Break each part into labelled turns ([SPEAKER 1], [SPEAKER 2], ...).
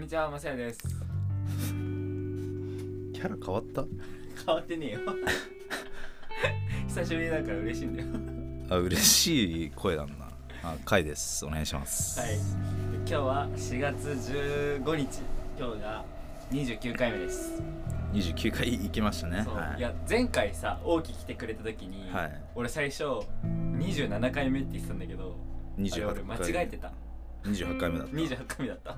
[SPEAKER 1] にちは、まさやです。
[SPEAKER 2] キャラ変わった
[SPEAKER 1] 変わってねえよ。 久しぶりだから嬉しいんだよ。
[SPEAKER 2] あ嬉しい声だなあ回ですお願いします
[SPEAKER 1] はい。今日は4月15日。今日が29回目です。
[SPEAKER 2] 29回行きましたね
[SPEAKER 1] そう、
[SPEAKER 2] はい
[SPEAKER 1] い、や前回さ、大き来てくれた時に、
[SPEAKER 2] はい
[SPEAKER 1] 俺最初27回目って言ってたんだけど、あれ俺間
[SPEAKER 2] 28回
[SPEAKER 1] 違えてた。
[SPEAKER 2] 28回目だった
[SPEAKER 1] 28回目だった。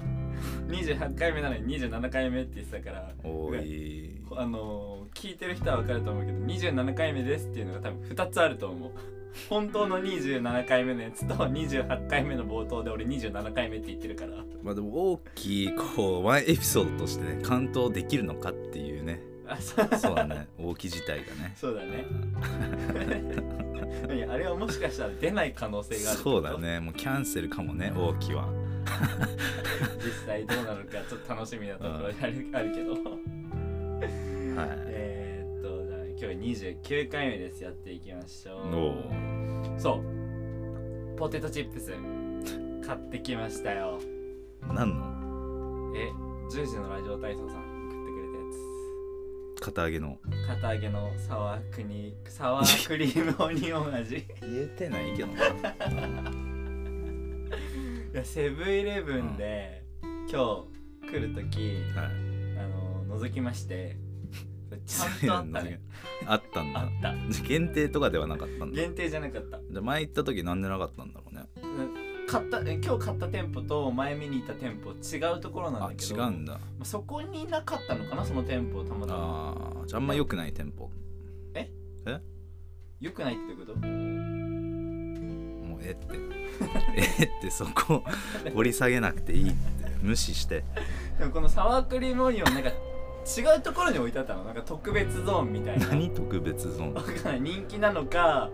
[SPEAKER 1] 28回目なのに27回目って言ってたから、
[SPEAKER 2] おい
[SPEAKER 1] あのー聞いてる人は分かると思うけど27回目ですっていうのが多分2つあると 思う本当の27回目のやつと28回目の冒頭で俺27回目って言ってるから
[SPEAKER 2] まあでも大きいこうワンエピソードとしてね完投できるのかっていうね
[SPEAKER 1] あそう
[SPEAKER 2] そうだ ね大きい自体がね
[SPEAKER 1] そうだ ねいやあれはもしかしたら出ない可能性がある
[SPEAKER 2] そうだねもうキャンセルかもね大きいは
[SPEAKER 1] 実際どうなるかちょっと楽しみなところある,、あるけど
[SPEAKER 2] はい
[SPEAKER 1] えーっとじゃあ今日29回目ですやっていきましょう
[SPEAKER 2] お
[SPEAKER 1] そうポテトチップス買ってきましたよ
[SPEAKER 2] 何の
[SPEAKER 1] え10時のラジオ体操さん送ってくれたや
[SPEAKER 2] 片揚げの
[SPEAKER 1] つ片揚げのサワークニサワークリームオニオン 味い
[SPEAKER 2] 言えてないけど
[SPEAKER 1] やセブンイレブンで、今日来る時
[SPEAKER 2] はい
[SPEAKER 1] あの覗きましてちゃんとあったね
[SPEAKER 2] あったん
[SPEAKER 1] あ
[SPEAKER 2] だ
[SPEAKER 1] った
[SPEAKER 2] 限定とかではなかったんだ
[SPEAKER 1] 限定じゃなかった
[SPEAKER 2] で前行った時なんでなかったんだろうね
[SPEAKER 1] 買ったえ今日買った店舗と前見に行った店舗違うところなん
[SPEAKER 2] あ
[SPEAKER 1] だけ
[SPEAKER 2] 違
[SPEAKER 1] ど
[SPEAKER 2] うんだ
[SPEAKER 1] まあそこになかったのかなその店舗たまたま
[SPEAKER 2] あーじゃああんま良くない店舗
[SPEAKER 1] よくないってこと
[SPEAKER 2] もうえって えってそこ掘り下げなくていいって無視して
[SPEAKER 1] でもこのサワークリームオニオンなんか違うところに置いてあったのなんか特別ゾーンみたいな
[SPEAKER 2] 何特別ゾーン
[SPEAKER 1] わかんない人気なのか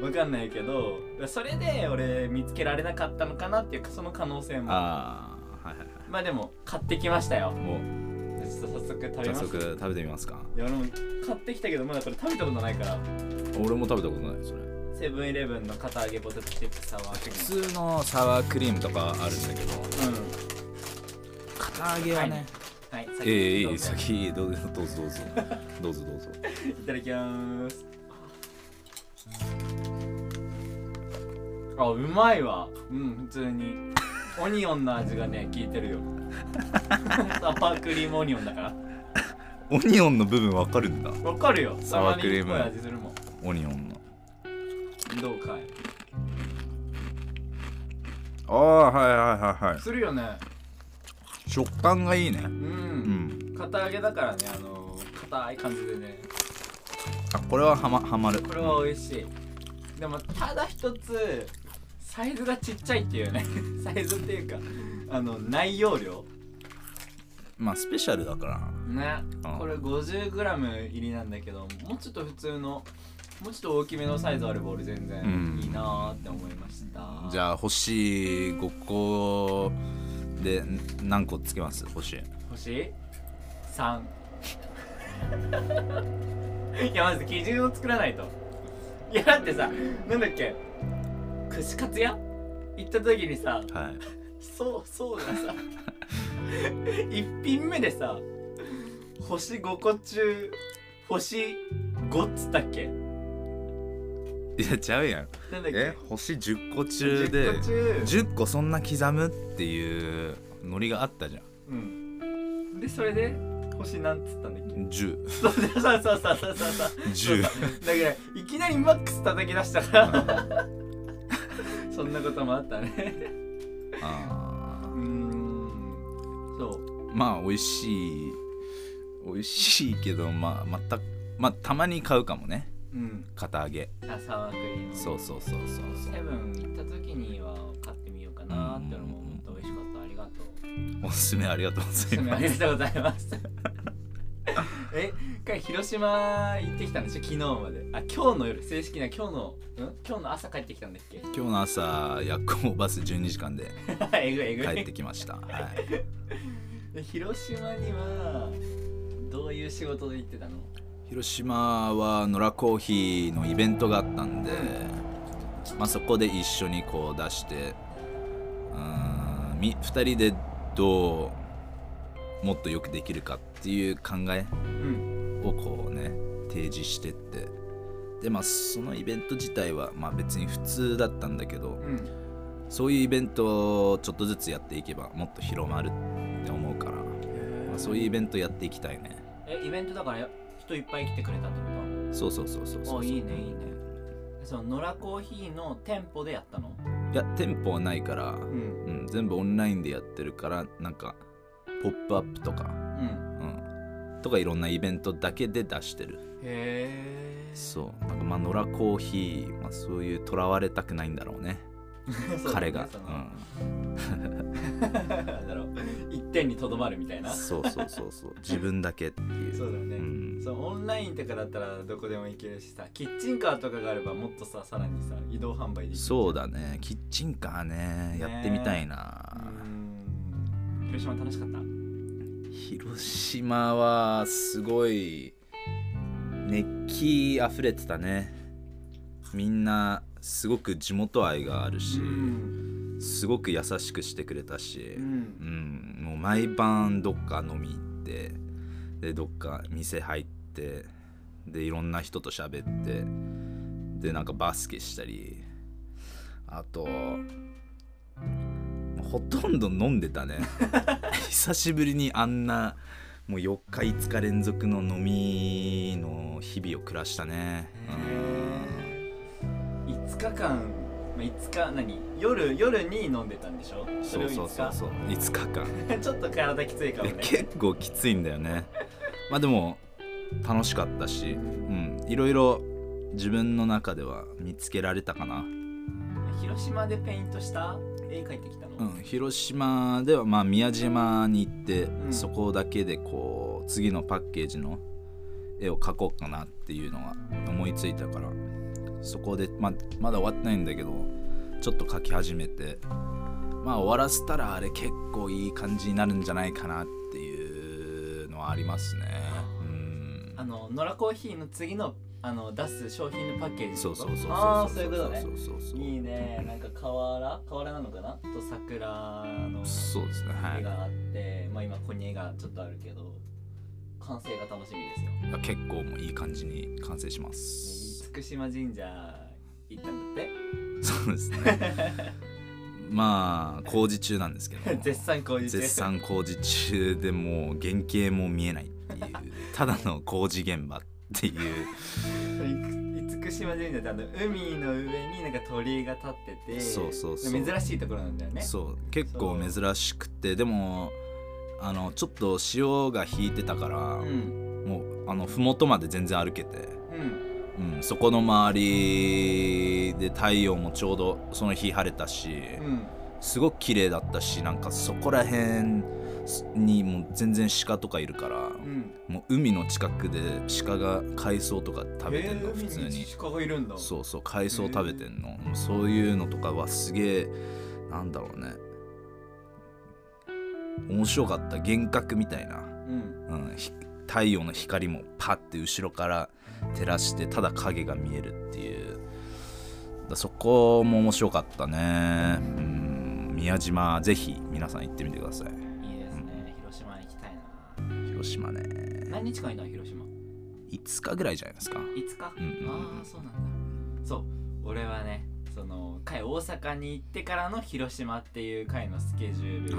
[SPEAKER 1] わかんないけどそれで俺見つけられなかったのかなっていうかその可能性も
[SPEAKER 2] ああはいはいは
[SPEAKER 1] まあでも買ってきましたよ
[SPEAKER 2] いも
[SPEAKER 1] ちょっと早速食べ
[SPEAKER 2] う
[SPEAKER 1] ま
[SPEAKER 2] じ
[SPEAKER 1] す
[SPEAKER 2] ゃあ早速食べてみますか
[SPEAKER 1] いや俺も買ってきたけどまだこれ食べたことないから
[SPEAKER 2] 俺も食べたことないそれ
[SPEAKER 1] セブンイレブンの片揚げポテトチップスサワークリー
[SPEAKER 2] 普通のサワークリームとかあるんだけど
[SPEAKER 1] ム
[SPEAKER 2] 片揚げ
[SPEAKER 1] うんはい
[SPEAKER 2] ええ
[SPEAKER 1] ど
[SPEAKER 2] いうい
[SPEAKER 1] ぞ
[SPEAKER 2] 先どう ぞどうぞどうぞどうぞどうぞ
[SPEAKER 1] いただきますあうまいわうん普通にオニオンの味がね効いてる よサワークリームオニオンだから
[SPEAKER 2] オニオンの部分わかるんだ
[SPEAKER 1] わかるよ
[SPEAKER 2] サワークリーム
[SPEAKER 1] たまにっぽい味するもん
[SPEAKER 2] オニオンの
[SPEAKER 1] どうかい
[SPEAKER 2] ああはいはいはいは
[SPEAKER 1] するよね
[SPEAKER 2] い食感がいいね
[SPEAKER 1] う、
[SPEAKER 2] うんん
[SPEAKER 1] 片揚げだからねあの硬い感じでね
[SPEAKER 2] あこれははまはまる
[SPEAKER 1] これは美味しいでもただ一つサイズがちっちゃいっていうね サイズっていうかあの内容量
[SPEAKER 2] まあスペシャルだから
[SPEAKER 1] ね
[SPEAKER 2] うん
[SPEAKER 1] これ 50g 入りなんだけどもうちょっと普通のもうちょっと大きめのサイズあれば俺全
[SPEAKER 2] うん
[SPEAKER 1] 然いいなーって思いました、
[SPEAKER 2] じゃあ星5個でん何個つけます星
[SPEAKER 1] 星3 いやまず基準を作らないといやだってさなんだっけ串カツ屋行った時にさ
[SPEAKER 2] はい
[SPEAKER 1] そうそうださ1品目でさ星5個中星5っつったっけ
[SPEAKER 2] いやちゃうやん
[SPEAKER 1] なんだっ
[SPEAKER 2] え
[SPEAKER 1] け
[SPEAKER 2] 星10個中で
[SPEAKER 1] 10個中
[SPEAKER 2] 10個そんな刻むっていうノリがあったじゃ
[SPEAKER 1] うんでそれで星なんつったんだっけ
[SPEAKER 2] ん1010
[SPEAKER 1] そうそうそうそうそうそうそう だからいきなりマックス叩き出した からそんなこともあったねうーんそう
[SPEAKER 2] まあ美味しい美味しいけどまあまたまあたまに買うかもね
[SPEAKER 1] うん
[SPEAKER 2] 片揚げ
[SPEAKER 1] 朝はクリーム
[SPEAKER 2] そうそうそうそうそう
[SPEAKER 1] セブン行った時には買ってみようかなってのも思った美味しかったありがとう
[SPEAKER 2] おすすめありがとうご
[SPEAKER 1] お
[SPEAKER 2] ざ
[SPEAKER 1] す
[SPEAKER 2] い
[SPEAKER 1] すめあ
[SPEAKER 2] ま
[SPEAKER 1] り
[SPEAKER 2] す
[SPEAKER 1] がとうございます え一回広島行ってきたんでしょ昨日まであ今日の夜正式な今日のん今日の朝帰ってきたんだっけ
[SPEAKER 2] 今日の朝夜行バス12時間で
[SPEAKER 1] えぐいえぐい
[SPEAKER 2] 帰ってきました、はい、
[SPEAKER 1] で広島にはどういう仕事で行ってたの
[SPEAKER 2] 広島は野良コーヒーのイベントがあったんで、まあ、そこで一緒にこう出してうーんみ2人でどうもっとよくできるかっていう考え
[SPEAKER 1] うん
[SPEAKER 2] をこうね提示してってでまあそのイベント自体はまあ別に普通だったんだけど
[SPEAKER 1] うん
[SPEAKER 2] そういうイベントをちょっとずつやっていけばもっと広まるって思うから、まあ、そういうイベントやっていきたいね
[SPEAKER 1] えイベントだから人いっぱい来てくれたってこ
[SPEAKER 2] そうそうそうそう
[SPEAKER 1] と
[SPEAKER 2] そ
[SPEAKER 1] お
[SPEAKER 2] う
[SPEAKER 1] い
[SPEAKER 2] い
[SPEAKER 1] いねいいねその野良コーヒーの店舗でやったの
[SPEAKER 2] や店舗はないから、
[SPEAKER 1] うん
[SPEAKER 2] うん、全部オンラインでやってるからなんかポップアップとか、
[SPEAKER 1] うん
[SPEAKER 2] うん、とかいろんなイベントだけで出してる
[SPEAKER 1] へえ
[SPEAKER 2] そうなんかまあ野良コーヒー、まあ、そういうとらわれたくないんだろうね彼が、
[SPEAKER 1] だろう一点にとどまるみたい
[SPEAKER 2] うん、
[SPEAKER 1] な
[SPEAKER 2] そうそうそう そう自分だけっていう
[SPEAKER 1] そうだよね、
[SPEAKER 2] うん
[SPEAKER 1] そうオンラインとかだったらどこでも行けるしさキッチンカーとかがあればもっとささらにさ移動販売できる
[SPEAKER 2] そうだねキッチンカーね
[SPEAKER 1] ね
[SPEAKER 2] やってみたいう
[SPEAKER 1] ー
[SPEAKER 2] な、
[SPEAKER 1] ん広島楽しかった
[SPEAKER 2] 広島はすごい熱気あふれてたねみんなすごく地元愛があるし、
[SPEAKER 1] うん、
[SPEAKER 2] すごく優しくしてくれたし、
[SPEAKER 1] う
[SPEAKER 2] うんん、もう毎晩どっか飲み行ってでどっか店入ってでいろんな人と喋ってでなんかバスケしたりあとほとんど飲んでたね 久しぶりにあんなもう4日5日連続の飲みの日々を暮らしたね、
[SPEAKER 1] へー5日間、まあ、5日何夜夜に飲んでたんでしょ
[SPEAKER 2] うん、
[SPEAKER 1] そ
[SPEAKER 2] そ
[SPEAKER 1] れを5
[SPEAKER 2] う
[SPEAKER 1] 日
[SPEAKER 2] そうそうそう5日間
[SPEAKER 1] ちょっと体きついかもね
[SPEAKER 2] 結構きついんだよねまあでも楽しかったし、うん、いろいろ自分の中では見つけられたかな、
[SPEAKER 1] 広島でペイントした絵描いてきたの、
[SPEAKER 2] うん、広島ではまあ宮島に行って、
[SPEAKER 1] ん
[SPEAKER 2] そこだけでこう次のパッケージの絵を描こうかなっていうのが思いついたからそこで、まあ、まだ終わってないんだけどちょっと描き始めてまあ終わらせたらあれ結構いい感じになるんじゃないかなっていうのはありますね。うん
[SPEAKER 1] あの野良コーヒーの次のあの出す商品のパッケージって
[SPEAKER 2] そ
[SPEAKER 1] こ
[SPEAKER 2] う
[SPEAKER 1] と
[SPEAKER 2] そうそう
[SPEAKER 1] ああそういうことね
[SPEAKER 2] そうそうそう
[SPEAKER 1] いいねなんか瓦瓦なのかなと桜の
[SPEAKER 2] そうですねは
[SPEAKER 1] 絵
[SPEAKER 2] い
[SPEAKER 1] があって、まあ今ここに絵がちょっとあるけど完成が楽しみですよ
[SPEAKER 2] いや結構もういい感じに完成します
[SPEAKER 1] 厳島神社行ったんだっ
[SPEAKER 2] そうですねまあ工事中なんですけど
[SPEAKER 1] て 絶賛工事中
[SPEAKER 2] 絶賛工事中でもう原型も見えないっていうただの工事現場っていう
[SPEAKER 1] 厳島神社ってあの海の上になんか鳥居が立ってて
[SPEAKER 2] そうそうそう
[SPEAKER 1] 珍しいところなんだよね
[SPEAKER 2] そう結構珍しくてでもあのちょっと潮が引いてたから、
[SPEAKER 1] うん
[SPEAKER 2] もうあの麓まで全然歩けて
[SPEAKER 1] うん
[SPEAKER 2] うん、そこの周りで太陽もちょうどその日晴れたし、
[SPEAKER 1] うん
[SPEAKER 2] すごく綺麗だったしなんかそこら辺にもう全然鹿とかいるから、
[SPEAKER 1] うん
[SPEAKER 2] もう海の近くで鹿が海藻とか食べてんの、
[SPEAKER 1] えー
[SPEAKER 2] 普通
[SPEAKER 1] 海
[SPEAKER 2] に
[SPEAKER 1] 鹿がいるんだ
[SPEAKER 2] そうそう海藻食べてんの、もうそういうのとかはすげえなんだろうね面白かった幻覚みたいな。
[SPEAKER 1] うん
[SPEAKER 2] うん、ひ太陽の光もパッて後ろから照らしてただ影が見えるっていうだそこも面白かったね、うん、宮島ぜひ皆さん行ってみてください
[SPEAKER 1] いいですね広島行きたいな
[SPEAKER 2] 広島ね
[SPEAKER 1] 何日間いたの広島
[SPEAKER 2] 5日ぐらいじゃないですか
[SPEAKER 1] 5日、
[SPEAKER 2] うんうんうん
[SPEAKER 1] ああそうなんだそう俺はねその回大阪に行ってからの広島っていう回のスケジュール、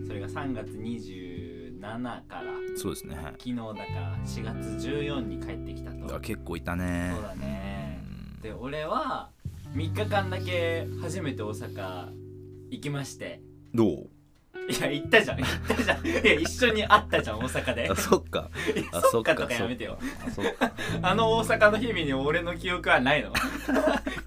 [SPEAKER 2] は
[SPEAKER 1] それが3月27から
[SPEAKER 2] そうですねはい
[SPEAKER 1] 昨日だから4月14に帰ってきたと
[SPEAKER 2] あ結構いたね
[SPEAKER 1] そうだね
[SPEAKER 2] うん
[SPEAKER 1] で俺は3日間だけ初めて大阪行きまして
[SPEAKER 2] どう
[SPEAKER 1] いや行ったじゃん行ったじゃんいや一緒に会ったじゃん大阪で
[SPEAKER 2] あそ っか
[SPEAKER 1] いや
[SPEAKER 2] あ
[SPEAKER 1] そっかとか
[SPEAKER 2] そっ
[SPEAKER 1] やめてよ
[SPEAKER 2] あそっか
[SPEAKER 1] あの大阪の日々に俺の記憶はない の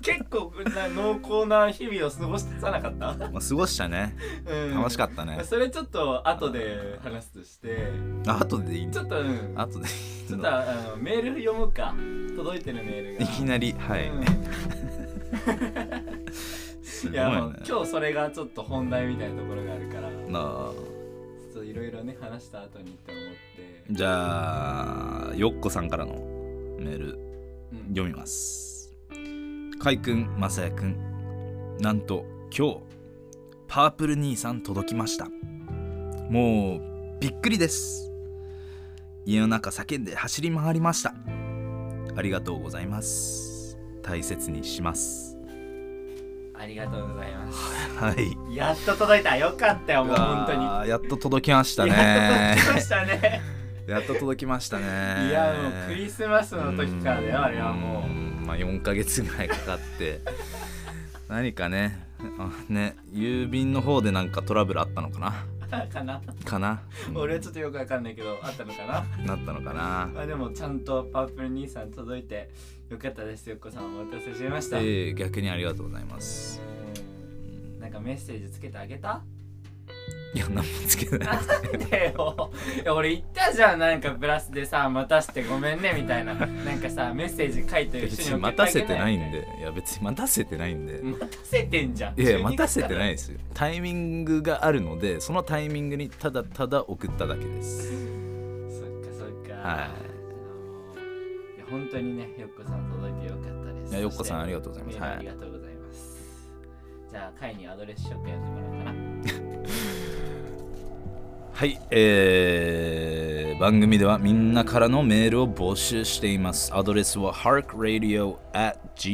[SPEAKER 1] 結構な濃厚な日々を過ごさなかった、
[SPEAKER 2] まあ、過ごしたね
[SPEAKER 1] うん、
[SPEAKER 2] 楽しか
[SPEAKER 1] っ
[SPEAKER 2] ったね、
[SPEAKER 1] それちょっと後で話すとして
[SPEAKER 2] あ後でいいん
[SPEAKER 1] ち
[SPEAKER 2] だ
[SPEAKER 1] ょっと、うん、
[SPEAKER 2] 後でい
[SPEAKER 1] ち
[SPEAKER 2] い
[SPEAKER 1] ょっ
[SPEAKER 2] ん
[SPEAKER 1] と
[SPEAKER 2] だ
[SPEAKER 1] あのメール読むか届いてるメールが
[SPEAKER 2] いきなりはい、す
[SPEAKER 1] う
[SPEAKER 2] ご
[SPEAKER 1] ん、
[SPEAKER 2] い
[SPEAKER 1] い
[SPEAKER 2] ね
[SPEAKER 1] やもう今日それがちょっと本題みたいなところがあるからち
[SPEAKER 2] なあ
[SPEAKER 1] ょっといろいろね話した後にって思って、
[SPEAKER 2] じゃあよっこさんからのメール
[SPEAKER 1] うん、
[SPEAKER 2] 読みますかいくんまさやくんなんと今日パープル兄さん届きましたもうびっくりです家の中叫んで走り回りましたありがとうございます大切にします
[SPEAKER 1] ありがとうございます
[SPEAKER 2] はい
[SPEAKER 1] やっと届いたよかったよもう本当に
[SPEAKER 2] あーやっと届きましたね
[SPEAKER 1] やっと届きました ね
[SPEAKER 2] やっと届きましたね
[SPEAKER 1] いやもうクリスマスの時からだよあれはもう
[SPEAKER 2] うんまあ4ヶ月ぐらいかかって 何かねあね郵便の方でなんかトラブルあったのかな
[SPEAKER 1] かな
[SPEAKER 2] かな、うん
[SPEAKER 1] 俺はちょっとよくわかんないけどあったのかな
[SPEAKER 2] なったのかな
[SPEAKER 1] まあでもちゃんとパープル兄さん届いてよかったですよっこさんお待たせしました、
[SPEAKER 2] えー逆にありがとうございます
[SPEAKER 1] うんなんかメッセージつけてあげた
[SPEAKER 2] いや何もつけ ない
[SPEAKER 1] でよいや俺言ったじゃんなんかブラスでさ待たしてごめんねみたいななんかさメッセージ書いてる
[SPEAKER 2] 別
[SPEAKER 1] 人に
[SPEAKER 2] に
[SPEAKER 1] 送っ
[SPEAKER 2] 待
[SPEAKER 1] てあ
[SPEAKER 2] た
[SPEAKER 1] げ
[SPEAKER 2] せてないん
[SPEAKER 1] み
[SPEAKER 2] でいや別に待たせてないんで
[SPEAKER 1] たいな待たせてんじゃん
[SPEAKER 2] いや待たせてない
[SPEAKER 1] い
[SPEAKER 2] ですよタイミングがあるのでそのタイミングにただただ送っただけで
[SPEAKER 1] そ
[SPEAKER 2] す
[SPEAKER 1] っかそっか
[SPEAKER 2] はい
[SPEAKER 1] あのいや本当にねよっこさん届いてよかったです
[SPEAKER 2] いやよっこさんありがとうご
[SPEAKER 1] と
[SPEAKER 2] ざいます
[SPEAKER 1] あ
[SPEAKER 2] は
[SPEAKER 1] り
[SPEAKER 2] い
[SPEAKER 1] がとうございます、じゃあ会にアドレス紹介やってもらおうかな
[SPEAKER 2] はい、えー番組ではみんなからのメールを募集しています。アドレスは harkradio.gmail.com、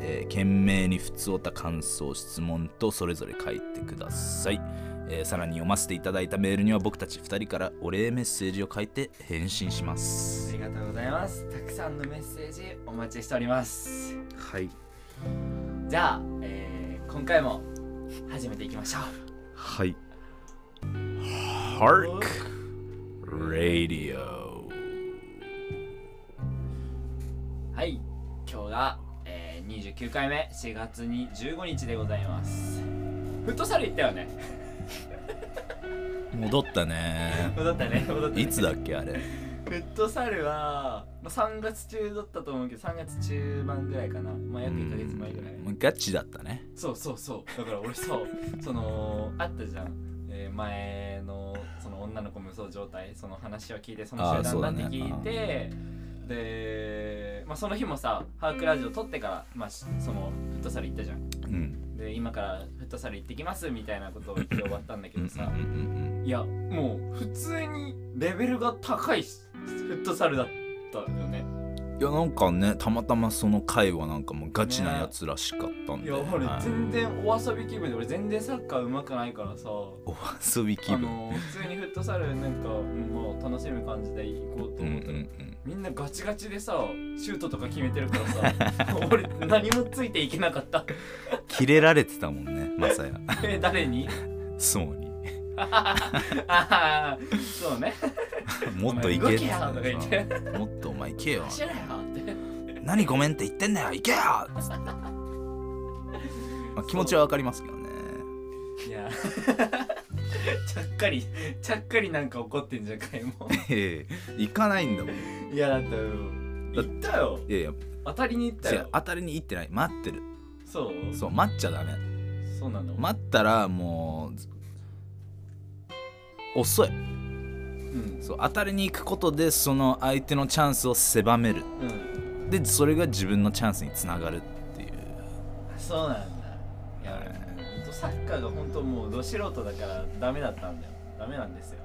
[SPEAKER 2] えー懸命に普通おた感想、質問とそれぞれ書いてください、えーさらに読ませていただいたメールには僕たち2人からお礼メッセージを書いて返信しま
[SPEAKER 1] あ
[SPEAKER 2] す。
[SPEAKER 1] りがとうございます。たくさんのメッセージお待ちしております。
[SPEAKER 2] はい。
[SPEAKER 1] じゃあ、えー今回も始めていきましょう。
[SPEAKER 2] はい。Hark Radio。
[SPEAKER 1] はい、今日が、えー、29回目、4月に15日でございます。フットサル行ったよね。
[SPEAKER 2] 戻ったね。
[SPEAKER 1] 戻ったね、戻った、ね。
[SPEAKER 2] いつだっけあれ。
[SPEAKER 1] フットサルは、まあ、3月中だったと思うけど、3月中盤ぐらいかな。まあ、約1ヶ月前ぐらい。
[SPEAKER 2] うんガチだったね
[SPEAKER 1] そうそうそう だから俺さそのあったじゃん、えー前のその女の子無双状態その話を聞いてその
[SPEAKER 2] あー
[SPEAKER 1] 集団だって
[SPEAKER 2] そうだね
[SPEAKER 1] 聞いて、で、まあ、その日もさハークラジオ撮ってから、まあ、しそのフットサル行ったじゃん
[SPEAKER 2] うん
[SPEAKER 1] で今からフットサル行ってきますみたいなことを言って終わったんだけ
[SPEAKER 2] うん
[SPEAKER 1] どさいやもう普通にレベルが高いしフットサルだったよね
[SPEAKER 2] いやなんかねたまたまその回はなんかもうガチなやつらしかったん
[SPEAKER 1] い
[SPEAKER 2] で、
[SPEAKER 1] や俺
[SPEAKER 2] はい
[SPEAKER 1] 全然お遊び気分で俺全然サッカーうまくないからさ
[SPEAKER 2] お遊び気
[SPEAKER 1] あ
[SPEAKER 2] 分、
[SPEAKER 1] のー普通にフットサルなんかもう楽しむ感じで行こうと
[SPEAKER 2] うんう
[SPEAKER 1] 思
[SPEAKER 2] ん
[SPEAKER 1] ったら、みんなガチガチでさシュートとか決めてるからさ 俺何もついていけなかった
[SPEAKER 2] うん、キレられてたもんねまさや
[SPEAKER 1] え誰に
[SPEAKER 2] そうに
[SPEAKER 1] あーそうね
[SPEAKER 2] もっといけ
[SPEAKER 1] お前動けよとか言って
[SPEAKER 2] うんもっとお前いけよ
[SPEAKER 1] 走れよって
[SPEAKER 2] 何ごめんって言ってんだよいけよつってまあ、気持ちはわかりますけどね
[SPEAKER 1] いや ちゃっかりちゃっかりなんか怒ってんじゃんかいも
[SPEAKER 2] ええ行かないんだもんい
[SPEAKER 1] いやだって
[SPEAKER 2] だ
[SPEAKER 1] 行ったよ
[SPEAKER 2] やいや
[SPEAKER 1] 当たりに行った
[SPEAKER 2] 違う
[SPEAKER 1] よ
[SPEAKER 2] 当たりに行ってない待ってる
[SPEAKER 1] そう
[SPEAKER 2] そう待っちゃダメ
[SPEAKER 1] そうなの、
[SPEAKER 2] 待ったらもうず遅い
[SPEAKER 1] うん
[SPEAKER 2] そう当たりに行くことでその相手のチャンスを狭める
[SPEAKER 1] うん
[SPEAKER 2] でそれが自分のチャンスにつながるっていう
[SPEAKER 1] そうなんだいや俺もうほんとサッカーが本当もうど素人だからダメだったんだよダメなんですよ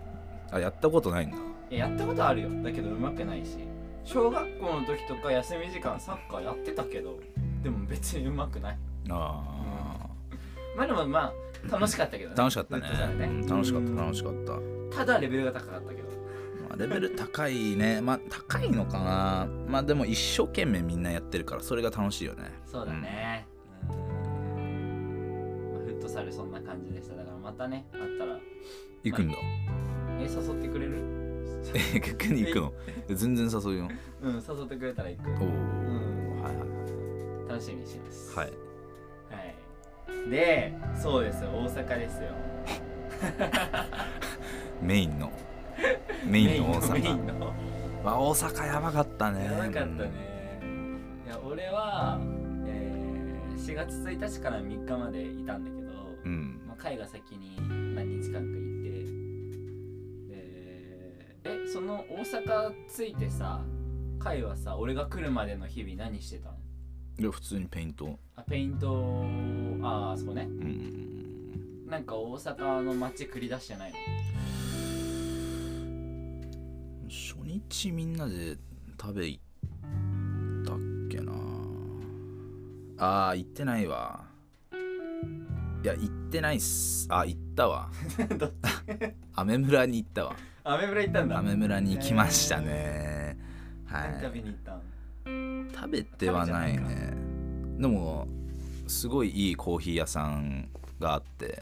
[SPEAKER 2] あやったことないんだ
[SPEAKER 1] いややったことあるよだけど上手くないし小学校の時とか休み時間サッカーやってたけどでも別に上手くない
[SPEAKER 2] あ
[SPEAKER 1] まあでもまあ楽しかったけど、ね
[SPEAKER 2] ー、楽しかったね
[SPEAKER 1] ずとだよ
[SPEAKER 2] うん楽しかった楽しかった、
[SPEAKER 1] ただレベルが高かったけど
[SPEAKER 2] まあ、レベル高いねまあ高いのかなまあでも一生懸命みんなやってるからそれが楽しいよね
[SPEAKER 1] そうだねうんまあフットサルそんな感じでしただからまたねあったら
[SPEAKER 2] 行くんだ、
[SPEAKER 1] え誘ってくれ る
[SPEAKER 2] え 逆に行くのえ全然 誘うよ
[SPEAKER 1] うん誘ってくれたら行く
[SPEAKER 2] おお、
[SPEAKER 1] うん
[SPEAKER 2] はいはい
[SPEAKER 1] 楽しみにしてます
[SPEAKER 2] はい
[SPEAKER 1] はい。で、そうですよ、大阪ですよ。
[SPEAKER 2] メインのメインの大
[SPEAKER 1] メイ
[SPEAKER 2] 阪
[SPEAKER 1] ンの。
[SPEAKER 2] わ大阪やばかったね
[SPEAKER 1] やばかったね。いや、俺は、えー4月1日から3日までいたんだけど、
[SPEAKER 2] うん
[SPEAKER 1] まあ、会が先に何日間か行って、でえ、その大阪着いてさ、会はさ、俺が来るまでの日々何してたの
[SPEAKER 2] いや普通にペイント
[SPEAKER 1] あ、ペイントを、ああ、そこね。
[SPEAKER 2] うん
[SPEAKER 1] なんか大阪の街繰り出してないの
[SPEAKER 2] 初日みんなで食べ行ったっけなあー行ってないわいや行ってないっすあ行ったわ
[SPEAKER 1] どっ
[SPEAKER 2] アメ村に行ったわ
[SPEAKER 1] アメ村行ったんだ
[SPEAKER 2] アメ村に行きましたねは
[SPEAKER 1] 何食べ
[SPEAKER 2] い
[SPEAKER 1] に行ったん
[SPEAKER 2] 食べてはない
[SPEAKER 1] 食べ
[SPEAKER 2] ねでもすごいいいコーヒー屋さんがあって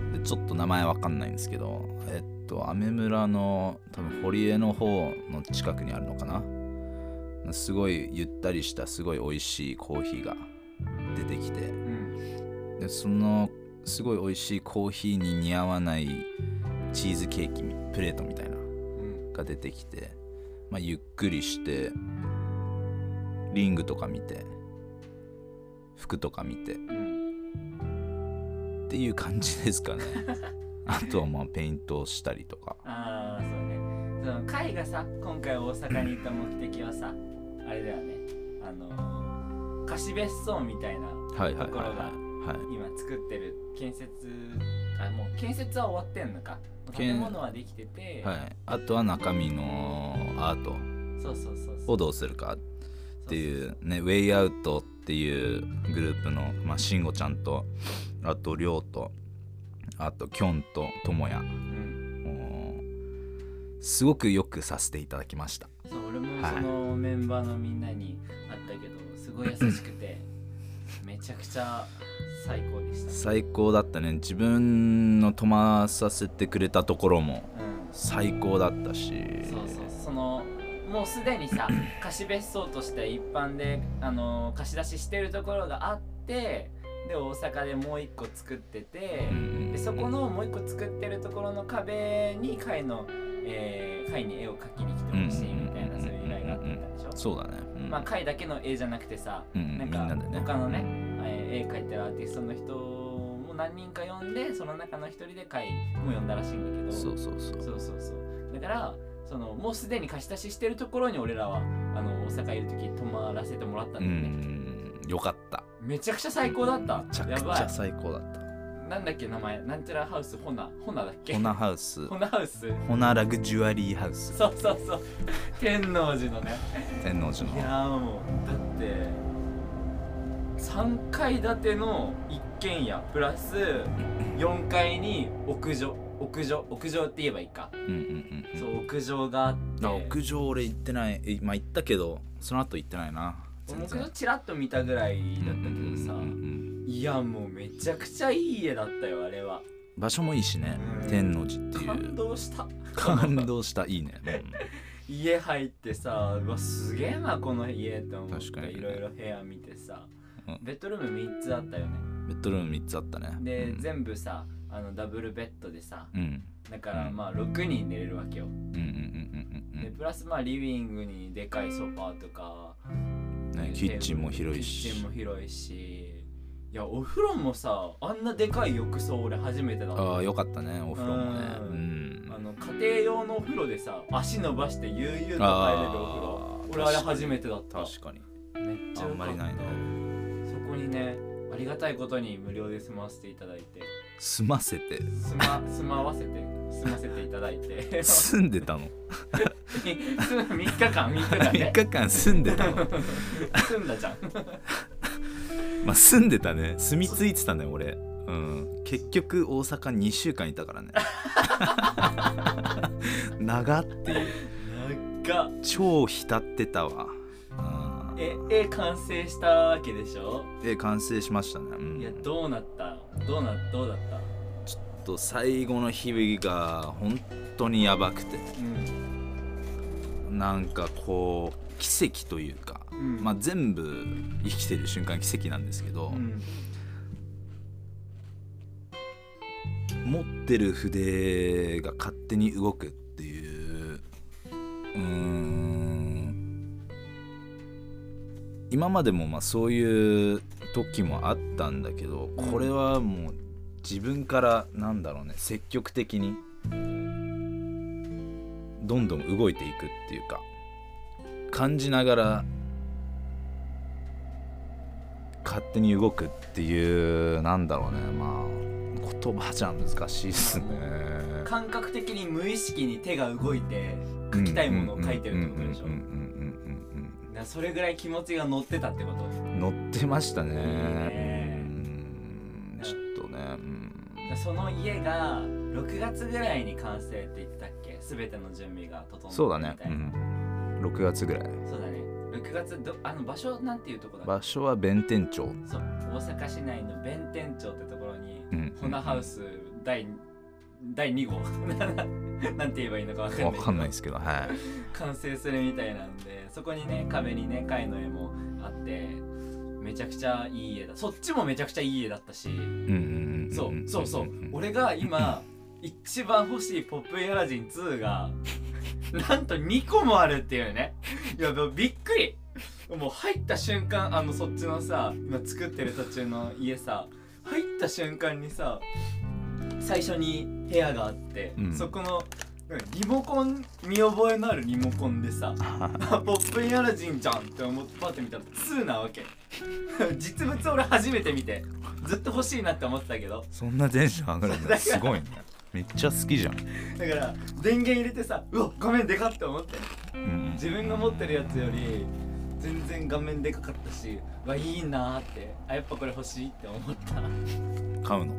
[SPEAKER 1] うん
[SPEAKER 2] でちょっと名前わかんないんですけどえっとアメ村の多分堀江の方の近くにあるのかなすごいゆったりしたすごい美味しいコーヒーが出てきて
[SPEAKER 1] うん
[SPEAKER 2] でそのすごい美味しいコーヒーに似合わないチーズケーキプレートみたいな
[SPEAKER 1] うん
[SPEAKER 2] が出てきて、まあ、ゆっくりしてリングとか見て服とか見て
[SPEAKER 1] うん
[SPEAKER 2] っていう感じですかねあとはまあペイントをしたりとか
[SPEAKER 1] ああそうねその会がさ今回大阪に行った目的はさあれだよねあのー、貸別荘みたいな
[SPEAKER 2] はいはいはいはい
[SPEAKER 1] ところが
[SPEAKER 2] はい
[SPEAKER 1] 今作ってる建設あもう建設は終わってんのか
[SPEAKER 2] 建
[SPEAKER 1] 建物はできてて、
[SPEAKER 2] はい、あとは中身のアー
[SPEAKER 1] そうそうそう
[SPEAKER 2] ト
[SPEAKER 1] そう
[SPEAKER 2] をどうするかって
[SPEAKER 1] う
[SPEAKER 2] いうねウェイアウトっていうグループの、まあ、慎吾ちゃんとあと亮とあときょんとともや
[SPEAKER 1] ん
[SPEAKER 2] もうすごくよくさせていただきました
[SPEAKER 1] そう俺も
[SPEAKER 2] はい
[SPEAKER 1] そのメンバーのみんなに会ったけどすごい優しく てめちゃくちゃ最高でした
[SPEAKER 2] 最高だったね自分の泊まさせてくれたところも
[SPEAKER 1] うん
[SPEAKER 2] 最高だったし
[SPEAKER 1] そうそうそのもうすでに さ貸別荘として一般であの貸し出ししてるところがあってで大阪でもう一個作ってて、
[SPEAKER 2] うん
[SPEAKER 1] でそこのもう一個作ってるところの壁に貝の、えー貝に絵を描きに来てほしいみたいなそういう依頼があったんでしょ、
[SPEAKER 2] そうだね、うん
[SPEAKER 1] まあ貝だけの絵じゃなくてさ
[SPEAKER 2] うんうん
[SPEAKER 1] なん
[SPEAKER 2] みん
[SPEAKER 1] か
[SPEAKER 2] なでね
[SPEAKER 1] 他のね、えー絵描いてるアーティストの人も何人か呼んでその中の一人で貝も呼んだらしいんだけど
[SPEAKER 2] そうそうそう
[SPEAKER 1] そうそうそうだからそのもうすでに貸し出ししてるところに俺らはあの大阪いる時泊まらせてもらったんだ
[SPEAKER 2] う
[SPEAKER 1] よね、
[SPEAKER 2] んよかった
[SPEAKER 1] めちゃくちゃ最高だった
[SPEAKER 2] めちゃく
[SPEAKER 1] や
[SPEAKER 2] ち
[SPEAKER 1] ば
[SPEAKER 2] ゃ
[SPEAKER 1] い
[SPEAKER 2] 最高だ った
[SPEAKER 1] なんだっけ名前なんちゃらハウスホナホナだっけ
[SPEAKER 2] ホナハウス
[SPEAKER 1] ホナハウス
[SPEAKER 2] ホナラグジュアリーハウス
[SPEAKER 1] そうそうそう天王寺のね
[SPEAKER 2] 天王寺
[SPEAKER 1] いや
[SPEAKER 2] の
[SPEAKER 1] ーもうだって3階建ての一軒家プラス4階に屋上屋上屋上って言えばいいか、
[SPEAKER 2] うんうんうん
[SPEAKER 1] そう屋上があっ
[SPEAKER 2] あ
[SPEAKER 1] て
[SPEAKER 2] 屋上俺行ってないえまあ行ったけどその後行ってないな全
[SPEAKER 1] 僕
[SPEAKER 2] 然
[SPEAKER 1] のチラッと見たぐらいだったけどさ、
[SPEAKER 2] うんうんうん
[SPEAKER 1] いやもうめちゃくちゃいい家だったよあれは
[SPEAKER 2] 場所もいいしね
[SPEAKER 1] うん
[SPEAKER 2] 天王寺っていう
[SPEAKER 1] 感動した
[SPEAKER 2] 感動したいいね、う
[SPEAKER 1] 家入ってさうわすげえなこの家って思っ
[SPEAKER 2] 確か
[SPEAKER 1] て
[SPEAKER 2] にね
[SPEAKER 1] いろいろ部屋見てさ、
[SPEAKER 2] うん
[SPEAKER 1] ベッドルーム3つあったよね
[SPEAKER 2] んベッドルーム3つあったね
[SPEAKER 1] で、
[SPEAKER 2] うん
[SPEAKER 1] 全部さあのダブルベッドでさ
[SPEAKER 2] うん
[SPEAKER 1] だから
[SPEAKER 2] うん
[SPEAKER 1] まあ6人寝れるわけよ、
[SPEAKER 2] うんうんうんうんうん
[SPEAKER 1] でプラスまあリビングにでかいソファーとか、
[SPEAKER 2] うんねキッチンも広い
[SPEAKER 1] キッチン
[SPEAKER 2] し
[SPEAKER 1] も広いしいやお風呂もさあんなでかい浴槽俺初めてだった
[SPEAKER 2] ああよかったねお風呂もね
[SPEAKER 1] う
[SPEAKER 2] うんん
[SPEAKER 1] あの家庭用のお風呂でさ足伸ばして悠々と入れるお風呂
[SPEAKER 2] あー
[SPEAKER 1] 俺あれ初めてだった
[SPEAKER 2] 確かに
[SPEAKER 1] めっちゃ良かった
[SPEAKER 2] あんまりないね
[SPEAKER 1] そこにねありがたいことに無料で済ませていただいて
[SPEAKER 2] 住ませて
[SPEAKER 1] 住ま住まわせて済ませていただいて3
[SPEAKER 2] 住ん でたの
[SPEAKER 1] 日間3日間
[SPEAKER 2] 3
[SPEAKER 1] ね
[SPEAKER 2] 日間住んで たの
[SPEAKER 1] 住んだじゃん
[SPEAKER 2] まあ住んでたね住み着いてたね俺うん結局大阪2週間いたか らね長っていう
[SPEAKER 1] 長っ
[SPEAKER 2] 超浸ってたわうん
[SPEAKER 1] え絵完成したわけでしょ
[SPEAKER 2] で完成しましたね、うん、
[SPEAKER 1] いやどうなったどうなどうだった
[SPEAKER 2] ちょっと最後の日々が本当にやばくて
[SPEAKER 1] うん
[SPEAKER 2] なんかこう奇跡というか、
[SPEAKER 1] うん
[SPEAKER 2] まあ、全部生きてる瞬間奇跡なんですけど、
[SPEAKER 1] うん
[SPEAKER 2] 持ってる筆が勝手に動くっていううーん今までもまあそういう時もあったんだけどこれはもう自分からなんだろうね積極的にどんどん動いていくっていうか感じながら勝手に動くっていうなんだろうねまあ言葉じゃ難しいっすね
[SPEAKER 1] 感覚的に無意識に手が動いて書きたいものを書いてるってことでしょ
[SPEAKER 2] うんうんうんう
[SPEAKER 1] だ
[SPEAKER 2] ん
[SPEAKER 1] からそれぐらい気持ちが乗ってたってこと
[SPEAKER 2] うんうん乗ってましたね
[SPEAKER 1] いいね
[SPEAKER 2] うんちょっとねうん
[SPEAKER 1] だからその家が6月ぐらいに完成って言ってたっけ全ての準備が整って
[SPEAKER 2] そうだね
[SPEAKER 1] み、た
[SPEAKER 2] う、
[SPEAKER 1] いなん
[SPEAKER 2] 6月ぐらい
[SPEAKER 1] そうだね6月どあの場所なんていうとこだっ
[SPEAKER 2] 場所は弁天町、
[SPEAKER 1] けそう大阪市内の弁天町ってところに、
[SPEAKER 2] うん、
[SPEAKER 1] ホナハウス第第2号 なんて言えばいいのか分かんない
[SPEAKER 2] わ
[SPEAKER 1] けど
[SPEAKER 2] かんないですけどはい
[SPEAKER 1] 完成するみたいなんでそこにね壁にね貝の絵もあってめちゃくちゃいい家だそっちもめちゃくちゃいい家だったし
[SPEAKER 2] うんうんんん
[SPEAKER 1] そううんそうそう
[SPEAKER 2] うん
[SPEAKER 1] 俺が今一番欲しい「ポップインアラジン2」がなんと2個もあるっていうねいやでもびっくりもう入った瞬間あのそっちのさ今作ってる途中の家さ入った瞬間にさ最初に部屋があって、
[SPEAKER 2] うん
[SPEAKER 1] そこのなんかリモコン見覚えのあるリモコンでさ「あポップインアラジンじゃん」って思ってパッて見たら2なわけ 実物俺初めて見てずっと欲しいなって思ってたけど
[SPEAKER 2] そんなテンション上がるんだ すごいねめっちゃ好きじゃん、
[SPEAKER 1] だから電源入れてさうわ画面でかって思って
[SPEAKER 2] うん、
[SPEAKER 1] 自分が持ってるやつより全然画面でかかったしうわいいなーってあやっぱこれ欲しいって思った
[SPEAKER 2] 買うの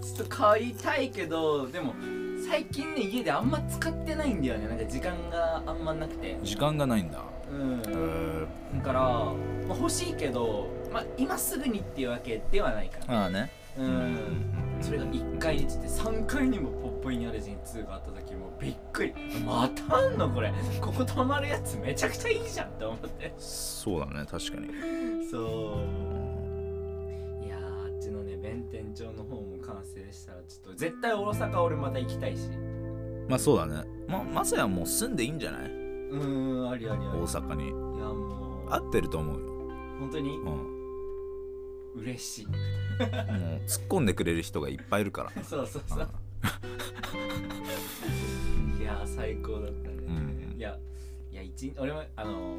[SPEAKER 1] ちょっと買いたいけどでも最近ね家であんま使ってないんだよねなんか時間があんまなくて
[SPEAKER 2] 時間がないんだ
[SPEAKER 1] うん
[SPEAKER 2] へー
[SPEAKER 1] だから、まあ、欲しいけど、まあ、今すぐにっていうわけではないから
[SPEAKER 2] ああね
[SPEAKER 1] うん、
[SPEAKER 2] うん
[SPEAKER 1] それが1階につって3階にもポップインアレジン2があった時もうびっくりまたあんのこれここ泊まるやつめちゃくちゃいいじゃんって思って
[SPEAKER 2] そうだね確かに
[SPEAKER 1] そういやーあっちのね弁天町の方も完成したらちょっと絶対大阪俺また行きたいし
[SPEAKER 2] まあそうだねままさやもう住んでいいんじゃないう
[SPEAKER 1] ーんありありあり
[SPEAKER 2] 大阪に
[SPEAKER 1] いやもう
[SPEAKER 2] 合ってると思うよ、
[SPEAKER 1] 本当に
[SPEAKER 2] うん、も
[SPEAKER 1] 嬉しい
[SPEAKER 2] う突っ込んでくれる人がいっぱいいるから
[SPEAKER 1] そうそうそういやー最高だったね、
[SPEAKER 2] うん
[SPEAKER 1] いやいや一日俺もあのー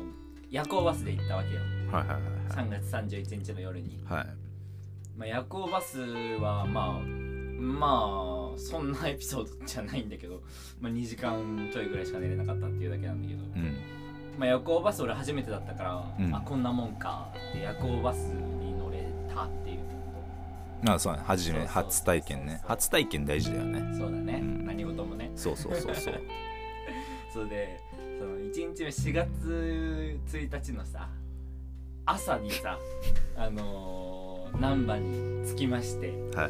[SPEAKER 1] 夜行バスで行ったわけよ
[SPEAKER 2] うんはいはいはいはい
[SPEAKER 1] 3月31日の夜に、
[SPEAKER 2] はい
[SPEAKER 1] まあ、夜行バスはまあまあそんなエピソードじゃないんだけど、まあ、2時間ちょいぐらいしか寝れなかったっていうだけなんだけど、
[SPEAKER 2] うん
[SPEAKER 1] まあ、夜行バス俺初めてだったから、
[SPEAKER 2] うん
[SPEAKER 1] あこんなもんかって夜行バスに乗れたっていう
[SPEAKER 2] まあそうね初
[SPEAKER 1] そう
[SPEAKER 2] め
[SPEAKER 1] そう
[SPEAKER 2] 初体験ね初体験大事だよね
[SPEAKER 1] そうだね、
[SPEAKER 2] うん
[SPEAKER 1] 何事もね
[SPEAKER 2] そうそうそうそう
[SPEAKER 1] それでその1日目4月1日のさ朝に さあのー、難波に着きまして
[SPEAKER 2] は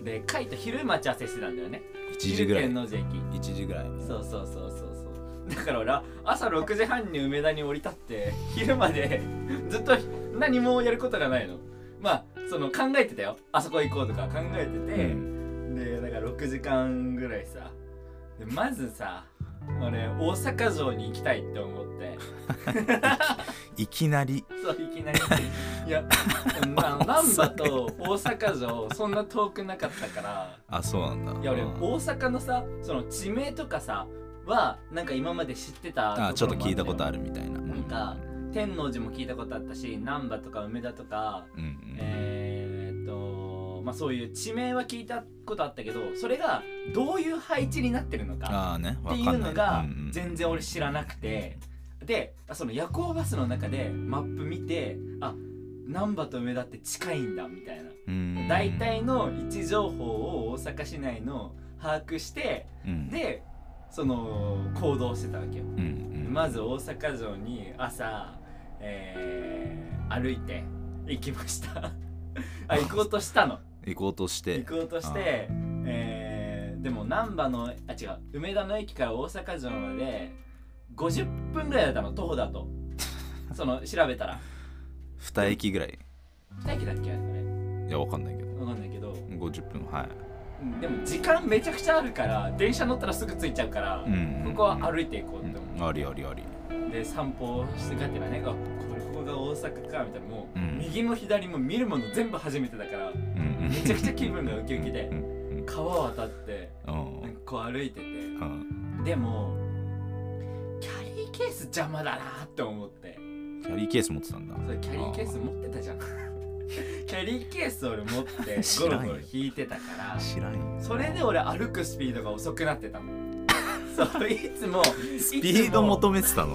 [SPEAKER 2] い
[SPEAKER 1] でカイと昼待ち合わせしてたんだよね
[SPEAKER 2] 1時ぐらい
[SPEAKER 1] 昼天王寺駅
[SPEAKER 2] 1時ぐらい
[SPEAKER 1] そうそうそうそうそうだから俺は朝6時半に梅田に降り立って昼まで ずっと何もやることがないのまあその考えてたよあそこ行こうとか考えてて、
[SPEAKER 2] うん
[SPEAKER 1] でだから6時間ぐらいさでまずさ俺大阪城に行きたいって思って
[SPEAKER 2] いきなり
[SPEAKER 1] そういきなりいやまあ難波と大阪城そんな遠くなかったから
[SPEAKER 2] あそうなんだ
[SPEAKER 1] いや俺
[SPEAKER 2] うん
[SPEAKER 1] 大阪のさその地名とかさはなんか今まで知ってた
[SPEAKER 2] あちょっと聞いたことあ
[SPEAKER 1] る
[SPEAKER 2] るみたいな
[SPEAKER 1] なんか天王寺も聞いたことあったし難波とか梅田とか
[SPEAKER 2] うんうん
[SPEAKER 1] えー、っとまあそういう地名は聞いたことあったけどそれがどういう配置になってるのか
[SPEAKER 2] ああね
[SPEAKER 1] って
[SPEAKER 2] わ
[SPEAKER 1] い
[SPEAKER 2] か
[SPEAKER 1] うん
[SPEAKER 2] な
[SPEAKER 1] の
[SPEAKER 2] い
[SPEAKER 1] が
[SPEAKER 2] うんうん
[SPEAKER 1] 全然俺知らなくてでその夜行バスの中でマップ見てあ難波と梅田って近いんだみたいな
[SPEAKER 2] うん
[SPEAKER 1] 大体の位置情報を大阪市内の把握して
[SPEAKER 2] うん
[SPEAKER 1] でその行動してたわけよ、
[SPEAKER 2] うんうん
[SPEAKER 1] まず大阪城に朝、えー歩いて行きました あ行こうとしたの
[SPEAKER 2] 行こうとして
[SPEAKER 1] 行こうとしてえーでも難波のあ違う梅田の駅から大阪城まで50分ぐらいだったの徒歩だ とその調べたら
[SPEAKER 2] 2駅ぐらい
[SPEAKER 1] 2駅だっけあれ
[SPEAKER 2] いやわかんないけど
[SPEAKER 1] 分かんないけど
[SPEAKER 2] 50分はい
[SPEAKER 1] うんでも時間めちゃくちゃあるから電車乗ったらすぐ着いちゃうから、
[SPEAKER 2] うん
[SPEAKER 1] ここは歩
[SPEAKER 2] い
[SPEAKER 1] いていこうって思う、
[SPEAKER 2] ありありあり
[SPEAKER 1] で散歩して帰ってねあこれここが大阪かみたいなもう、
[SPEAKER 2] うん
[SPEAKER 1] 右も左も見るもの全部初めてだから
[SPEAKER 2] うんうん
[SPEAKER 1] めちゃくちゃ気分がウキウキ
[SPEAKER 2] う
[SPEAKER 1] で
[SPEAKER 2] んうん
[SPEAKER 1] 川渡って
[SPEAKER 2] うん
[SPEAKER 1] なんかこう歩いてて
[SPEAKER 2] うん
[SPEAKER 1] でもキャリーケース邪魔だなって思って
[SPEAKER 2] キャリーケース持ってたんだ
[SPEAKER 1] それキャリーケース持ってたじゃんキャリーケース俺持って
[SPEAKER 2] 知
[SPEAKER 1] ゴ
[SPEAKER 2] らんよ
[SPEAKER 1] ロゴロ引いてたから
[SPEAKER 2] 知らんよ
[SPEAKER 1] それで俺歩くスピードが遅くなってたのそそういつも
[SPEAKER 2] スピード求めてたの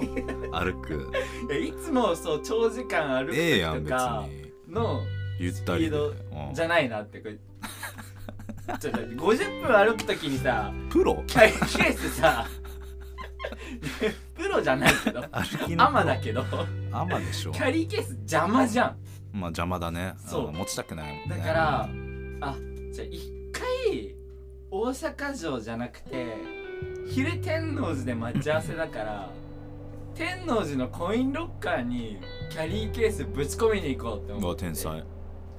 [SPEAKER 2] 歩く
[SPEAKER 1] いやいつもそう長時間歩く
[SPEAKER 2] ええや
[SPEAKER 1] 時と
[SPEAKER 2] ん別
[SPEAKER 1] か
[SPEAKER 2] に
[SPEAKER 1] の
[SPEAKER 2] ゆったりで、
[SPEAKER 1] ス
[SPEAKER 2] うん
[SPEAKER 1] じゃないなってこれちょっと待って50分歩くときにさ
[SPEAKER 2] プロ
[SPEAKER 1] キャリーケースさプロじゃないけど
[SPEAKER 2] 歩きの
[SPEAKER 1] アマだけど
[SPEAKER 2] アマでしょ
[SPEAKER 1] キャリーケース邪魔じゃん
[SPEAKER 2] まあ邪魔だね
[SPEAKER 1] そう
[SPEAKER 2] うん持ちたくないもんね
[SPEAKER 1] だからあじゃあ一回大阪城じゃなくて昼天王寺で待ち合わせだから天王寺のコインロッカーにキャリーケースぶち込みに行こうって
[SPEAKER 2] う
[SPEAKER 1] 思っ
[SPEAKER 2] わ
[SPEAKER 1] て
[SPEAKER 2] 天才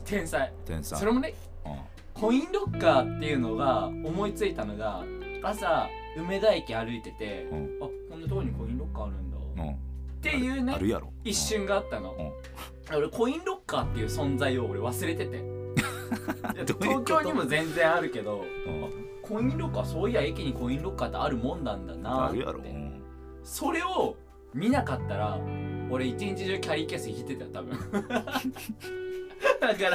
[SPEAKER 1] 天才
[SPEAKER 2] 天才
[SPEAKER 1] それもね
[SPEAKER 2] うん
[SPEAKER 1] コインロッカーっていうのが思いついたのが朝梅田駅歩いてて、
[SPEAKER 2] うん
[SPEAKER 1] あこんなとこにコインロッカーあるんだ、っ
[SPEAKER 2] うん
[SPEAKER 1] ていう
[SPEAKER 2] あ
[SPEAKER 1] ね
[SPEAKER 2] るやろ
[SPEAKER 1] 一瞬があったの、
[SPEAKER 2] うん
[SPEAKER 1] 俺コインロッカーっていう存在を俺忘れて ていや
[SPEAKER 2] どういうこ
[SPEAKER 1] 東
[SPEAKER 2] と
[SPEAKER 1] 京にも全然あるけど
[SPEAKER 2] うんうん
[SPEAKER 1] コインロッカーそういや駅にコインロッカーってあるもんなんだな
[SPEAKER 2] あ
[SPEAKER 1] っ
[SPEAKER 2] る
[SPEAKER 1] て
[SPEAKER 2] やろうん
[SPEAKER 1] それを見なかったら俺一日中キャリーケース引いてたよ多分 だか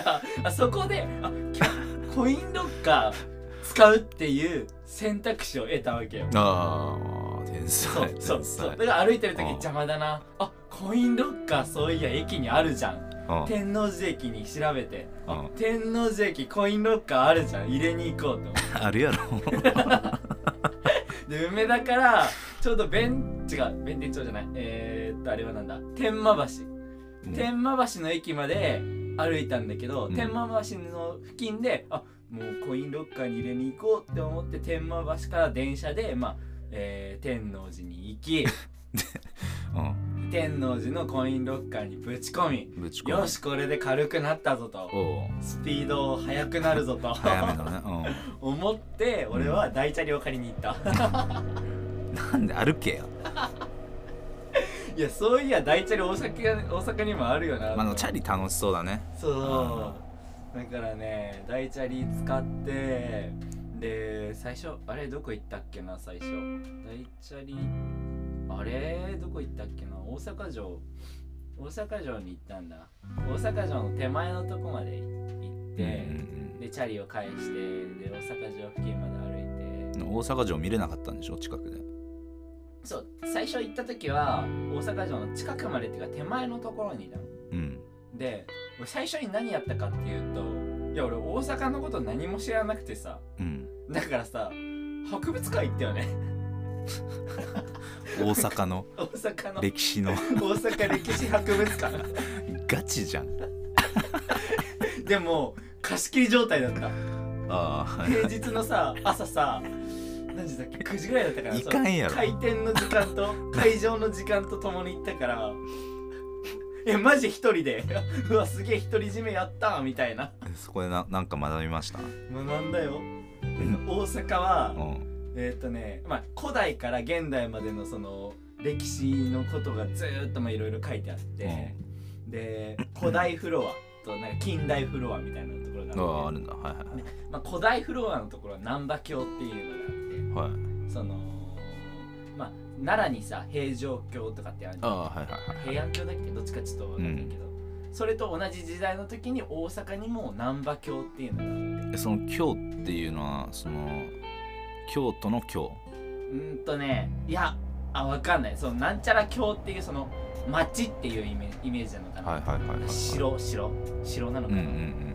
[SPEAKER 1] らあそこであキャコインロッカー使うっていう選択肢を得たわけよ
[SPEAKER 2] ああ天
[SPEAKER 1] そ
[SPEAKER 2] 才
[SPEAKER 1] うそう
[SPEAKER 2] 天
[SPEAKER 1] そうだ
[SPEAKER 2] 才
[SPEAKER 1] から歩いてる時
[SPEAKER 2] うん
[SPEAKER 1] 邪魔だなあコインロッカーそういや駅にあるじゃん
[SPEAKER 2] うん
[SPEAKER 1] 天王寺駅に調べて、あ
[SPEAKER 2] うん
[SPEAKER 1] 天王寺駅コインロッカーあるじゃん入れに行こうと思って
[SPEAKER 2] ある やろ
[SPEAKER 1] で梅田からちょうど弁違う弁天町じゃないえー、っとあれはなんだ天満橋、天満橋の駅まで歩いたんだけど、
[SPEAKER 2] うん
[SPEAKER 1] 天満橋の付近であもうコインロッカーに入れに行こうって思って天満橋から電車でまあ、えー、天王寺に行 き
[SPEAKER 2] うん
[SPEAKER 1] 天王寺のコインロッカーにぶち込み
[SPEAKER 2] ぶち込む
[SPEAKER 1] よしこれで軽くなったぞと
[SPEAKER 2] おう
[SPEAKER 1] スピード速くなるぞと
[SPEAKER 2] 早めだね
[SPEAKER 1] 思って俺は大チャリを借りに行った
[SPEAKER 2] うんなんで歩けよ
[SPEAKER 1] いやそういや大チャリ大阪大阪にもあるよな
[SPEAKER 2] まああのチャリ楽しそうだね
[SPEAKER 1] そうだからね大チャリ使ってで最初あれどこ行ったっけな最初大チャリあれどこ行ったっけな大阪城大阪城に行ったんだ大阪城の手前のとこまで行っ
[SPEAKER 2] うんう
[SPEAKER 1] て、
[SPEAKER 2] ん
[SPEAKER 1] でチャリを返してで大阪城付近まで歩いて
[SPEAKER 2] うん大阪城見れなかったんでしょ近くで
[SPEAKER 1] そう最初行った時は大阪城の近くまでっていうか手前のところにいたの
[SPEAKER 2] うん
[SPEAKER 1] で俺最初に何やったかっていうといや俺大阪のこと何も知らなくてさ
[SPEAKER 2] うん
[SPEAKER 1] だからさ博物館行ったよね
[SPEAKER 2] 大阪の
[SPEAKER 1] 大阪の大
[SPEAKER 2] 歴史の
[SPEAKER 1] 阪歴史博物館
[SPEAKER 2] ガチじゃん
[SPEAKER 1] でも貸し切り状態だった
[SPEAKER 2] ああ
[SPEAKER 1] 平日のさ朝さ何時だっけ9時ぐらいだったから
[SPEAKER 2] いかんやろ
[SPEAKER 1] 開店の時間 と会場の時間とともに行ったからえマジ一人で うわすげえ独り占めやったみたいな
[SPEAKER 2] そこでななんか学びました
[SPEAKER 1] 学んだよ
[SPEAKER 2] ん
[SPEAKER 1] 大阪は、
[SPEAKER 2] うん
[SPEAKER 1] えーっとね、まあ、古代から現代までのその歴史のことがずーっとまあいろいろ書いてあって、で古代フロアとなんか近代フロアみたいなところがあって
[SPEAKER 2] あああるんだはいはいはい
[SPEAKER 1] まあ、古代フロアのところは難波橋っていうのがあっ
[SPEAKER 2] はい
[SPEAKER 1] てそのまあ奈良にさ平城京とかってあるじ
[SPEAKER 2] あ
[SPEAKER 1] ゃん
[SPEAKER 2] あはいはいはい
[SPEAKER 1] 平安京だっけどっちかちょっとわかんないけど、それと同じ時代の時に大阪にも難波橋っていうのが
[SPEAKER 2] えその京っていうのはその京都の京
[SPEAKER 1] うーんとねいやあわかんないそのなんちゃら京っていうその町っていうイメイメージなのかな、
[SPEAKER 2] はいはいはいはいはい
[SPEAKER 1] 城城城なの
[SPEAKER 2] う
[SPEAKER 1] か
[SPEAKER 2] んう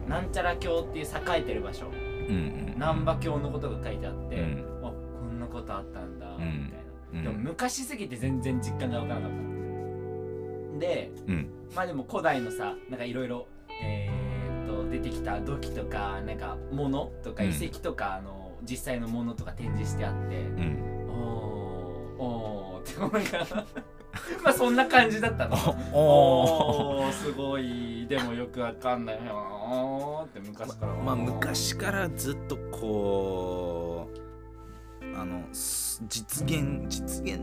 [SPEAKER 1] な、
[SPEAKER 2] ん
[SPEAKER 1] なんちゃら京っていう栄えてる場所
[SPEAKER 2] うんうんうん
[SPEAKER 1] 難波京のことが書いてあって、
[SPEAKER 2] うん
[SPEAKER 1] あこんなことあったんだみ
[SPEAKER 2] ん
[SPEAKER 1] たいな、
[SPEAKER 2] うん
[SPEAKER 1] でも昔すぎて全然実感がわからなかったで
[SPEAKER 2] うん
[SPEAKER 1] まあでも古代のさなんかいろいろえーっと出てきた土器とかなんか物とか遺跡とか、あの実際のものとか展示してあって、
[SPEAKER 2] うん
[SPEAKER 1] おーおーって思いながらまあそんな感じだったの
[SPEAKER 2] おお
[SPEAKER 1] おーすごいでもよくわかんないよおーって昔から
[SPEAKER 2] まあ昔からずっとこうあのす実現実現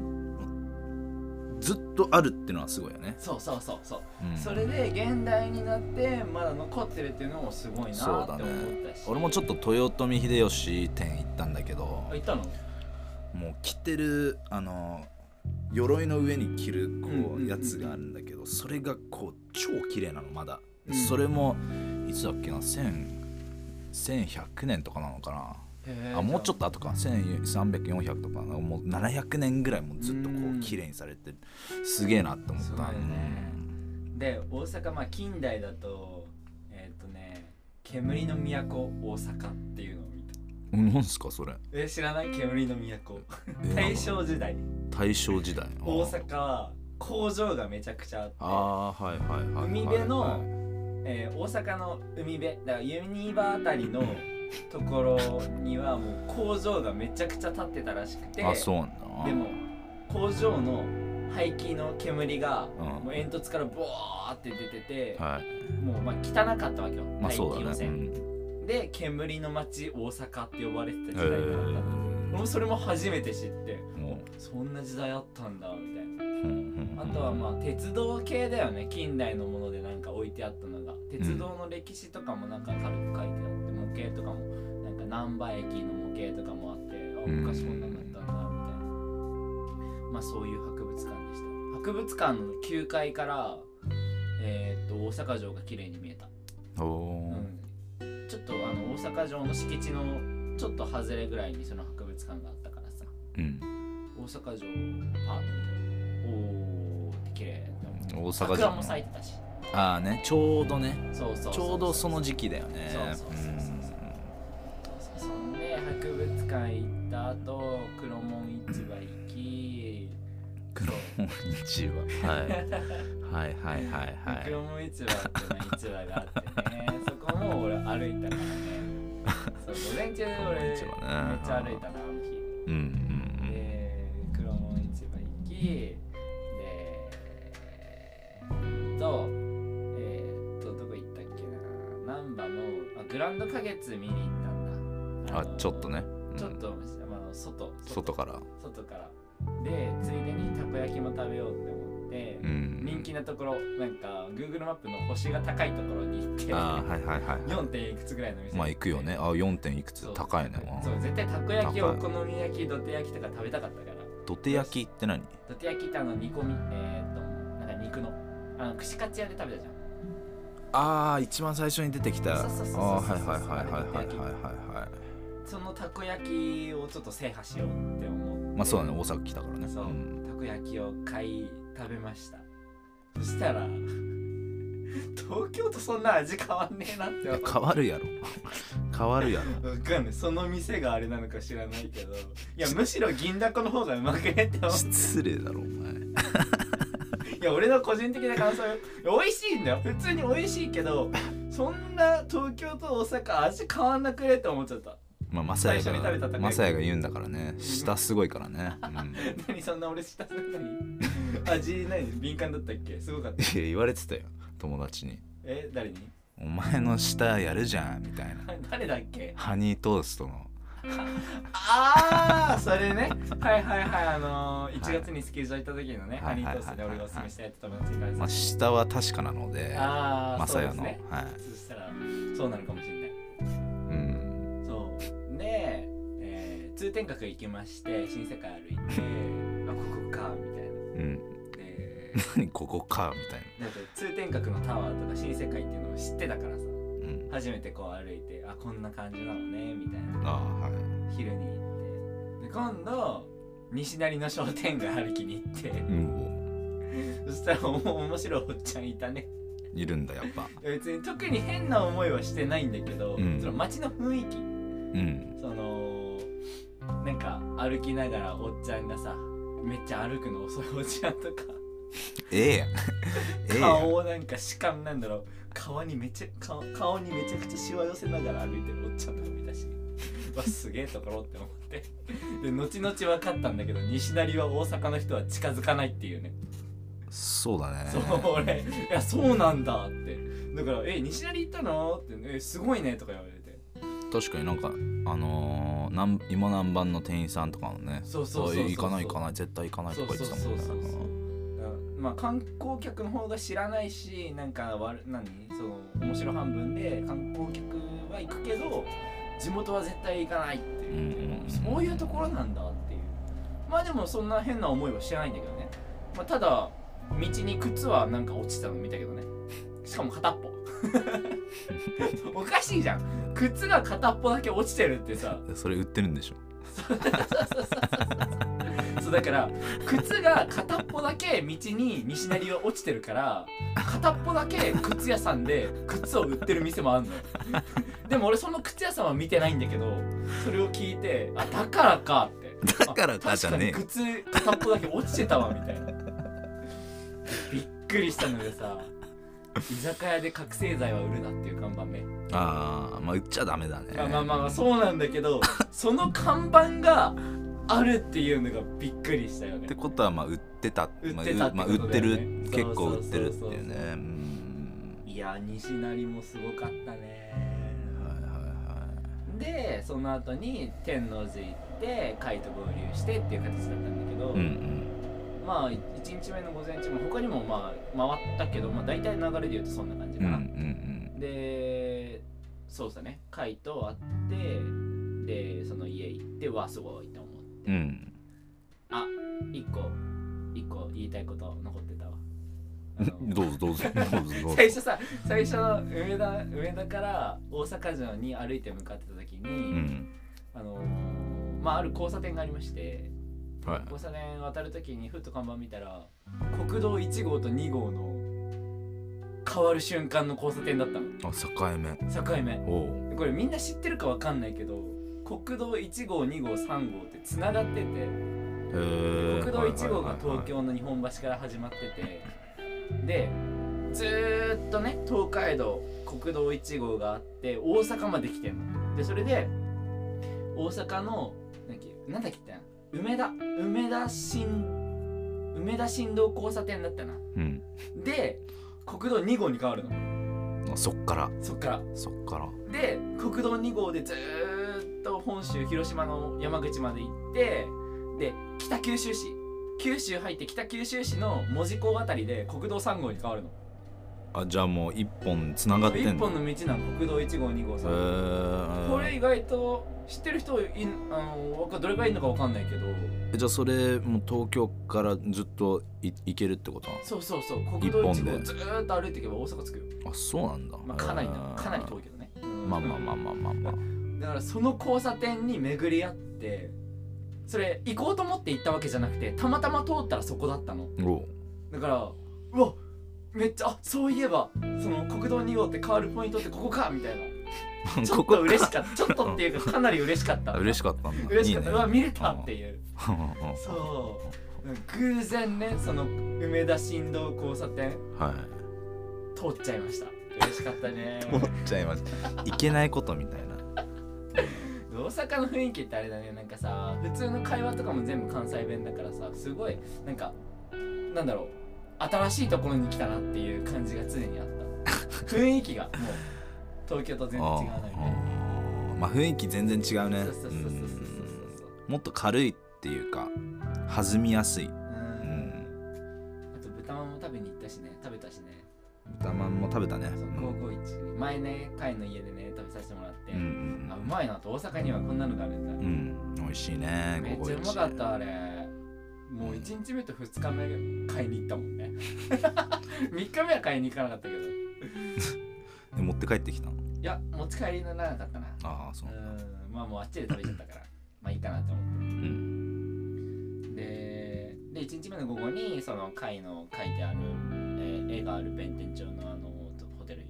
[SPEAKER 2] ずっとあるってのはすごいよね、
[SPEAKER 1] そうそうそうそう、
[SPEAKER 2] うん
[SPEAKER 1] それで現代になってまだ残ってるっていうのもすごいな
[SPEAKER 2] そう
[SPEAKER 1] ー
[SPEAKER 2] だ
[SPEAKER 1] って
[SPEAKER 2] ね
[SPEAKER 1] 思ったし、
[SPEAKER 2] 俺もちょっと豊臣秀吉店行ったんだけど
[SPEAKER 1] あ行ったの
[SPEAKER 2] もう着てるあの鎧の上に着る
[SPEAKER 1] うんうん
[SPEAKER 2] こ
[SPEAKER 1] うんう
[SPEAKER 2] うんやつがあるんだけどそれがこう超綺麗なのまだ、
[SPEAKER 1] うん
[SPEAKER 2] それもいつだっけな1000 1100年とかなのかな
[SPEAKER 1] へー
[SPEAKER 2] あもうちょっと後か1300400とかもう700年ぐらいもうずっとこ
[SPEAKER 1] う
[SPEAKER 2] うん綺麗にされてすげえなって思った
[SPEAKER 1] そうだよねで大阪まあ近代だとえーっ、とね煙の都大阪っていうのを見た
[SPEAKER 2] うんなんすかそれ
[SPEAKER 1] え知らない煙の都
[SPEAKER 2] えー
[SPEAKER 1] 大正時代
[SPEAKER 2] 大正時代
[SPEAKER 1] 大阪は工場がめちゃくちゃ
[SPEAKER 2] あ
[SPEAKER 1] あって
[SPEAKER 2] あはいはいはいはい
[SPEAKER 1] 海辺の
[SPEAKER 2] はい
[SPEAKER 1] えー大阪の海辺だからユニバあたりのところにはもう工場がめちゃくちゃ立ってたらしくて
[SPEAKER 2] あそうなんだな
[SPEAKER 1] でも工場の排気の煙が
[SPEAKER 2] うん
[SPEAKER 1] もう煙突からボーって出てて、
[SPEAKER 2] はい
[SPEAKER 1] もうまあ汚かったわけよ、
[SPEAKER 2] まあ
[SPEAKER 1] 排
[SPEAKER 2] そう
[SPEAKER 1] 気
[SPEAKER 2] だ
[SPEAKER 1] 汚
[SPEAKER 2] ね、う
[SPEAKER 1] 染
[SPEAKER 2] ん、
[SPEAKER 1] で煙の町大阪って呼ばれて
[SPEAKER 2] え
[SPEAKER 1] た時代があった、
[SPEAKER 2] ー
[SPEAKER 1] もうそれも初めて知って
[SPEAKER 2] も
[SPEAKER 1] そんな時代あったんだみたいな
[SPEAKER 2] ううん
[SPEAKER 1] あとはまあ鉄道系だよね近代のものでなんか置いてあったのが鉄道の歴史とかもなんか軽く書いてあって模型とかもなんか難波駅の模型とかもあってあ
[SPEAKER 2] うん
[SPEAKER 1] 昔こんなんだったんだみたいなまあそういう博物館でした博物館の9階からえーっと大阪城が綺麗に見えた
[SPEAKER 2] うんおー
[SPEAKER 1] うんちょっとあの大阪城の敷地のちょっと外れぐらいにその博物館があったからさ
[SPEAKER 2] うん
[SPEAKER 1] 大阪城パートみたいなおお綺麗って思って
[SPEAKER 2] 大阪
[SPEAKER 1] 桜も
[SPEAKER 2] 城
[SPEAKER 1] 咲い
[SPEAKER 2] の
[SPEAKER 1] てたし
[SPEAKER 2] ああねちょうどね
[SPEAKER 1] そうそう
[SPEAKER 2] ちょうどその時期だよね
[SPEAKER 1] そうそうそうそうそうそんで博物館行った後黒門市場行き
[SPEAKER 2] 黒こんにちははいはいはいはいは
[SPEAKER 1] 黒門市場ってな市場があって ねそこも俺歩いたからねそう午前中俺め
[SPEAKER 2] い
[SPEAKER 1] っち
[SPEAKER 2] 市場ね
[SPEAKER 1] ゃ歩いたなあの日
[SPEAKER 2] うんうん
[SPEAKER 1] で黒門市場行きでえーっとえーっとどこ行ったっけな難波のあグランド花月見に行ったん
[SPEAKER 2] うん
[SPEAKER 1] だ
[SPEAKER 2] あ
[SPEAKER 1] の
[SPEAKER 2] ちょっとね、うん
[SPEAKER 1] ちょっと、まああの、外
[SPEAKER 2] 外から
[SPEAKER 1] 外からでついでにたこ焼きも食べようって思って、
[SPEAKER 2] うん
[SPEAKER 1] 人気なところなんか Google マップの星が高いところに行って
[SPEAKER 2] ああはいはいはいはい
[SPEAKER 1] 4. 点いくつぐらいの店
[SPEAKER 2] まあ行くよねあ4点いくつ
[SPEAKER 1] そう
[SPEAKER 2] 高いね
[SPEAKER 1] そう絶対たこ焼き
[SPEAKER 2] 高い
[SPEAKER 1] お好み焼きどて焼きとか食べたかったから
[SPEAKER 2] 土手焼きって何
[SPEAKER 1] どて焼きってあの煮込みえー、っとなんか肉のあの串カツ屋で食べたじゃ
[SPEAKER 2] ああ一番最初に出てきたあ
[SPEAKER 1] そうそうそうそうそう
[SPEAKER 2] あはいはいはいはいはいはいはいは
[SPEAKER 1] んそのたこ焼きをちょっと制覇しようって思って
[SPEAKER 2] いまあそうだね大阪来たからね
[SPEAKER 1] そう、
[SPEAKER 2] ん
[SPEAKER 1] たこ焼きを買い食べましたそしたら 東京とそんな味変わんねえなって思っ
[SPEAKER 2] え
[SPEAKER 1] て
[SPEAKER 2] 変わるやろ変わるやろ
[SPEAKER 1] わかんないその店があれなのか知らないけどいやむしろ銀だこの方がうまくねって 思う
[SPEAKER 2] 失礼だろお前
[SPEAKER 1] いや俺の個人的な感想よ美味しいんだよ普通に美味しいけどそんな東京と大阪味変わんなくねって思っちゃった
[SPEAKER 2] まあ、マサヤ
[SPEAKER 1] 最初に食べたた
[SPEAKER 2] が
[SPEAKER 1] こ焼き
[SPEAKER 2] マサヤが言うんだからね舌すごいからね、うん、い
[SPEAKER 1] 何そんな俺下す何味何敏感だったっけすごかった
[SPEAKER 2] や言われてたよ友達に
[SPEAKER 1] え誰に
[SPEAKER 2] 「お前の舌やるじゃん」みたいな
[SPEAKER 1] 誰だっけ
[SPEAKER 2] ハニートーストの
[SPEAKER 1] ああ それねはいはいはいあのー、1月にスキー場行った時のね、
[SPEAKER 2] はい
[SPEAKER 1] ハニートーストで俺がおすすめしたやつ食べて
[SPEAKER 2] まあ、舌は確かなので
[SPEAKER 1] ああ
[SPEAKER 2] マ
[SPEAKER 1] そ
[SPEAKER 2] サ
[SPEAKER 1] う
[SPEAKER 2] ヤ
[SPEAKER 1] です
[SPEAKER 2] の、
[SPEAKER 1] ね
[SPEAKER 2] はい、
[SPEAKER 1] そしたらそうなのかもしれない
[SPEAKER 2] うん、
[SPEAKER 1] そうで、えー通天閣行きまして新世界歩いてあここかみたい
[SPEAKER 2] うん、
[SPEAKER 1] なで
[SPEAKER 2] 何ここかみたいな
[SPEAKER 1] なんか通天閣のタワーとか新世界っていうのを知ってたからさ、
[SPEAKER 2] うん、
[SPEAKER 1] 初めてこう歩いてあこんな感じなのねみたいな
[SPEAKER 2] ああはい
[SPEAKER 1] 昼に行ってで今度西成の商店街歩きに行って
[SPEAKER 2] うん
[SPEAKER 1] そしたらもう面白いおっちゃんいたね
[SPEAKER 2] いるんだやっぱ
[SPEAKER 1] 別に特に変な思いはしてないんだけど、
[SPEAKER 2] うん
[SPEAKER 1] その街の雰囲気
[SPEAKER 2] うん
[SPEAKER 1] そのなんか歩きながらおっちゃんがさめっちゃ歩くの遅いおじちゃんとか
[SPEAKER 2] ええやんええやん
[SPEAKER 1] 顔をなんかしかもなんだろう顔にめちゃ顔顔にめちゃくちゃしわ寄せながら歩いてるおっちゃんとか見た しうわすげえところって思ってで後々分かったんだけど西成は大阪の人は近づかないっていうね
[SPEAKER 2] そうだね
[SPEAKER 1] そう俺いやそうなんだってだから「え西成行ったの?」って「えすごいね」とか言われて
[SPEAKER 2] 確かになんかあのー、なん芋南蛮の店員さんとかもね
[SPEAKER 1] そうそうそうそう
[SPEAKER 2] あ行かない行かない絶対行かないとか言ってたもんね
[SPEAKER 1] そうそうそうそうまあ観光客の方が知らないしなんかわる何その面白半分で観光客は行くけど地元は絶対行かないっていう、
[SPEAKER 2] うんうんうん
[SPEAKER 1] そういうところなんだっていうまあでもそんな変な思いはしてないんだけどね、まあ、ただ道に靴はなんか落ちたの見たけどねしかも片っぽ おかしいじゃん靴が片っぽだけ落ちてるってさ
[SPEAKER 2] それ売ってるんでしょ
[SPEAKER 1] そうだから靴が片っぽだけ道に西成が落ちてるから片っぽだけ靴屋さんで靴を売ってる店もあんのよでも俺その靴屋さんは見てないんだけどそれを聞いてあだからかって
[SPEAKER 2] だからか
[SPEAKER 1] あ
[SPEAKER 2] じゃねえ
[SPEAKER 1] 確かに靴片っぽだけ落ちてたわみたいなびっくりしたのでさ居酒屋で覚醒剤は売るなっていう看板ね
[SPEAKER 2] ああまあ売っちゃダメだね
[SPEAKER 1] まあまあまあまあそうなんだけどその看板があるっていうのがびっくりしたよね
[SPEAKER 2] ってことはまあ売ってた
[SPEAKER 1] 売ってたって
[SPEAKER 2] まあ
[SPEAKER 1] こ
[SPEAKER 2] 売
[SPEAKER 1] と
[SPEAKER 2] っ
[SPEAKER 1] だ
[SPEAKER 2] て
[SPEAKER 1] よね
[SPEAKER 2] る結構売ってるって
[SPEAKER 1] そうそうそうそう
[SPEAKER 2] いうねうん
[SPEAKER 1] いや西成もすごかったね
[SPEAKER 2] はいは
[SPEAKER 1] でその後に天王寺行って海と合流してっていう形だったんだけど、
[SPEAKER 2] いはいうん
[SPEAKER 1] まあ1日目の午前中も他にもまあ回ったけど、まあ、大体流れで言うとそんな感じ
[SPEAKER 2] うんう
[SPEAKER 1] か
[SPEAKER 2] んう
[SPEAKER 1] な、
[SPEAKER 2] ん
[SPEAKER 1] でそうだね海と会ってでその家行ってわあすごいと思って、
[SPEAKER 2] うんうん
[SPEAKER 1] あ一個一個言いたいこと残ってたわあ の
[SPEAKER 2] どうぞどうぞどうぞどうぞ
[SPEAKER 1] 最初さ最初上田上田から大阪城に歩いて向かってた時に、
[SPEAKER 2] うん
[SPEAKER 1] あのーまあある交差点がありまして
[SPEAKER 2] はい
[SPEAKER 1] 交差点渡る時にふっと看板見たら国道1号と2号の変わる瞬間の交差点だったの
[SPEAKER 2] あ境目
[SPEAKER 1] 境目
[SPEAKER 2] おう
[SPEAKER 1] これみんな知ってるかわかんないけど国道1号2号3号ってつながってて
[SPEAKER 2] へー
[SPEAKER 1] 国道1号が東
[SPEAKER 2] は
[SPEAKER 1] 京の日本橋から始まっててでずーっとね東海道国道1号があって大阪まで来てんの。でそれで大阪のなんだっけなんだっけってな梅田梅田新梅田新道交差点だったな。
[SPEAKER 2] いはいはい
[SPEAKER 1] で国道2号に変わるの
[SPEAKER 2] うんあそっから
[SPEAKER 1] そっから。
[SPEAKER 2] そっから
[SPEAKER 1] で国道2号でずーっと本州広島の山口まで行ってで北九州市九州入って北九州市の門司港あたりで国道3号に変わるの
[SPEAKER 2] あじゃあもう一本つながって
[SPEAKER 1] 一
[SPEAKER 2] んの
[SPEAKER 1] 本の道なの国道1号2号
[SPEAKER 2] へ
[SPEAKER 1] 3
[SPEAKER 2] ー
[SPEAKER 1] これ意外と知ってる人いあのわかどれくらいいるのかわかんないけど
[SPEAKER 2] じゃあそれもう東京からずっとい行けるってことな
[SPEAKER 1] そうそうそう国道
[SPEAKER 2] 一
[SPEAKER 1] 1
[SPEAKER 2] 本
[SPEAKER 1] 号
[SPEAKER 2] で
[SPEAKER 1] ずーっと歩いていけば大阪着くよ、
[SPEAKER 2] のあそうなんだ、
[SPEAKER 1] まあ、かなりな
[SPEAKER 2] へー
[SPEAKER 1] かなり遠いけどね
[SPEAKER 2] まあまあまあまあまあまあ
[SPEAKER 1] だからその交差点に巡り合ってそれ行こうと思って行ったわけじゃなくてたまたま通ったらそこだったの
[SPEAKER 2] おう
[SPEAKER 1] だからうわめっちゃあそういえばその国道2号って変わるポイントってここかみたいなちょっ
[SPEAKER 2] ここと
[SPEAKER 1] 嬉しかったちょっとっていうかかなり嬉しかった
[SPEAKER 2] あ嬉しかったんだ
[SPEAKER 1] 嬉しかった
[SPEAKER 2] いう
[SPEAKER 1] わ
[SPEAKER 2] いね
[SPEAKER 1] 見れたっていうそう偶然ねその梅田新道交差点
[SPEAKER 2] は
[SPEAKER 1] 通っちゃいました嬉しかった ね
[SPEAKER 2] い思っちゃいましたいけないことみたいな
[SPEAKER 1] 大阪の雰囲気ってあれだねなんかさ普通の会話とかも全部関西弁だからさすごいなんかなんだろう新しいところに来たなっていう感じが常にあった 雰囲気がもう東京と全然違うなみたいな
[SPEAKER 2] あーまあ雰囲気全然違うね
[SPEAKER 1] そうそうそうそうそうそうそう
[SPEAKER 2] うんもっと軽いっていうか弾みやすいううんん
[SPEAKER 1] あと豚まんも食べに行ったしね食べたしね
[SPEAKER 2] 豚まんも食べたね
[SPEAKER 1] そう
[SPEAKER 2] うん
[SPEAKER 1] 高校一前ね会の家でね食べさせてもらって、
[SPEAKER 2] うん
[SPEAKER 1] あうまいなと大阪にはこんなのがあるんだ
[SPEAKER 2] うん、うん、美味しいね
[SPEAKER 1] めっちゃうまかったあれもう1日目と2日目買いに行ったもんね 3日目は買いに行かなかったけどい
[SPEAKER 2] で持って帰ってきたの
[SPEAKER 1] や持ち帰りにならなかったな
[SPEAKER 2] ああそうう
[SPEAKER 1] ーんまあもうあっちで食べちゃったから まあいいかなと思
[SPEAKER 2] う
[SPEAKER 1] っ
[SPEAKER 2] ん
[SPEAKER 1] てでで1日目の午後にその貝の書いてある、えー絵がある弁天町のあのとホテル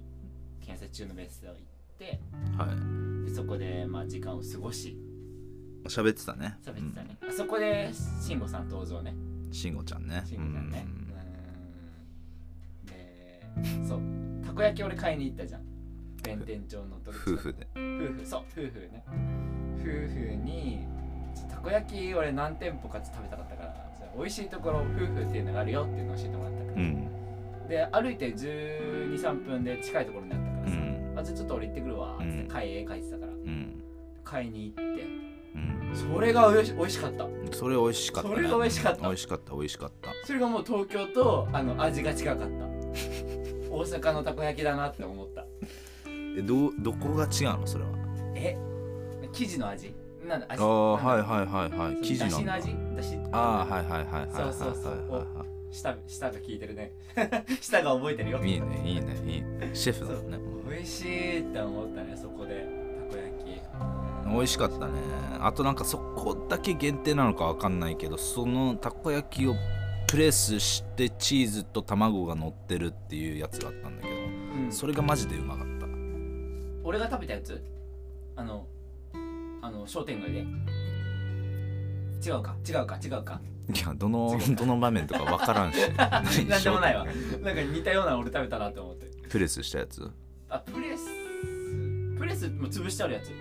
[SPEAKER 1] 建設中の別荘行って
[SPEAKER 2] はい
[SPEAKER 1] でそこでまあ時間を過ごし
[SPEAKER 2] 喋ってたね
[SPEAKER 1] 喋ってたね、あそこで慎吾さん登場ね
[SPEAKER 2] うん慎吾ちゃんね
[SPEAKER 1] シングルね
[SPEAKER 2] う。
[SPEAKER 1] うーんで、そう、たこ焼き俺買いに行ったじゃん。弁天町のと
[SPEAKER 2] 夫婦で
[SPEAKER 1] 夫婦、そう、夫婦ね。夫婦に、ちょたこ焼き俺何店舗か食べたかったから、それ美味しいところ、夫婦っていうのがあるよっていうのを教えてもらったから。
[SPEAKER 2] うん
[SPEAKER 1] で、歩いて12、3分で近いところにあったから
[SPEAKER 2] う
[SPEAKER 1] さ、
[SPEAKER 2] ん
[SPEAKER 1] あ、じゃあちょっと俺行ってくるわ、つって
[SPEAKER 2] うん
[SPEAKER 1] 買い絵描いてたから、
[SPEAKER 2] うん
[SPEAKER 1] 買いに行って、
[SPEAKER 2] うん
[SPEAKER 1] それがおいし美味しかった。
[SPEAKER 2] それ美味しかったね
[SPEAKER 1] それが美味しかった
[SPEAKER 2] 美味しかった美味しかった
[SPEAKER 1] それがもう東京とあの味が違かった大阪のたこ焼きだなって思った
[SPEAKER 2] えどうどこが違うのそれは
[SPEAKER 1] え生地の味なんだ
[SPEAKER 2] あ
[SPEAKER 1] 味
[SPEAKER 2] あはい
[SPEAKER 1] い
[SPEAKER 2] はいはいはい生地
[SPEAKER 1] だ
[SPEAKER 2] なん
[SPEAKER 1] しの
[SPEAKER 2] だ
[SPEAKER 1] 味だし
[SPEAKER 2] ああはいはいはいはいはいはい
[SPEAKER 1] そうそうそう
[SPEAKER 2] はいはい
[SPEAKER 1] 舌舌が効いてるね 舌が覚えてるよ
[SPEAKER 2] いいねいいねいいねシェフだもんね
[SPEAKER 1] 美味しいって思ったねそこでたこ焼き
[SPEAKER 2] 美味しかったねあとなんかそこだけ限定なのかわかんないけどそのたこ焼きをプレスしてチーズと卵が乗ってるっていうやつがあったんだけど、
[SPEAKER 1] うん
[SPEAKER 2] それがマジでうまかった
[SPEAKER 1] 俺が食べたやつあのあの商店街で違うか違うか違うか
[SPEAKER 2] いやどのどの場面とかわからん し
[SPEAKER 1] なんでもないわなんか似たようなの俺食べたなと思って
[SPEAKER 2] プレスしたやつ
[SPEAKER 1] あプレスプレスもう潰してあるやつ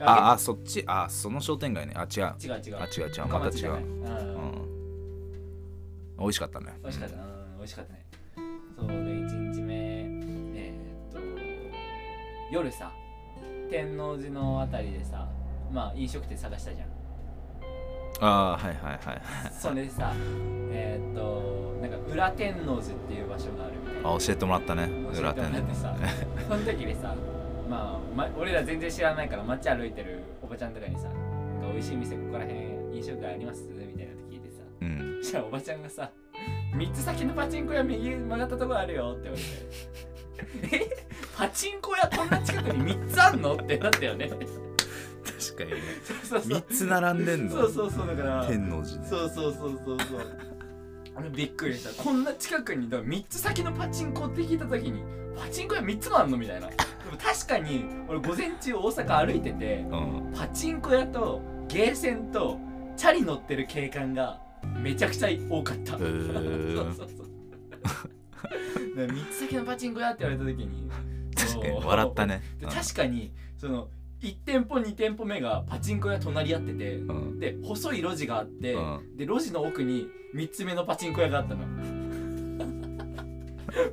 [SPEAKER 2] ああそっちあその商店街ねあ違う
[SPEAKER 1] 違う違う
[SPEAKER 2] あ違う違う
[SPEAKER 1] 深
[SPEAKER 2] また
[SPEAKER 1] 町
[SPEAKER 2] 違、
[SPEAKER 1] じゃないうう
[SPEAKER 2] うんん、美味しかったね
[SPEAKER 1] 美味しかった、うん、美味しかったねそうで1日目えーっと夜さ天王寺のあたりでさまあ飲食店探したじゃん
[SPEAKER 2] ああーはいはいはい
[SPEAKER 1] それでさえーっとなんか裏天王寺っていう場所があるみたいな
[SPEAKER 2] あ教えてもらったね裏
[SPEAKER 1] 教えて
[SPEAKER 2] 店
[SPEAKER 1] もらってさその時にさまあ、ま、俺ら全然知らないから街歩いてるおばちゃんとかにさ「なんか美味しい店ここら辺飲食街あります?」みたいなの聞いてさ
[SPEAKER 2] うん
[SPEAKER 1] そしたらおばちゃんがさ3つ先のパチンコ屋右曲がったところあるよって言われてえパチンコ屋こんな近くに3つあんのってなったよね
[SPEAKER 2] 確かにね
[SPEAKER 1] そうそう
[SPEAKER 2] 3つ並んでんの
[SPEAKER 1] そうそうそうだから
[SPEAKER 2] 天王寺ね
[SPEAKER 1] そうそうそうそうそうあれびっくりしたこんな近くにだ3つ先のパチンコって聞いた時にパチンコ屋3つもあんのみたいなでも確かに俺午前中大阪歩いてて
[SPEAKER 2] うん
[SPEAKER 1] パチンコ屋とゲーセンとチャリ乗ってる景観がめちゃくちゃ多かった、
[SPEAKER 2] へー
[SPEAKER 1] そうそうそうだから三つ先のパチンコ屋って言われた時に
[SPEAKER 2] 確かに笑ったね
[SPEAKER 1] で確かにその1店舗2店舗目がパチンコ屋隣り合ってて
[SPEAKER 2] うんうん
[SPEAKER 1] で細い路地があって、
[SPEAKER 2] うん
[SPEAKER 1] で路地の奥に3つ目のパチンコ屋があったの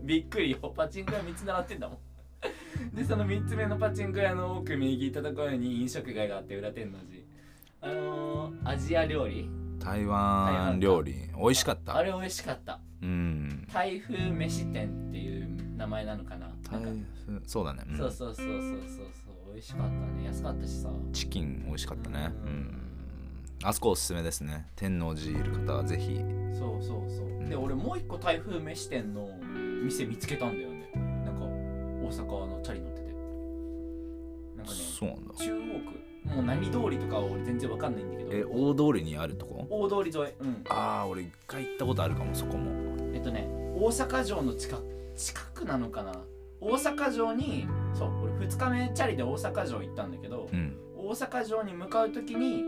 [SPEAKER 1] びっくりよパチンコ屋3つ並ってんだもんでその3つ目のパチンコ屋の奥右行ったところに飲食街があって裏天王寺あのー、アジア料理
[SPEAKER 2] 台湾料理美味しかった
[SPEAKER 1] あれ美味しかった
[SPEAKER 2] うん
[SPEAKER 1] 台風飯店っていう名前なのかなな
[SPEAKER 2] 台
[SPEAKER 1] んか
[SPEAKER 2] 風そうだねうん
[SPEAKER 1] そうそうそうそうそうそう美味しかったね安かったしさ
[SPEAKER 2] チキン美味しかったね
[SPEAKER 1] う
[SPEAKER 2] うんんあそこおすすめですね天王寺いる方はぜひ
[SPEAKER 1] そうそうそう、
[SPEAKER 2] ん
[SPEAKER 1] で俺もう一個台風飯店の店見つけたんだよねなんか大阪のチャリ乗っててなんかね
[SPEAKER 2] そうなんだ
[SPEAKER 1] 中央区もう何通りとかは俺全然わかんないんだけ
[SPEAKER 2] え
[SPEAKER 1] ど
[SPEAKER 2] 大通りにあるとこ
[SPEAKER 1] 大通り沿いうん
[SPEAKER 2] ああ俺一回行ったことあるかもそこも
[SPEAKER 1] えっとね大阪城の近く近くなのかな大阪城にそう俺2日目チャリで大阪城行ったんだけど、
[SPEAKER 2] うん
[SPEAKER 1] 大阪城に向かう時に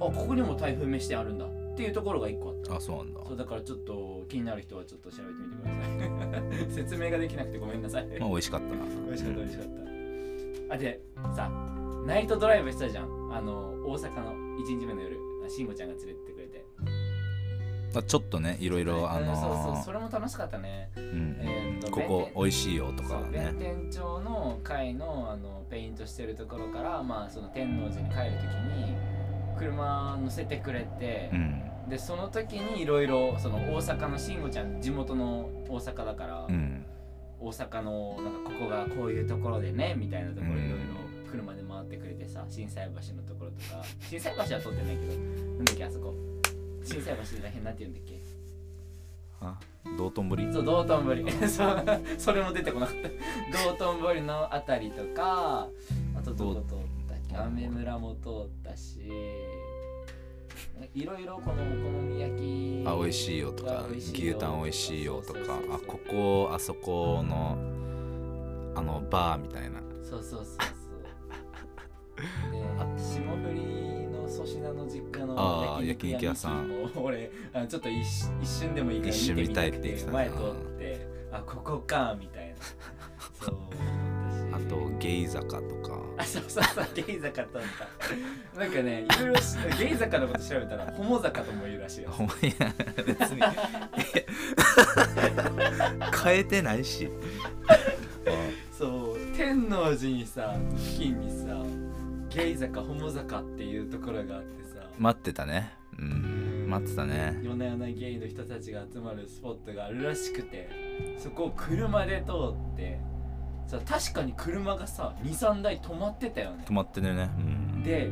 [SPEAKER 1] あここにも台風飯店あるんだっていうところが1個あった
[SPEAKER 2] あそうなんだ
[SPEAKER 1] そうだからちょっと気になる人はちょっと調べてみてください 説明ができなくてごめんなさい美
[SPEAKER 2] まあ美味しかったな
[SPEAKER 1] 味しかった美味しかったあでさナイトドライブしたじゃんあの大阪の1日目の夜あ慎吾ちゃんが連れてってくれて
[SPEAKER 2] あちょっとねいろいろあ
[SPEAKER 1] うんそう
[SPEAKER 2] の
[SPEAKER 1] そうそれも楽しかったね
[SPEAKER 2] ーうん
[SPEAKER 1] えーと
[SPEAKER 2] ここ美味しいよと
[SPEAKER 1] そ
[SPEAKER 2] か
[SPEAKER 1] う
[SPEAKER 2] ね
[SPEAKER 1] 弁天町の会のあのペイントしてるところから、まあ、その天王寺に帰る時に車乗せてくれて、
[SPEAKER 2] うん
[SPEAKER 1] でその時にいろいろその大阪の慎吾ちゃん地元の大阪だから、
[SPEAKER 2] うん
[SPEAKER 1] 大阪のなんかここがこういうところでねみたいなところ
[SPEAKER 2] うん
[SPEAKER 1] いろいろ車で回ってくれてさ心斎橋のところとか 心斎橋は撮ってないけどなんだっけあそこ心斎橋で大変なんて言うんだっけ
[SPEAKER 2] あ道頓堀
[SPEAKER 1] そう道頓堀 そうそれも出てこなかった 道頓堀のあたりとかあとどこ通ったっけ雨村も通ったしいろいろこのお好み焼き
[SPEAKER 2] あ美味しいよとか
[SPEAKER 1] 美味しいよ
[SPEAKER 2] 牛タン美味しいよとか
[SPEAKER 1] そうそうそうそう
[SPEAKER 2] あここあそこのあのバーみたいな
[SPEAKER 1] そうそうそうそうで霜降りの粗品の実家の
[SPEAKER 2] あー焼肉屋さん
[SPEAKER 1] も俺あのちょっと一瞬一瞬でもいいから
[SPEAKER 2] 一瞬見たい
[SPEAKER 1] 見
[SPEAKER 2] って
[SPEAKER 1] み
[SPEAKER 2] 言ってたね
[SPEAKER 1] 前通ってあここかみたいなそう
[SPEAKER 2] あ
[SPEAKER 1] 思ったし
[SPEAKER 2] とゲイ坂とか
[SPEAKER 1] あそうそうそうゲイ坂とったなんかねいろいろしゲイ坂のこと調べたらホモ坂とも言うらしいよ
[SPEAKER 2] ほんまいや別に 変えてないし
[SPEAKER 1] そう天王寺にさ付近にさゲイ坂ホモ坂っていうところがあってさ
[SPEAKER 2] 待ってたねうん待ってたね
[SPEAKER 1] 夜な夜なゲイの人たちが集まるスポットがあるらしくてそこを車で通ってさ確かに車がさ23台止まってたよね
[SPEAKER 2] 止まってるねうん
[SPEAKER 1] で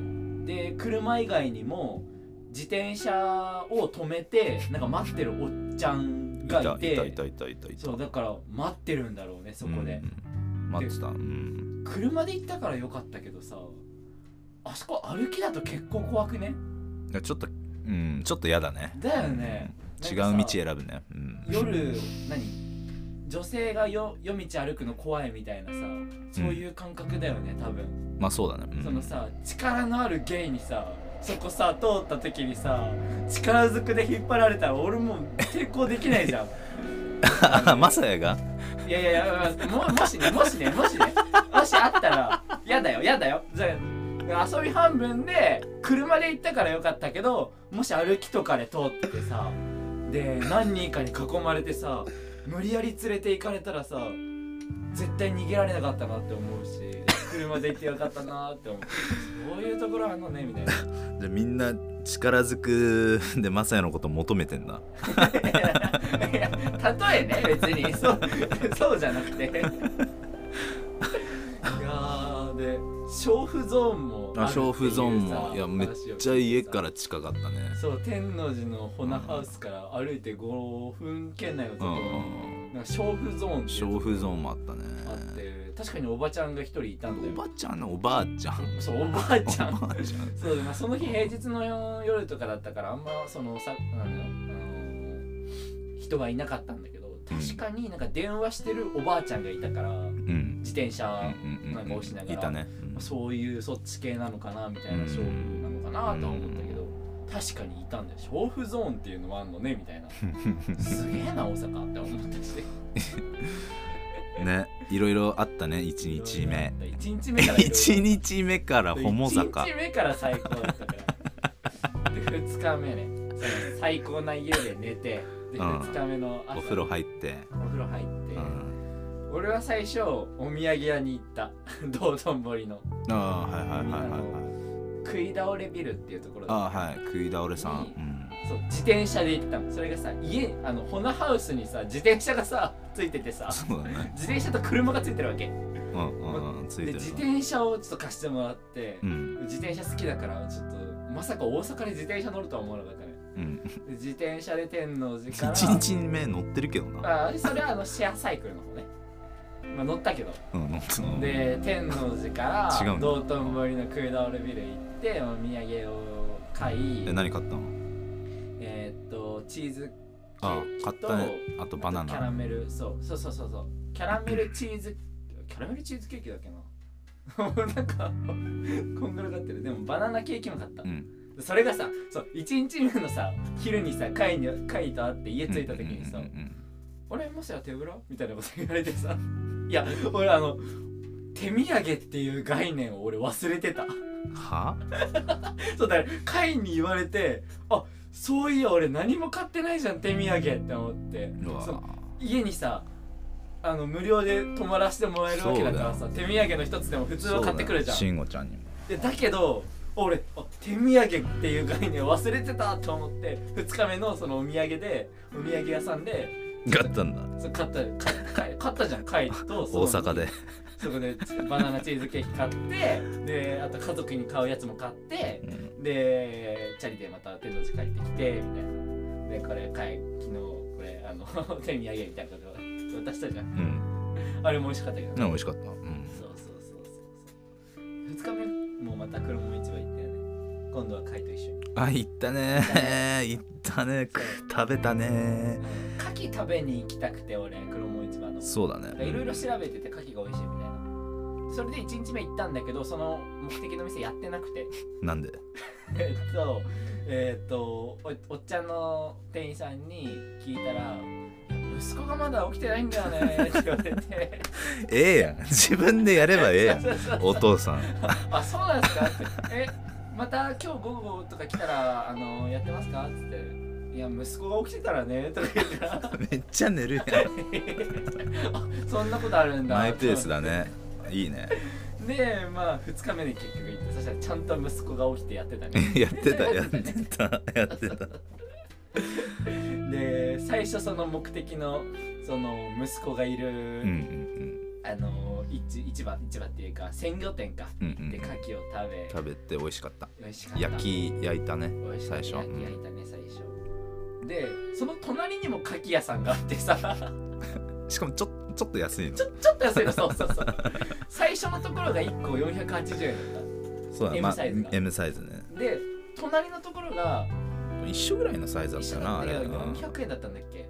[SPEAKER 1] で車以外にも自転車を止めてなんか待ってるおっちゃんがいて
[SPEAKER 2] いたいたいたいたいた
[SPEAKER 1] そうだから待ってるんだろうねそこで、
[SPEAKER 2] うん待ってたうん
[SPEAKER 1] 車で行ったからよかったけどさあそこ歩きだと結構怖くね
[SPEAKER 2] いやちょっとうんちょっと嫌だね
[SPEAKER 1] だよね
[SPEAKER 2] うん違う
[SPEAKER 1] なん
[SPEAKER 2] 道
[SPEAKER 1] かさ
[SPEAKER 2] 選ぶね、うん、
[SPEAKER 1] 夜何女性がよ夜道歩くの怖いみたいなさそういう感覚だよね多分、
[SPEAKER 2] まあそうだね、うん、
[SPEAKER 1] そのさ力のあるゲイにさそこさ通った時にさ力ずくで引っ張られたら俺もう抵抗できないじゃん
[SPEAKER 2] マサヤが
[SPEAKER 1] いやいやいやももしねもしねもしねもしあったらやだよやだよじゃあ遊び半分で車で行ったからよかったけどもし歩きとかで通っててさで何人かに囲まれてさ無理やり連れて行かれたらさ絶対逃げられなかったなって思うし車で行ってよかったなって思うそういうところあんのねみたいな
[SPEAKER 2] じゃあみんな力ずくで マサヤのこと求めてんだ
[SPEAKER 1] いや例えね別にそうそうじゃなくていやーで娼婦ゾーンもあるっていうさ
[SPEAKER 2] 娼婦ゾーンもいやめっちゃ家か
[SPEAKER 1] 話を聞い
[SPEAKER 2] ら近かったね
[SPEAKER 1] てさそう天王寺のホナハウスから歩いて5分圏内のと
[SPEAKER 2] う
[SPEAKER 1] こ
[SPEAKER 2] ん
[SPEAKER 1] ろ
[SPEAKER 2] う
[SPEAKER 1] に
[SPEAKER 2] んうん
[SPEAKER 1] なんか娼婦ゾーンっていう
[SPEAKER 2] 娼婦ゾーンもあったね
[SPEAKER 1] のがあって確かにおばちゃんが一人いたんだよ
[SPEAKER 2] おばちゃんのおばあちゃん
[SPEAKER 1] そうおばあちゃん
[SPEAKER 2] おばあちゃん
[SPEAKER 1] そうでもその日平日の夜とかだったからあんまそのさなんだろうあの人がいなかったんだけど確かになんか電話してるおばあちゃんがいたから
[SPEAKER 2] うん
[SPEAKER 1] 自転車、
[SPEAKER 2] うんうん
[SPEAKER 1] なんか押しながら
[SPEAKER 2] いたね、うん
[SPEAKER 1] そういうそっち系なのかなみたいな勝負なのかなとは思ったけど、確かにいたんだよ勝負ゾーンっていうのもあんのねみたいな すげえな大阪って思ったし
[SPEAKER 2] ねいろいろあったね1日目
[SPEAKER 1] 1日目 から
[SPEAKER 2] 1日目からホモ坂
[SPEAKER 1] 1日目から最高だったからで2日目ねその最高な家で寝てで
[SPEAKER 2] うん
[SPEAKER 1] 2日目の朝
[SPEAKER 2] お風呂入って、
[SPEAKER 1] お風呂入って、
[SPEAKER 2] うん、
[SPEAKER 1] 俺は最初お土産屋に行った 道頓堀の
[SPEAKER 2] ああはいはいはいはいはい
[SPEAKER 1] 食い倒れビルっていうところで
[SPEAKER 2] ああはい食い倒れさん、
[SPEAKER 1] そう自転車で行ったのそれがさ家あのホナハウスにさ自転車がさついてて
[SPEAKER 2] う
[SPEAKER 1] さ
[SPEAKER 2] ん、そうだね
[SPEAKER 1] 自転車と車がついてるわけ
[SPEAKER 2] うんうんうんつい
[SPEAKER 1] で
[SPEAKER 2] てる
[SPEAKER 1] 自
[SPEAKER 2] ね
[SPEAKER 1] 転車をちょっと貸してもらって
[SPEAKER 2] う、ん
[SPEAKER 1] 自転車好きだからちょっとまさか大阪で自転車乗るとは思わなかったね
[SPEAKER 2] うん
[SPEAKER 1] で自転車で天王寺から
[SPEAKER 2] 1日目乗ってるけどな
[SPEAKER 1] あそれはあのシェアサイクルの方ねまあ乗ったけど
[SPEAKER 2] うん乗ってる
[SPEAKER 1] で天王寺か
[SPEAKER 2] 違う
[SPEAKER 1] ら
[SPEAKER 2] んだ
[SPEAKER 1] 道頓堀の食い倒れビル行ってお土産を買い
[SPEAKER 2] え何買ったの
[SPEAKER 1] えーっとチーズ
[SPEAKER 2] あ買ったねあとバナ
[SPEAKER 1] キャラ
[SPEAKER 2] ナ
[SPEAKER 1] メルそうそうそうそうそうキャラメルチー ズキャラメルチーズケーキだっけな なんかこんがらがってるでもバナナケーキも買った、
[SPEAKER 2] うん
[SPEAKER 1] それがさそう1日目のさ昼にさカイにカイと会って家着いた時にさ「
[SPEAKER 2] うんうん
[SPEAKER 1] あれもしや手ぶら?」みたいなこと言われてさ いや俺あの手土産っていう概念を俺忘れてた
[SPEAKER 2] うんうんは
[SPEAKER 1] そうだからカイに言われてあそういや俺何も買ってないじゃん手土産って思って
[SPEAKER 2] うわ
[SPEAKER 1] その家にさあの無料で泊まらせてもらえるわけだからさ手土産の一つでも普通は買ってくるじゃんだ,、
[SPEAKER 2] 慎吾ちゃんにも
[SPEAKER 1] だけど俺あ手土産っていう概念忘れてたと思って2日目のそのお土産でお土産屋さんで
[SPEAKER 2] 買ったんだ
[SPEAKER 1] そう買ったかか買ったじゃんカイと
[SPEAKER 2] 大阪で
[SPEAKER 1] そこでバナナチーズケーキ買ってであと家族に買うやつも買って
[SPEAKER 2] うん
[SPEAKER 1] でチャリでまた天王寺帰ってきてみたいなでこれかい昨日これあの 手土産みたいなこと渡したじゃん
[SPEAKER 2] うん
[SPEAKER 1] あれも美味しかったけど、
[SPEAKER 2] ね美味しかったうん
[SPEAKER 1] そうそうそうそうそう2日目もまた車も市場行ったよね今度はカイと一緒に
[SPEAKER 2] あ行ったねー行ったねく食べたね
[SPEAKER 1] カキ食べに行きたくて俺黒門市場の
[SPEAKER 2] ーそうだね
[SPEAKER 1] いろいろ調べててカキが美味しいみたいなそれで1日目行ったんだけどその目的の店やってなくて
[SPEAKER 2] なんで
[SPEAKER 1] えっとえっとおおっちゃんの店員さんに聞いたら「息子がまだ起きてないんだよね」って言われて
[SPEAKER 2] ええやん自分でやればええやん
[SPEAKER 1] そうそうそう
[SPEAKER 2] お父さん
[SPEAKER 1] あそうなんですかってえまた今日午後とか来たらあのやってますかっつっていや息子が起きてたらねとか言うから
[SPEAKER 2] めっちゃ寝るやん
[SPEAKER 1] あそんなことあるんだ
[SPEAKER 2] マイペースだねいいね
[SPEAKER 1] でまあ2日目で結局行ってそしたらちゃんと息子が起きてやってたね
[SPEAKER 2] やってたやってたやってた
[SPEAKER 1] で最初その目的のその息子がいる、
[SPEAKER 2] うんうん
[SPEAKER 1] あの市市場市場っていうか鮮魚店か
[SPEAKER 2] うんうんう
[SPEAKER 1] で
[SPEAKER 2] ん
[SPEAKER 1] 牡蠣を食べ
[SPEAKER 2] 食べて美味しかった
[SPEAKER 1] 美味しかった
[SPEAKER 2] 焼き焼いたね
[SPEAKER 1] 美味しか
[SPEAKER 2] 最
[SPEAKER 1] った
[SPEAKER 2] 初
[SPEAKER 1] 焼き
[SPEAKER 2] うん
[SPEAKER 1] 焼いたね最初でその隣にも牡蠣屋さんがあってさ
[SPEAKER 2] しかもちょちょっと安いの
[SPEAKER 1] ちょちょっと安いのそうそうそう最初のところが1個480円だっ
[SPEAKER 2] そうだ、
[SPEAKER 1] M
[SPEAKER 2] まあ
[SPEAKER 1] サイズが、
[SPEAKER 2] M サイズね
[SPEAKER 1] たで隣のところが
[SPEAKER 2] 一緒ぐらいのサイズだっ
[SPEAKER 1] 一
[SPEAKER 2] た
[SPEAKER 1] 緒
[SPEAKER 2] よ
[SPEAKER 1] だ
[SPEAKER 2] な
[SPEAKER 1] っ
[SPEAKER 2] あ
[SPEAKER 1] た
[SPEAKER 2] れ
[SPEAKER 1] けど
[SPEAKER 2] うん
[SPEAKER 1] 400円だったんだっけ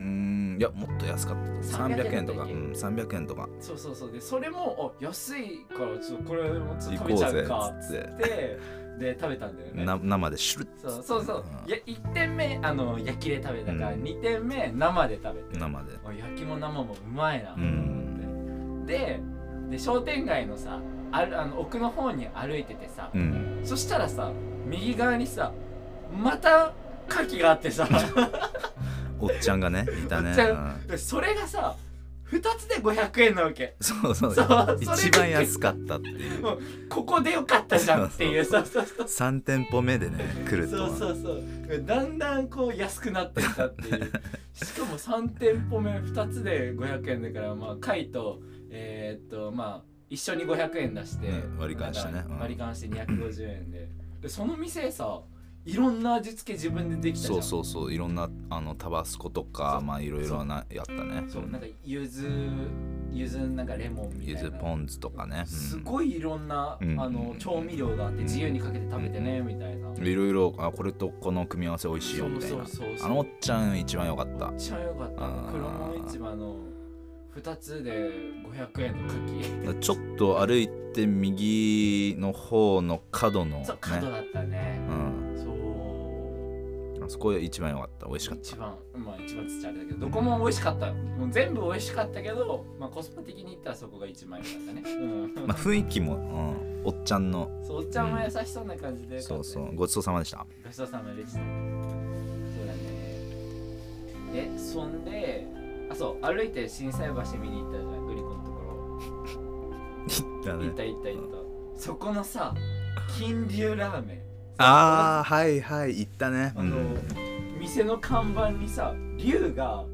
[SPEAKER 2] うーんいやもっと安かった300
[SPEAKER 1] 300
[SPEAKER 2] 円とかう
[SPEAKER 1] だっけ
[SPEAKER 2] ん300円とか
[SPEAKER 1] そうそうそうでそれもあ安いからちょっとこれもちょっと
[SPEAKER 2] 行
[SPEAKER 1] 食
[SPEAKER 2] こ
[SPEAKER 1] べ
[SPEAKER 2] う
[SPEAKER 1] ちゃう
[SPEAKER 2] ぜ
[SPEAKER 1] か
[SPEAKER 2] っつって
[SPEAKER 1] でで食べたんだよね
[SPEAKER 2] な生でシュルッ
[SPEAKER 1] そうそうそう、
[SPEAKER 2] うん
[SPEAKER 1] や1点目あの焼きで食べたから、
[SPEAKER 2] うん
[SPEAKER 1] 2点目生で食べて
[SPEAKER 2] 生で
[SPEAKER 1] あ焼きも生もうまいなと
[SPEAKER 2] う
[SPEAKER 1] 思
[SPEAKER 2] ん
[SPEAKER 1] ってでで商店街のさあるあの奥の方に歩いててさ、
[SPEAKER 2] うん
[SPEAKER 1] そしたらさ右側にさまた牡蠣があって さ
[SPEAKER 2] おっちゃんがねいた
[SPEAKER 1] お
[SPEAKER 2] ね
[SPEAKER 1] っちゃ
[SPEAKER 2] うん
[SPEAKER 1] でそれがさ2つで500円なわけ
[SPEAKER 2] そうそう
[SPEAKER 1] そうそ
[SPEAKER 2] 一
[SPEAKER 1] れが
[SPEAKER 2] 番安かったっていう
[SPEAKER 1] もうここでよかったじゃんっていうそうそうそう
[SPEAKER 2] 3店舗目でね来ると
[SPEAKER 1] そうそうそうだんだんこう安くなってきたっていう しかも3店舗目2つで500円だからまあ貝とえーっとまあ一緒に500円出して、
[SPEAKER 2] ね割り勘してね
[SPEAKER 1] なんか
[SPEAKER 2] うん
[SPEAKER 1] 割り勘して250円ででその店さいろんな味付け自分でできたじゃん
[SPEAKER 2] そうそうそういろんなあのタバスコと
[SPEAKER 1] そ
[SPEAKER 2] か
[SPEAKER 1] う
[SPEAKER 2] まあいろいろなやったね
[SPEAKER 1] そうなんかゆずゆずなんかレモンみたい
[SPEAKER 2] ゆ
[SPEAKER 1] な
[SPEAKER 2] ずポン酢とかね
[SPEAKER 1] す
[SPEAKER 2] い
[SPEAKER 1] ごいいろんな、
[SPEAKER 2] うん
[SPEAKER 1] あの調味料があって自由にかけて食べてね、みたいな、
[SPEAKER 2] いろいろあこれとこの組み合わせ美味しいよみたいな
[SPEAKER 1] そうそうそう
[SPEAKER 2] あのおっちゃん一番良かった
[SPEAKER 1] めっちゃ良かった
[SPEAKER 2] あー
[SPEAKER 1] 黒門市場の2つで500円の牡
[SPEAKER 2] ちょっと歩いて右の方の角
[SPEAKER 1] 蠣
[SPEAKER 2] のね
[SPEAKER 1] そう角だったね
[SPEAKER 2] うん
[SPEAKER 1] そう
[SPEAKER 2] あそこが一番良かった美味しかった
[SPEAKER 1] 一番まあ一番つっちゃあれだけどどこも美味しかったもう全部美味しかったけど、まあ、コスパ的に言ったらそこが一番良かった ね、うん、
[SPEAKER 2] まあ雰囲気も、うん、おっちゃんの
[SPEAKER 1] そうおっちゃんも優しそうな感じで、
[SPEAKER 2] そうそうごちそうさまでした
[SPEAKER 1] ごちそうさまでしたそうだねでそんであそう歩いて心斎橋見に行ったじゃんグリコのところ
[SPEAKER 2] だ
[SPEAKER 1] いたいたいた、そこのさ金龍ラーメン
[SPEAKER 2] ああはいはい行ったね
[SPEAKER 1] あ
[SPEAKER 2] う
[SPEAKER 1] の、
[SPEAKER 2] ん
[SPEAKER 1] 店の看板にさ龍が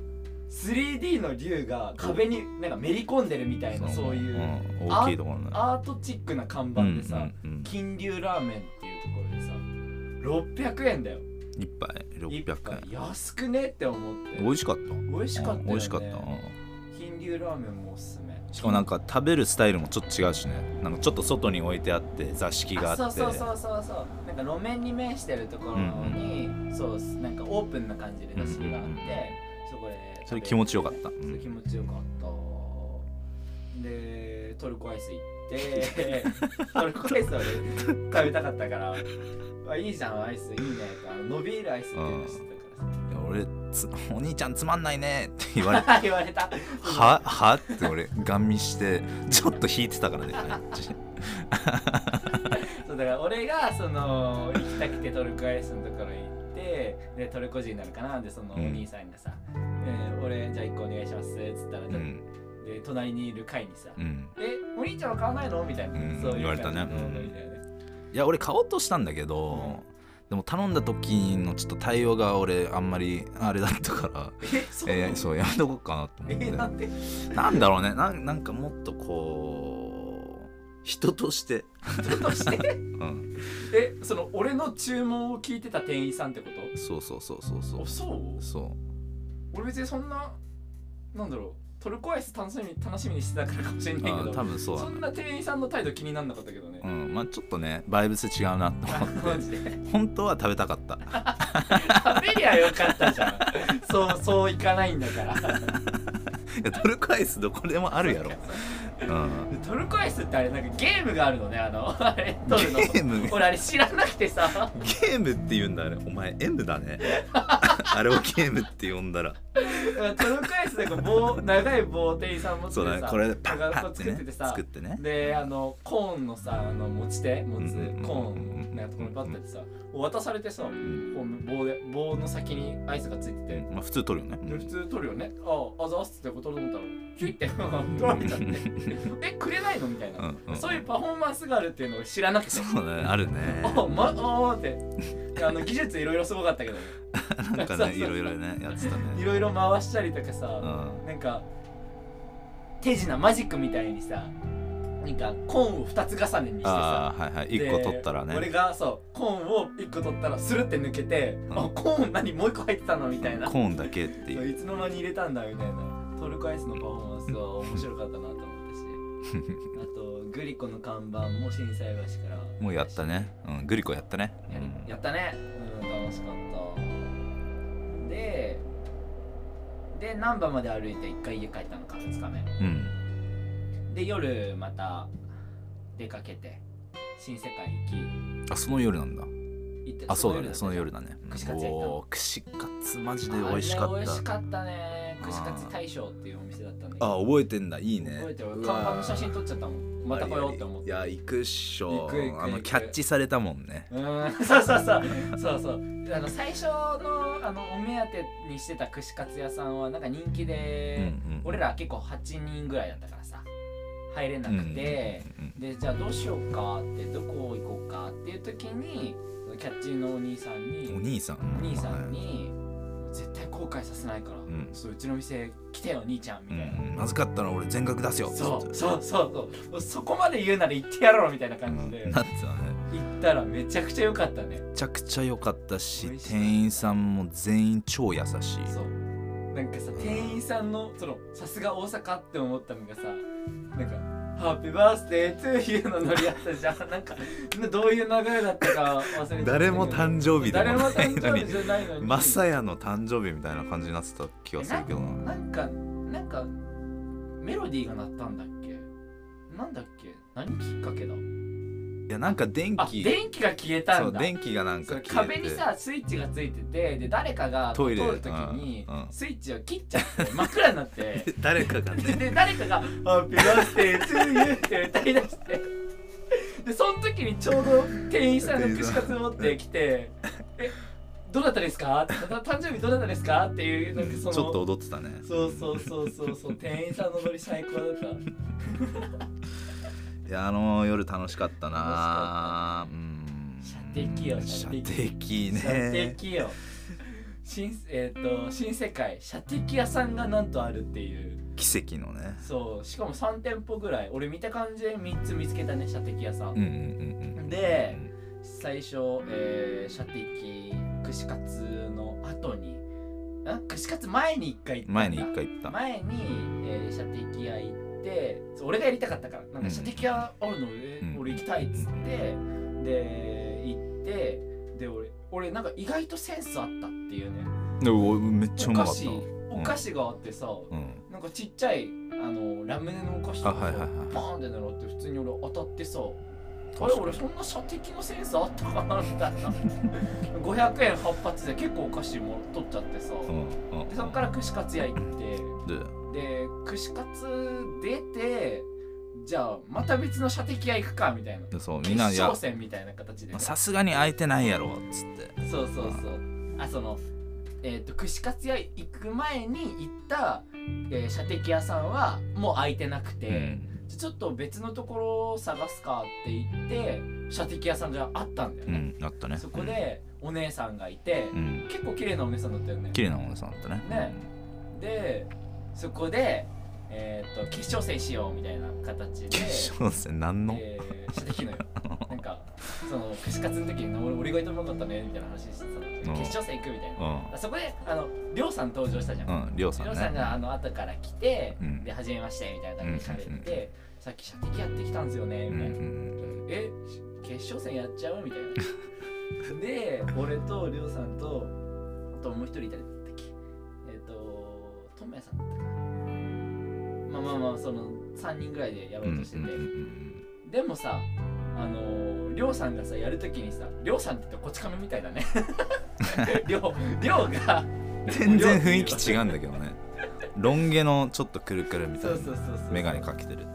[SPEAKER 1] 3D の龍が壁になんかめり込んでるみたいなそういう、
[SPEAKER 2] うん、大きいところの
[SPEAKER 1] アートチックな看板でさ、
[SPEAKER 2] うんうんうん
[SPEAKER 1] 金龍ラーメンっていうところでさ600円だよ
[SPEAKER 2] 一杯
[SPEAKER 1] 一
[SPEAKER 2] 600
[SPEAKER 1] 杯
[SPEAKER 2] 円
[SPEAKER 1] 安くねって思って
[SPEAKER 2] 美味しかった
[SPEAKER 1] 美味しかったよね
[SPEAKER 2] うん美味しかったうん
[SPEAKER 1] 金龍ラーメンもおすすめ
[SPEAKER 2] しかもなんか食べるスタイルもちょっと違うしねなんかちょっと外に置いてあって座敷があって
[SPEAKER 1] あそうそうそうそうそうなんか路面に面してるところに、そうなんかオープンな感じで出しがあって、
[SPEAKER 2] うんうんうん
[SPEAKER 1] そこで食べる
[SPEAKER 2] それ気持ちよかったうん
[SPEAKER 1] それ気持ちよかったでトルコアイス 行ってトルコアイスはね食べたかったからあいいじゃんアイスいいねあの伸びるアイスっていうの知ってたか
[SPEAKER 2] いや俺つお兄ちゃんつまんないねって言 われて
[SPEAKER 1] らさ言われた
[SPEAKER 2] ははって俺ガン見してちょっと引いてたからね
[SPEAKER 1] そうだから俺がその行きたくてトルコアイスのところに行ってでトルコ人なのかなでそのお
[SPEAKER 2] うん
[SPEAKER 1] 兄さんがさ「えー俺じゃあ1個お願いします」っつったら、
[SPEAKER 2] うん
[SPEAKER 1] で隣にいる会にさ「
[SPEAKER 2] うん
[SPEAKER 1] えお兄ちゃんは買わないの?」みたいな、
[SPEAKER 2] うん
[SPEAKER 1] そういう
[SPEAKER 2] 言われたね
[SPEAKER 1] 感じのノリだよね
[SPEAKER 2] いや俺買おうとしたんだけど、でも頼んだ時のちょっと対応が俺あんまりあれだったから
[SPEAKER 1] えそうなの
[SPEAKER 2] えーそうやめとこうかなと思
[SPEAKER 1] え
[SPEAKER 2] って、
[SPEAKER 1] なんで
[SPEAKER 2] なんだろうねなんなんかもっとこう人として、
[SPEAKER 1] ちょっとして
[SPEAKER 2] うん、
[SPEAKER 1] えその俺の注文を聞いてた店員さんってこ
[SPEAKER 2] そうそうそうそうそ
[SPEAKER 1] とあ
[SPEAKER 2] う
[SPEAKER 1] そう
[SPEAKER 2] そ
[SPEAKER 1] 俺別にそんななんだろうトルコアイス楽しみ楽しみにしてたからかもしれ
[SPEAKER 2] う
[SPEAKER 1] ない
[SPEAKER 2] あ
[SPEAKER 1] け
[SPEAKER 2] 多
[SPEAKER 1] ど
[SPEAKER 2] 分そう
[SPEAKER 1] そ
[SPEAKER 2] だね
[SPEAKER 1] んな店員さんの態度気になんなかったけどね、
[SPEAKER 2] うんまあちょっとねバイブス違うなと
[SPEAKER 1] あ
[SPEAKER 2] 思
[SPEAKER 1] マ
[SPEAKER 2] って
[SPEAKER 1] ジで
[SPEAKER 2] 本当は食べたかった
[SPEAKER 1] 食べりゃよかった じゃんそうそういかないんだから
[SPEAKER 2] いやトルコアイスどこでもあるやろ、うん、
[SPEAKER 1] トルコアイスってあれなんかゲームがあるのねあのあれ撮るの
[SPEAKER 2] ゲーム
[SPEAKER 1] 俺あれ知らなくて さ
[SPEAKER 2] ゲームって言うんだねお前 M だねあれをゲームって呼んだら
[SPEAKER 1] トルコアイスなんか棒長い棒を店員さん持って
[SPEAKER 2] そうだ
[SPEAKER 1] て
[SPEAKER 2] ね
[SPEAKER 1] さ
[SPEAKER 2] これでパ
[SPEAKER 1] な
[SPEAKER 2] ッ
[SPEAKER 1] ん
[SPEAKER 2] パ
[SPEAKER 1] かこ
[SPEAKER 2] ッっ
[SPEAKER 1] う
[SPEAKER 2] て
[SPEAKER 1] 作っ
[SPEAKER 2] ね
[SPEAKER 1] ててさ
[SPEAKER 2] 作ってね
[SPEAKER 1] であのコーンのさあの持ち手持つ
[SPEAKER 2] うんうんうん
[SPEAKER 1] コーンなんかところにパッてやってさ渡されてさこ
[SPEAKER 2] ん
[SPEAKER 1] う棒で棒の先にアイスがついてて、
[SPEAKER 2] うんまあ普通取るよね
[SPEAKER 1] で普通取るよねあああざっすってこと思ったらヒュ イって 取られちゃってえくれないのみたいな、
[SPEAKER 2] うんうん
[SPEAKER 1] そういうパフォーマンスがあるっていうのを知らなくて
[SPEAKER 2] そうねあ るね
[SPEAKER 1] あまあーってであの技術いろいろすごかったけどね
[SPEAKER 2] なんか
[SPEAKER 1] そうそう
[SPEAKER 2] ねいろいろねやってた
[SPEAKER 1] い
[SPEAKER 2] ね
[SPEAKER 1] ろいろ回したりとかさ、
[SPEAKER 2] うん
[SPEAKER 1] なんか手品マジックみたいにさなんかコーンを2つ重ねにしてさ
[SPEAKER 2] ああはいはい1個取ったら
[SPEAKER 1] で俺
[SPEAKER 2] ね
[SPEAKER 1] がそうコーンを1個取ったらスルって抜けて、
[SPEAKER 2] うん
[SPEAKER 1] あコーン何もう1個入ってたのみたいな、
[SPEAKER 2] コーンだけって
[SPEAKER 1] そう
[SPEAKER 2] いう
[SPEAKER 1] いつの間に入れたんだみたいなトルコアイスのパフォーマンスは面白かったなと思ったし あとグリコの看板も震災橋から
[SPEAKER 2] もうやったね、うん、グリコやったね、う
[SPEAKER 1] やり
[SPEAKER 2] ん
[SPEAKER 1] やったねうん楽しかったでで難波まで歩いて1回家帰ったのか2日目
[SPEAKER 2] うん
[SPEAKER 1] で夜また出かけて新世界行
[SPEAKER 2] あその夜なんだ
[SPEAKER 1] き行って
[SPEAKER 2] あそうだねその
[SPEAKER 1] だった
[SPEAKER 2] 夜だね
[SPEAKER 1] 串カツ屋行ったの
[SPEAKER 2] おー串カツマジで美味しか
[SPEAKER 1] あれ美味し
[SPEAKER 2] った
[SPEAKER 1] かったね
[SPEAKER 2] うん
[SPEAKER 1] 串カツ大将っていうお店だったんだけど
[SPEAKER 2] あ覚えてんだいいね
[SPEAKER 1] 覚えてる
[SPEAKER 2] う
[SPEAKER 1] 俺
[SPEAKER 2] わー
[SPEAKER 1] 看板の写真撮っちゃったもんまた来ようって思っ
[SPEAKER 2] い
[SPEAKER 1] て
[SPEAKER 2] や行くっし
[SPEAKER 1] 行
[SPEAKER 2] ょ
[SPEAKER 1] く行く
[SPEAKER 2] あ
[SPEAKER 1] 行
[SPEAKER 2] の
[SPEAKER 1] く
[SPEAKER 2] キャッチされたもんね
[SPEAKER 1] うーん そうそうそうそうそうであの最初のあのお目当てにしてた串カツ屋さんはなんか人気で、
[SPEAKER 2] うんうん
[SPEAKER 1] 俺ら結構8人ぐらいだったからさ入れなくて、
[SPEAKER 2] うん
[SPEAKER 1] でじゃあどうしようかってどこ行こうかっていう時にキャッチーのお兄さん
[SPEAKER 2] うんうんお
[SPEAKER 1] に
[SPEAKER 2] 兄さん
[SPEAKER 1] お兄さんに「絶対後悔させないから、うんそううちの店来てよ兄ちゃん」み
[SPEAKER 2] う
[SPEAKER 1] たいな。
[SPEAKER 2] んまずかったら俺全額出すよ
[SPEAKER 1] そうそうそうそうもうそこまで言うなら言ってやろうみたいな感じで
[SPEAKER 2] うんなってたね
[SPEAKER 1] 行ったらめちゃくちゃ良かったね
[SPEAKER 2] めちゃくちゃ良かったし
[SPEAKER 1] 美味しかった
[SPEAKER 2] 店員さんも全員超優しい
[SPEAKER 1] そうなんかさ店員さんのそのさすが大阪って思ったのがさなんか「ハッピーバースデートゥーユー」のノリあったじゃん なんかどういう流れだったか忘れてたけど
[SPEAKER 2] 誰も誕生日で
[SPEAKER 1] 誰
[SPEAKER 2] も
[SPEAKER 1] も
[SPEAKER 2] ない
[SPEAKER 1] 誕
[SPEAKER 2] の
[SPEAKER 1] 生
[SPEAKER 2] に
[SPEAKER 1] 日じゃないのに
[SPEAKER 2] マサヤの誕生日みたいな感じになってた気がするけど
[SPEAKER 1] な
[SPEAKER 2] な
[SPEAKER 1] んかなんかメロディーが鳴ったんだっけなんだっけ何きっかけだ
[SPEAKER 2] いやなんか電
[SPEAKER 1] あ
[SPEAKER 2] 気
[SPEAKER 1] 電気が消えた
[SPEAKER 2] そ
[SPEAKER 1] ん
[SPEAKER 2] う
[SPEAKER 1] だ
[SPEAKER 2] 電気がなん
[SPEAKER 1] そ
[SPEAKER 2] か
[SPEAKER 1] う
[SPEAKER 2] 消えて
[SPEAKER 1] 壁にさスイッチがついててで誰かが
[SPEAKER 2] トイレ
[SPEAKER 1] 通るときに
[SPEAKER 2] うんうん
[SPEAKER 1] スイッチを切っちゃって真っ暗になって
[SPEAKER 2] 誰かがね
[SPEAKER 1] で誰かが「ハッピーバースデートゥーユー」って歌い出してでその時にちょうど店員さんが串カツ持ってき て「えどなたですか?」って「誕生日どなたですか?」っていうなんか
[SPEAKER 2] ち
[SPEAKER 1] そ
[SPEAKER 2] ょ
[SPEAKER 1] の
[SPEAKER 2] っと踊ってたね
[SPEAKER 1] そうそうそうそうそう店員さんのノリ最高だった
[SPEAKER 2] いやあの夜楽しかったな
[SPEAKER 1] ったね
[SPEAKER 2] うん
[SPEAKER 1] 射的よ
[SPEAKER 2] 射
[SPEAKER 1] 射
[SPEAKER 2] 的
[SPEAKER 1] 的
[SPEAKER 2] ね
[SPEAKER 1] 射的よ新えー、と新世界射的屋さんがなんとあるっていう
[SPEAKER 2] 奇跡のね
[SPEAKER 1] そうしかも3店舗ぐらい俺見た感じで3つ見つけたね射的屋さん、
[SPEAKER 2] うんうんうんうん
[SPEAKER 1] で最初、えー、射的串カツの後にあ串カツ前に1回行ったんだ
[SPEAKER 2] 前に一回行った
[SPEAKER 1] 前に、えー、射的屋行ってそう俺がやりたかったからなんか射的屋あるの、え
[SPEAKER 2] うん
[SPEAKER 1] 俺行きたいっつって、で行ってで俺俺なんか意外とセンスあったっていうね
[SPEAKER 2] でおめっちゃ
[SPEAKER 1] お
[SPEAKER 2] う
[SPEAKER 1] 菓
[SPEAKER 2] まかった
[SPEAKER 1] 子お菓
[SPEAKER 2] 子
[SPEAKER 1] 子があってさ、
[SPEAKER 2] うん
[SPEAKER 1] なんかちっちゃいあのラムネのお菓子とか
[SPEAKER 2] あはいはいはい
[SPEAKER 1] バーンってなって普通に俺当たってさあれ
[SPEAKER 2] 確か
[SPEAKER 1] 俺そんな射的のセンスあったかなみたいな500円8発で結構お菓子も取っちゃってさ、
[SPEAKER 2] うんうん
[SPEAKER 1] でそっから串カツ屋行って
[SPEAKER 2] で
[SPEAKER 1] で串カツ出てじゃあまた別の射的屋行くかみたいな
[SPEAKER 2] でそうみ
[SPEAKER 1] 決
[SPEAKER 2] んなや
[SPEAKER 1] 勝戦みたいな形でね、
[SPEAKER 2] さすがに空いてないやろっつって
[SPEAKER 1] そうそうそうあそのえっ、と串カツ屋行く前に行った、えー射的屋さんはもう空いてなくて、じゃちょっと別のところを探すかって言って射的屋さんがあったんだよ
[SPEAKER 2] うんう
[SPEAKER 1] ね、
[SPEAKER 2] んあったね
[SPEAKER 1] そこでお姉さんがいて、
[SPEAKER 2] うん
[SPEAKER 1] 結構綺麗なお姉さんだったよね
[SPEAKER 2] 綺麗なお姉さんだったね
[SPEAKER 1] ねでそこで、えー、と決勝戦しようみたいな形で
[SPEAKER 2] 決勝戦なんの
[SPEAKER 1] えー射 的のよなんかその串カツの時に俺俺がいともなかったねみたいな話してたの
[SPEAKER 2] うん
[SPEAKER 1] 決勝戦行くみたいな、
[SPEAKER 2] う
[SPEAKER 1] あそこであのりょうさん登場したじゃん、
[SPEAKER 2] んうんりょうさん
[SPEAKER 1] りょ
[SPEAKER 2] ね
[SPEAKER 1] うさんがあの後から来て、
[SPEAKER 2] うん
[SPEAKER 1] で初めましてみたいな感じで
[SPEAKER 2] う
[SPEAKER 1] 喋
[SPEAKER 2] ん
[SPEAKER 1] って、さっき射的やってきたんですよね
[SPEAKER 2] うん
[SPEAKER 1] みたいな、
[SPEAKER 2] うん
[SPEAKER 1] え決勝戦やっちゃうみたいな で俺とりょうさんとあともう一人いたっけえっ、とともやさんだったかなまあまあまあその3人ぐらいでやろうとしてて、
[SPEAKER 2] うんうんうん
[SPEAKER 1] でもさあのーりょうさんがさやるときにさりょうさんって言ってこち亀みたいだ ね りょうりょうが
[SPEAKER 2] 全然雰囲気違うんだけどねロン毛のちょっとくるくるみた
[SPEAKER 1] そう
[SPEAKER 2] い
[SPEAKER 1] そうそうそ
[SPEAKER 2] な
[SPEAKER 1] う
[SPEAKER 2] 眼鏡かけてる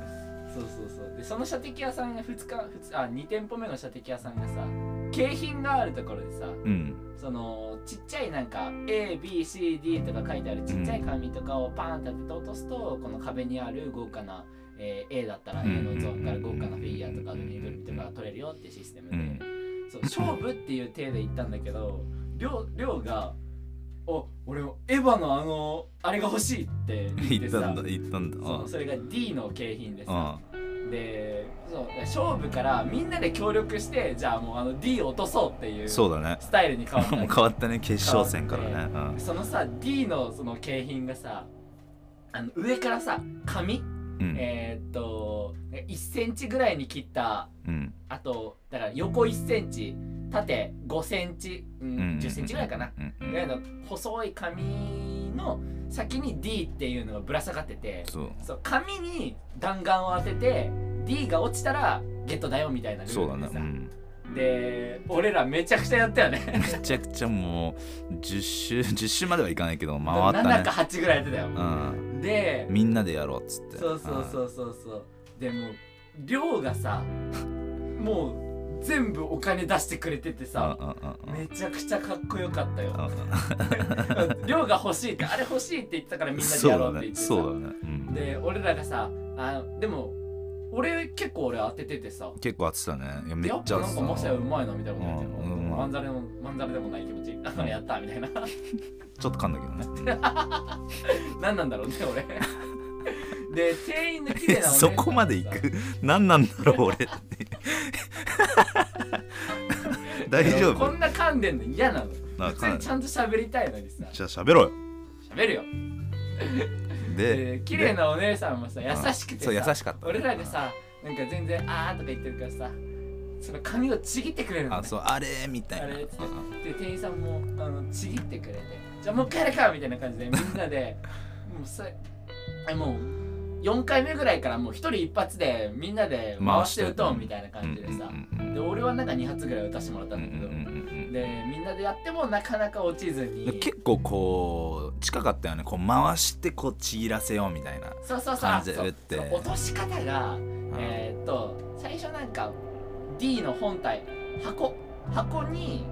[SPEAKER 1] そうそうそうでその射的屋さんが2日二日あ2店舗目の射的屋さんがさ景品があるところでさ
[SPEAKER 2] うん
[SPEAKER 1] そのちっちゃいなんか ABCD とか書いてあるちっちゃい紙とかをパーンって当てて落とすと、この壁にある豪華な、えー A だったら A のゾーンから豪華なフィギュアとかぬいぐるみとか取れるよってシステム
[SPEAKER 2] う
[SPEAKER 1] で、
[SPEAKER 2] ん
[SPEAKER 1] そう勝負っていう体で行ったんだけどりょうりょうが「お俺もエヴァのあのあれが欲しい」って言っ
[SPEAKER 2] 行
[SPEAKER 1] て
[SPEAKER 2] った
[SPEAKER 1] さ
[SPEAKER 2] んだ行ったんだ
[SPEAKER 1] そのそれが D の景品で
[SPEAKER 2] う
[SPEAKER 1] さで
[SPEAKER 2] ん
[SPEAKER 1] でそう勝負からみんなで協力してじゃあもうあの D を落とそうっていうス
[SPEAKER 2] そうだね
[SPEAKER 1] タイルに変わった
[SPEAKER 2] もう変わったね決勝戦からね
[SPEAKER 1] 変そのさ D のその景品がさあの上からさ紙、
[SPEAKER 2] うんうん、
[SPEAKER 1] えーっと1センチぐらいに切った
[SPEAKER 2] うん、
[SPEAKER 1] あとだから横1センチ縦5センチ、う
[SPEAKER 2] うん
[SPEAKER 1] ん、10センチぐらいかな、
[SPEAKER 2] うんうん
[SPEAKER 1] ぐらいの細い紙の先に D っていうのがぶら下がってて
[SPEAKER 2] そう
[SPEAKER 1] そう紙に弾丸を当てて D が落ちたらゲットだよみたいなル
[SPEAKER 2] そう
[SPEAKER 1] ー
[SPEAKER 2] だ
[SPEAKER 1] ルで、
[SPEAKER 2] ねう
[SPEAKER 1] さ、
[SPEAKER 2] ん、
[SPEAKER 1] で俺らめちゃくちゃやったよね
[SPEAKER 2] めちゃくちゃもう10周10周 まではいかないけど 回った
[SPEAKER 1] 7
[SPEAKER 2] ね
[SPEAKER 1] か8ぐらいやってたよ、
[SPEAKER 2] うん、
[SPEAKER 1] で
[SPEAKER 2] みんなでやろうっつって
[SPEAKER 1] そうそうそうそうそうでも量がさもう全部お金出してくれててさ
[SPEAKER 2] うんうんうんう
[SPEAKER 1] め
[SPEAKER 2] ん
[SPEAKER 1] ちゃくちゃかっこよかったよ
[SPEAKER 2] う ん
[SPEAKER 1] 量が欲しいってあれ欲しいって言ったからみんなでやろうって言ってさ
[SPEAKER 2] そうだねそうだね、うん、
[SPEAKER 1] で俺らがさあでも俺結構俺当てててさ
[SPEAKER 2] 結構当てたねいやめっ
[SPEAKER 1] やっ
[SPEAKER 2] ちゃ
[SPEAKER 1] ぱ
[SPEAKER 2] 当
[SPEAKER 1] な
[SPEAKER 2] て
[SPEAKER 1] んか
[SPEAKER 2] たな
[SPEAKER 1] もしやうまいなみたいなこと言って
[SPEAKER 2] うんうんうん
[SPEAKER 1] まんざらでもまんざらでもない気持ちだからやったみた いな
[SPEAKER 2] ちょっと噛んだけどね
[SPEAKER 1] 何なんだろうね 俺で店員の綺麗
[SPEAKER 2] え
[SPEAKER 1] なお姉さん
[SPEAKER 2] そこまで行く何なんだろう 俺って大丈
[SPEAKER 1] こ
[SPEAKER 2] 夫
[SPEAKER 1] んな噛んでんの嫌なの
[SPEAKER 2] な
[SPEAKER 1] 普通にちゃんと喋りたいのにさ
[SPEAKER 2] じゃあ喋ろうよ
[SPEAKER 1] 喋るよ
[SPEAKER 2] で
[SPEAKER 1] で綺麗なお姉さんもさ優しくてさ
[SPEAKER 2] そう優しかった
[SPEAKER 1] 俺らがさなんか全然「あー」とか言ってるからさその髪をちぎってくれるの
[SPEAKER 2] あ
[SPEAKER 1] ね
[SPEAKER 2] そうあれみたいな
[SPEAKER 1] あれっつってで店員さんもあのちぎってくれてじゃあもう一回やるかみたいな感 じでみんなでもうさえもう4回目ぐらいからもう一人一発でみんなで回して打とうみたいな感じでさ
[SPEAKER 2] うんうんうん
[SPEAKER 1] で俺はなんか2発ぐらい打たせてもらった
[SPEAKER 2] うん
[SPEAKER 1] んだけど、
[SPEAKER 2] うんうん
[SPEAKER 1] でみんなでやってもなかなか落ちず
[SPEAKER 2] うんで
[SPEAKER 1] に
[SPEAKER 2] 結構こう近かったよねこう回してこうちぎらせようみたいな
[SPEAKER 1] そうそうそう
[SPEAKER 2] 感
[SPEAKER 1] あ
[SPEAKER 2] じで
[SPEAKER 1] そう
[SPEAKER 2] 打って
[SPEAKER 1] そう落とし方がえーっと最初なんか D の本体箱箱に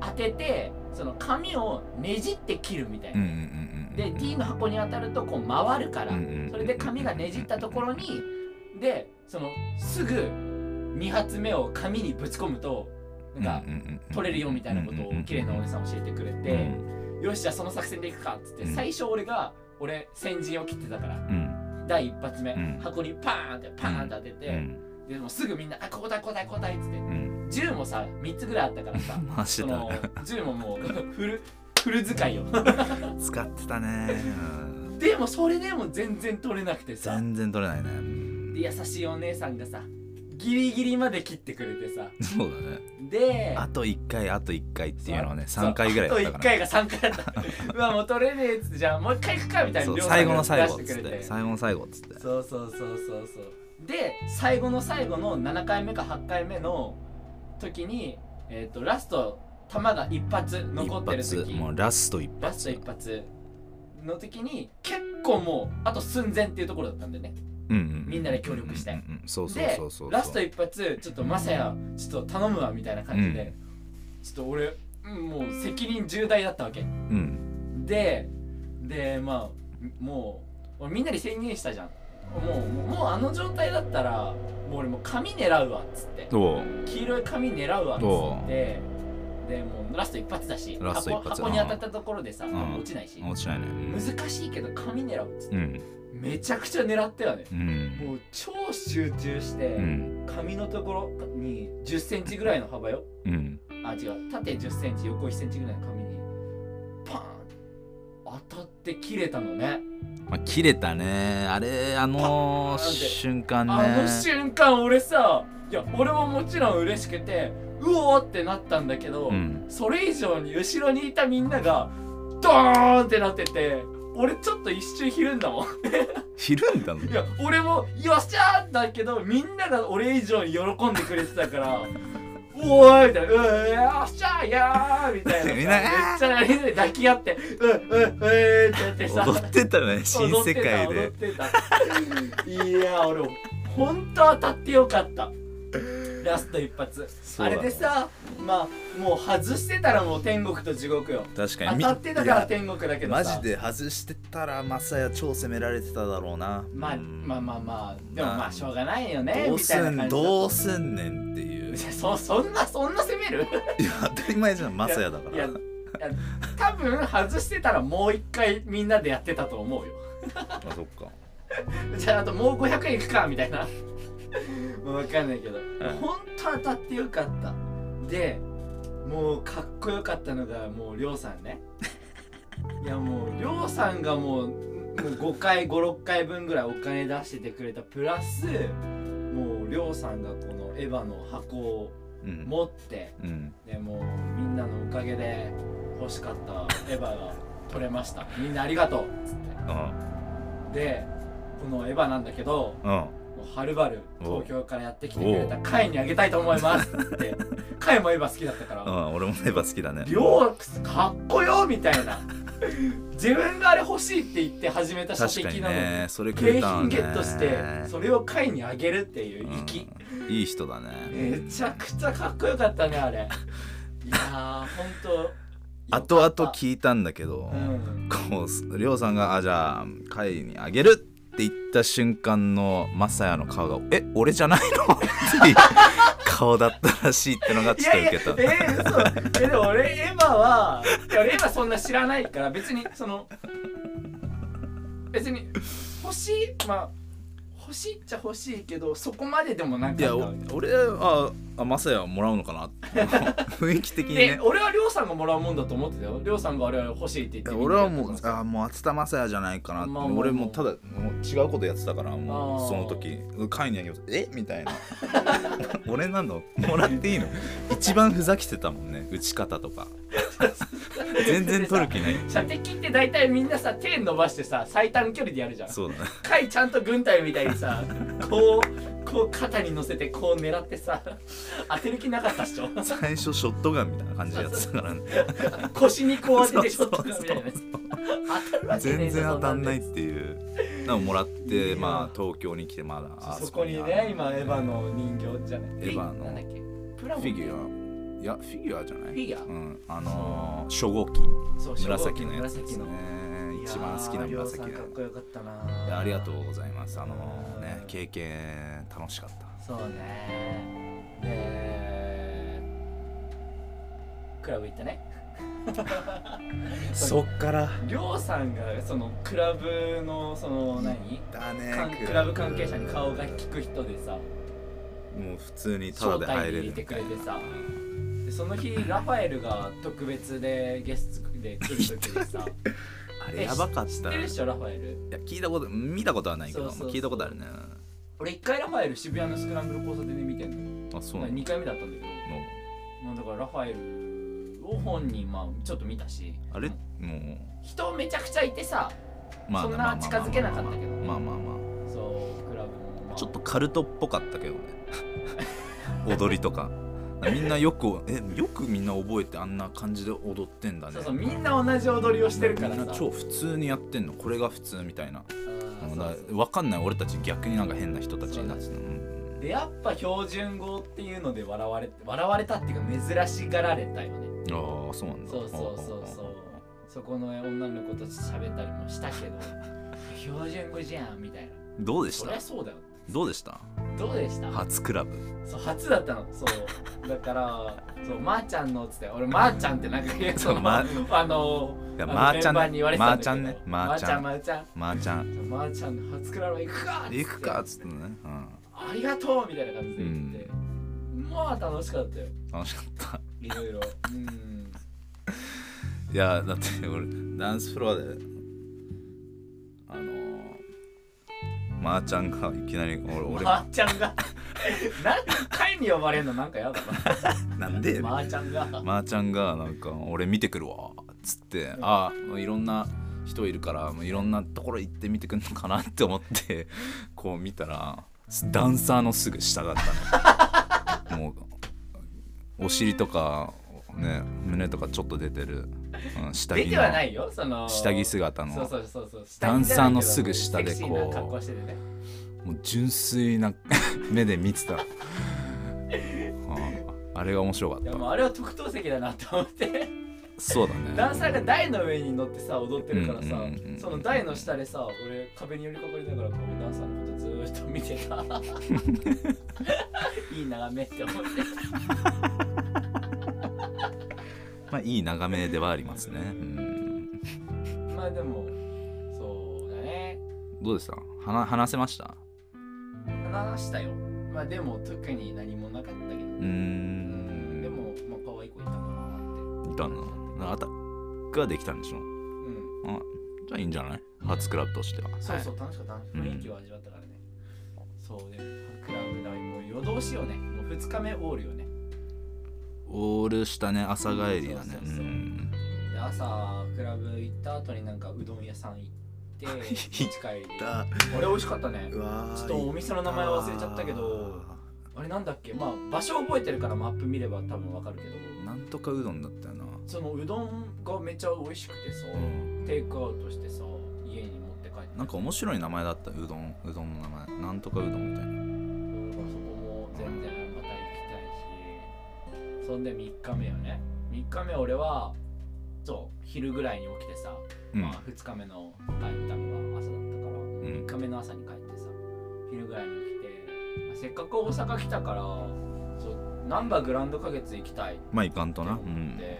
[SPEAKER 1] 当ててその紙をねじって切るみたい
[SPEAKER 2] うん
[SPEAKER 1] な、
[SPEAKER 2] うんうんうん
[SPEAKER 1] で D の箱に当たるとこう回るから、
[SPEAKER 2] うんうん
[SPEAKER 1] それで紙がねじったところにでそのすぐ2発目を紙にぶち込むとなんか取れるよみたいなことを綺麗なお姉さん教えてくれ
[SPEAKER 2] でう
[SPEAKER 1] て、
[SPEAKER 2] ん
[SPEAKER 1] よしじゃあその作戦でいくかっつって
[SPEAKER 2] うん
[SPEAKER 1] 最初俺が俺先陣を切ってたから
[SPEAKER 2] うん
[SPEAKER 1] 第一発目、
[SPEAKER 2] うん
[SPEAKER 1] 箱にパーンってパーンって当てて、
[SPEAKER 2] うん
[SPEAKER 1] でもすぐみんな「あ交代交代交代」っつって
[SPEAKER 2] うん
[SPEAKER 1] 銃もさ3つぐらいあったから さ
[SPEAKER 2] 回して
[SPEAKER 1] そ
[SPEAKER 2] た
[SPEAKER 1] の銃ももう フルフル使いよ
[SPEAKER 2] 使ってたねうん
[SPEAKER 1] でもそれでも全然取れなくてさ
[SPEAKER 2] 全然取れないね
[SPEAKER 1] で優しいお姉さんがさギリギリまで切ってくれてさ
[SPEAKER 2] そうだね
[SPEAKER 1] で
[SPEAKER 2] あと一回あと一回っていうのはね
[SPEAKER 1] そう
[SPEAKER 2] 3回ぐらいやっ
[SPEAKER 1] あと1
[SPEAKER 2] たから
[SPEAKER 1] 回が3回だ ったうわもう取れねえっつってじゃあもう一回行くかみたい
[SPEAKER 2] そ
[SPEAKER 1] な
[SPEAKER 2] う
[SPEAKER 1] りょうさ
[SPEAKER 2] 最
[SPEAKER 1] ん
[SPEAKER 2] 後
[SPEAKER 1] が
[SPEAKER 2] の最後っ
[SPEAKER 1] 出
[SPEAKER 2] つ
[SPEAKER 1] して
[SPEAKER 2] っ
[SPEAKER 1] くれ
[SPEAKER 2] て最後の最後っつって
[SPEAKER 1] そうそうそうそうそうで最後の最後の7回目か8回目の時に、えー、とラスト弾が一発残ってる
[SPEAKER 2] 一発
[SPEAKER 1] 時
[SPEAKER 2] もうラスト一
[SPEAKER 1] ラスト一発の時に結構もうあと寸前っていうところだったんでね
[SPEAKER 2] うんうん
[SPEAKER 1] みんなで協力して
[SPEAKER 2] うんうんうんそうそう
[SPEAKER 1] で
[SPEAKER 2] そうそう
[SPEAKER 1] ラスト一発ちょっとマサヤちょっと頼むわみたいな感じで、ちょっと俺うんもう責任重大だったわけ
[SPEAKER 2] うん
[SPEAKER 1] ででまあもう俺みんなに宣言したじゃんもうもうもうあの状態だったらもう俺もう髪狙うわっつって
[SPEAKER 2] おう
[SPEAKER 1] 黄色い髪狙うわっつってでもうラスト一発だし
[SPEAKER 2] ラスト一発
[SPEAKER 1] 箱箱に当たったところでさ
[SPEAKER 2] ん
[SPEAKER 1] 落ちないし
[SPEAKER 2] 落ちないね
[SPEAKER 1] 難しいけど髪狙うっつっ
[SPEAKER 2] う
[SPEAKER 1] て
[SPEAKER 2] ん
[SPEAKER 1] めちゃくちゃ狙ったよね
[SPEAKER 2] うんうん
[SPEAKER 1] もう超集中して
[SPEAKER 2] うん
[SPEAKER 1] 髪のところに1 0ンチぐらいの幅よ
[SPEAKER 2] うん
[SPEAKER 1] あ違う縦1 0ンチ横1センチぐらいの髪にパーン当たって切れたのね
[SPEAKER 2] まあ切れたねあれあの
[SPEAKER 1] パーンって
[SPEAKER 2] 瞬間ね
[SPEAKER 1] あの瞬間俺さいや俺ももちろん嬉しくてうおーってなったんだけど、
[SPEAKER 2] うん
[SPEAKER 1] それ以上に後ろにいたみんながドーンってなってて俺ちょっと一瞬ひるんだもん
[SPEAKER 2] ひるんだも ん
[SPEAKER 1] いや俺も「よっしゃー!」だけどみんなが俺以上に喜んでくれてたから「おーい!」みたいな「うーよっしゃーやー!」みたいなさ
[SPEAKER 2] みんな
[SPEAKER 1] めっちゃみんなで抱き合って「うんうんうん」ってやってさ
[SPEAKER 2] 踊ってたね新世界
[SPEAKER 1] 踊っ
[SPEAKER 2] で
[SPEAKER 1] てた踊ってたいや俺ほんと当たってよかったラスト一発
[SPEAKER 2] そう
[SPEAKER 1] あ
[SPEAKER 2] だ
[SPEAKER 1] れでさまあもう外してたらもう天国と地獄よ
[SPEAKER 2] 確か
[SPEAKER 1] 当
[SPEAKER 2] に
[SPEAKER 1] たってたから天国だけどさ
[SPEAKER 2] マジで外してたらマサヤ超責められてただろうな
[SPEAKER 1] まあ
[SPEAKER 2] うん
[SPEAKER 1] まあまあまあでもまあしょうがないよね
[SPEAKER 2] どう
[SPEAKER 1] みた
[SPEAKER 2] す
[SPEAKER 1] いな感
[SPEAKER 2] ん
[SPEAKER 1] じ
[SPEAKER 2] どう
[SPEAKER 1] す
[SPEAKER 2] すんねんって いうい
[SPEAKER 1] そそんなそんな攻める
[SPEAKER 2] や当たり前じゃんマサヤだか
[SPEAKER 1] いや
[SPEAKER 2] ら
[SPEAKER 1] いや多分外してたらもう一回みんなでやってたと思うよ
[SPEAKER 2] あそっか
[SPEAKER 1] じゃああともう500円いくかみたいな もう分かんないけど、本当当たってよかったでもうかっこよかったのがもうりょうさん ねいやもうりょうさんがもうもう5回56回分ぐらいお金出しててくれたプラスもうりょうさんがこのエヴァの箱を
[SPEAKER 2] うん
[SPEAKER 1] 持って、
[SPEAKER 2] うん
[SPEAKER 1] でもうみんなのおかげで欲しかったエヴァが取れましたみんなありがとうっつって
[SPEAKER 2] うん
[SPEAKER 1] でこのエヴァなんだけど
[SPEAKER 2] うん
[SPEAKER 1] もうはるばる東京からやってきてくれたカイにあげたいと思いますってカイもエヴァ好きだったから
[SPEAKER 2] うん俺もエヴァ好きだね
[SPEAKER 1] 量かっこよみたいな自分があれ欲しいって言って始めた書
[SPEAKER 2] 確か
[SPEAKER 1] 籍
[SPEAKER 2] に
[SPEAKER 1] なのに、
[SPEAKER 2] ねそれく
[SPEAKER 1] 景
[SPEAKER 2] れた
[SPEAKER 1] 品
[SPEAKER 2] ん
[SPEAKER 1] ゲ
[SPEAKER 2] ね
[SPEAKER 1] ットしてそれを会にあげるっていう
[SPEAKER 2] うん
[SPEAKER 1] 粋、
[SPEAKER 2] いい人だね
[SPEAKER 1] めちゃくちゃかっこよかったねあれいやーほん と
[SPEAKER 2] 後々聞いたんだけど、
[SPEAKER 1] うん
[SPEAKER 2] こうりょうさんが「あじゃあ会にあげる」って言った瞬間のマサヤの顔が「え俺じゃないの?」っていう顔だったらしいってのが
[SPEAKER 1] い
[SPEAKER 2] ちょっ
[SPEAKER 1] や
[SPEAKER 2] と
[SPEAKER 1] い
[SPEAKER 2] 受
[SPEAKER 1] やえ
[SPEAKER 2] けた
[SPEAKER 1] ー、嘘えでも俺エヴァはいや俺エヴァそんな知らないから別にその別に欲しいまあ欲しいっちゃ欲しいけどそこまででもなかっ
[SPEAKER 2] い
[SPEAKER 1] た
[SPEAKER 2] や
[SPEAKER 1] わけ
[SPEAKER 2] お俺はあマサヤはもらうのかなって 雰囲気的に
[SPEAKER 1] え
[SPEAKER 2] ね
[SPEAKER 1] 俺はりょうさんがもらうもんだと思ってたよりょうさんがあれは欲しいって言ってみんな
[SPEAKER 2] 俺
[SPEAKER 1] や
[SPEAKER 2] は
[SPEAKER 1] った
[SPEAKER 2] もうあもう厚田マサヤじゃないかなって、
[SPEAKER 1] まあまあまあ
[SPEAKER 2] 俺もうただもう違うことやってたからも
[SPEAKER 1] あー
[SPEAKER 2] うその時会にあげますえみたいな 俺なのもらっていいの一番ふざけてたもんね打ち方とか 全然取る気ない
[SPEAKER 1] 射的って大体みんなさ手伸ばしてさ最短距離でやるじゃん
[SPEAKER 2] そうだね
[SPEAKER 1] 貝ちゃんと軍隊みたいにさこうこう肩に乗せてこう狙ってさ当てる気なかったっしょ
[SPEAKER 2] 最初ショットガンみたいな感じでやってたからね
[SPEAKER 1] 腰にこう当ててショットガンみたいなね
[SPEAKER 2] そう
[SPEAKER 1] 当たるわけねえ
[SPEAKER 2] 全
[SPEAKER 1] ぞ
[SPEAKER 2] 然当たんないっ
[SPEAKER 1] そ
[SPEAKER 2] ていうなんかもらっ
[SPEAKER 1] い
[SPEAKER 2] て
[SPEAKER 1] や
[SPEAKER 2] まあ東京に来てまだ
[SPEAKER 1] な
[SPEAKER 2] あ
[SPEAKER 1] んでそこに
[SPEAKER 2] あ
[SPEAKER 1] ね今エヴァの人形じゃない
[SPEAKER 2] エヴァの
[SPEAKER 1] なんだっけプラ
[SPEAKER 2] フ
[SPEAKER 1] モ
[SPEAKER 2] ィギュアいやフィギュアじゃない
[SPEAKER 1] フィギュア
[SPEAKER 2] うんあのー初号機
[SPEAKER 1] そう
[SPEAKER 2] 紫のやつで
[SPEAKER 1] 紫
[SPEAKER 2] すね
[SPEAKER 1] の
[SPEAKER 2] 一番好きない
[SPEAKER 1] やーり
[SPEAKER 2] 紫
[SPEAKER 1] ょうさん
[SPEAKER 2] だ
[SPEAKER 1] か
[SPEAKER 2] ね
[SPEAKER 1] っこよかったない
[SPEAKER 2] やありがと
[SPEAKER 1] う
[SPEAKER 2] うございますあのーね経験楽しかった
[SPEAKER 1] そうねでクラブ行ったねそ
[SPEAKER 2] っから
[SPEAKER 1] りょうさんがそのクラブのその何
[SPEAKER 2] だ
[SPEAKER 1] かん
[SPEAKER 2] ね
[SPEAKER 1] クラブ関係者に顔が利く人でさ
[SPEAKER 2] もう普通にタダで入れる
[SPEAKER 1] 招待に入れてくれてさでその日ラファエルが特別でゲストで来る時でさ
[SPEAKER 2] あれやばかっ
[SPEAKER 1] 知ったてる
[SPEAKER 2] い
[SPEAKER 1] っしょラファエル
[SPEAKER 2] や聞いたこと見たことはないけど
[SPEAKER 1] そうそうそう
[SPEAKER 2] 聞いたことあるね
[SPEAKER 1] 俺一回ラファエル渋谷のスクランブル交差点で見てんの
[SPEAKER 2] あそうなの
[SPEAKER 1] 2回目だったんだけどまあだからラファエルを本人まあちょっと見たし
[SPEAKER 2] あれもう
[SPEAKER 1] 人めちゃくちゃいてさ
[SPEAKER 2] まあ、
[SPEAKER 1] そんな
[SPEAKER 2] まあまあ
[SPEAKER 1] 近づけなかったけど
[SPEAKER 2] まあまあまあ、ま
[SPEAKER 1] そうクラブも、まあ、
[SPEAKER 2] あ、ちょっとカルトっぽかっ たけどね踊りとかみんなよくえよくみんな覚えてあんな感じで踊ってんだね
[SPEAKER 1] そうそうみんな同じ踊りをしてるから
[SPEAKER 2] み
[SPEAKER 1] さ
[SPEAKER 2] んな超普通にやってんのこれが普通みたいな
[SPEAKER 1] あーそう
[SPEAKER 2] だ
[SPEAKER 1] そう
[SPEAKER 2] 分かんない俺たち逆になんか変な人たちになってたのうん
[SPEAKER 1] でやっぱ標準語っていうので笑われ笑われたっていうか珍しがられたよね
[SPEAKER 2] ああそうなんだ
[SPEAKER 1] そうそうそうそうそこの女の子と喋ったりもしたけど標準語じゃんみたいな
[SPEAKER 2] どうでし
[SPEAKER 1] そり
[SPEAKER 2] た
[SPEAKER 1] ゃそうだよ
[SPEAKER 2] どうでした
[SPEAKER 1] どうでした
[SPEAKER 2] 初クラブ
[SPEAKER 1] そう初だったのそうだからそうまー、ちゃんのっつって俺まー、ちゃんってなんか言う
[SPEAKER 2] そう
[SPEAKER 1] の、
[SPEAKER 2] ま
[SPEAKER 1] あの
[SPEAKER 2] いや
[SPEAKER 1] あの
[SPEAKER 2] まーちゃんね
[SPEAKER 1] メンバに言われてたんだけど
[SPEAKER 2] まーちゃんねまーちゃん
[SPEAKER 1] まーちゃん
[SPEAKER 2] まー、ちゃん
[SPEAKER 1] まー、ちゃんの初クラブ行くかっつって
[SPEAKER 2] 行くかっつってね、うん、
[SPEAKER 1] ありがとうみたいな感じで言って、まあ楽しかったよ
[SPEAKER 2] 楽しかった
[SPEAKER 1] いろいろうん
[SPEAKER 2] いやだって俺ダンスフロアであのー、まー、ちゃんがいきなり俺俺、
[SPEAKER 1] まーちゃんが なんで会に呼ばれんのなんかやだ
[SPEAKER 2] なんで
[SPEAKER 1] なまーちゃんが
[SPEAKER 2] まー、ちゃんがなんか「俺見てくるわ」っつって「ああいろんな人いるからもういろんなところ行ってみてくんのかな」って思ってこう見たらダンサーのすぐ下だったのもうお尻とかね胸とかちょっと出てる、うん、下
[SPEAKER 1] 出
[SPEAKER 2] 着
[SPEAKER 1] て
[SPEAKER 2] の
[SPEAKER 1] はないよその
[SPEAKER 2] 下着姿の
[SPEAKER 1] そうそうそうそう
[SPEAKER 2] ダンサーのすぐ下でこう
[SPEAKER 1] セクシーな格好しててね
[SPEAKER 2] もう純粋な目で見てた、あああれが面白かっ
[SPEAKER 1] いやもう
[SPEAKER 2] た
[SPEAKER 1] あれは特等席だなと思って
[SPEAKER 2] そうだね
[SPEAKER 1] ダンサーが台の上に乗ってさ踊ってるからさ、
[SPEAKER 2] うんうんうんうん
[SPEAKER 1] その台の下でさ俺壁に寄りかかりながらこうダンサーのことずーっと見てた いい眺めって思って
[SPEAKER 2] まあ、いい眺めではありますね、うん、
[SPEAKER 1] まあでもそうだね
[SPEAKER 2] どうでした話話せました
[SPEAKER 1] 話したよまあでも特に何もなかったけど、
[SPEAKER 2] うーん
[SPEAKER 1] でもまあ可愛い子いたなーって
[SPEAKER 2] いたなアタックができたんでしょ
[SPEAKER 1] うん
[SPEAKER 2] あじゃあいいんじゃない初クラブとしては
[SPEAKER 1] そうそうう楽しかった楽しか
[SPEAKER 2] う
[SPEAKER 1] っ
[SPEAKER 2] ん
[SPEAKER 1] た雰囲気を味わったからね、そうでクラブだもう夜通しよねもう2日目オールよね
[SPEAKER 2] オールしたね朝帰り
[SPEAKER 1] そう
[SPEAKER 2] だねう
[SPEAKER 1] そうそうんで朝クラブ行った後になんかうどん屋さん行っ て持ち帰りであれ美味しかったね
[SPEAKER 2] わ
[SPEAKER 1] ちょっとお店の名前忘れちゃったけどあれなんだっけまあ場所覚えてるからマップ見れば多分わかるけど
[SPEAKER 2] なんとかうどんだったよな
[SPEAKER 1] そのうどんがめちゃ美味しくてさ、テイクアウトしてさ家に持って帰って
[SPEAKER 2] なんか面白い名前だったうどんうどんの名前なんとかうどんみたいな
[SPEAKER 1] うんそこも全然また行きたいしそんで3日目よね3日目俺はそう昼ぐらいに起きてさ、
[SPEAKER 2] うん、
[SPEAKER 1] まあ、2日目の帰ったのが朝だったから、
[SPEAKER 2] う
[SPEAKER 1] 3
[SPEAKER 2] ん
[SPEAKER 1] 日目の朝に帰ってさ昼ぐらいに起きて、まあせっかく大阪来たからそうなんばグランド花月行きたい
[SPEAKER 2] まあいかんとなう
[SPEAKER 1] って思っ
[SPEAKER 2] ん
[SPEAKER 1] て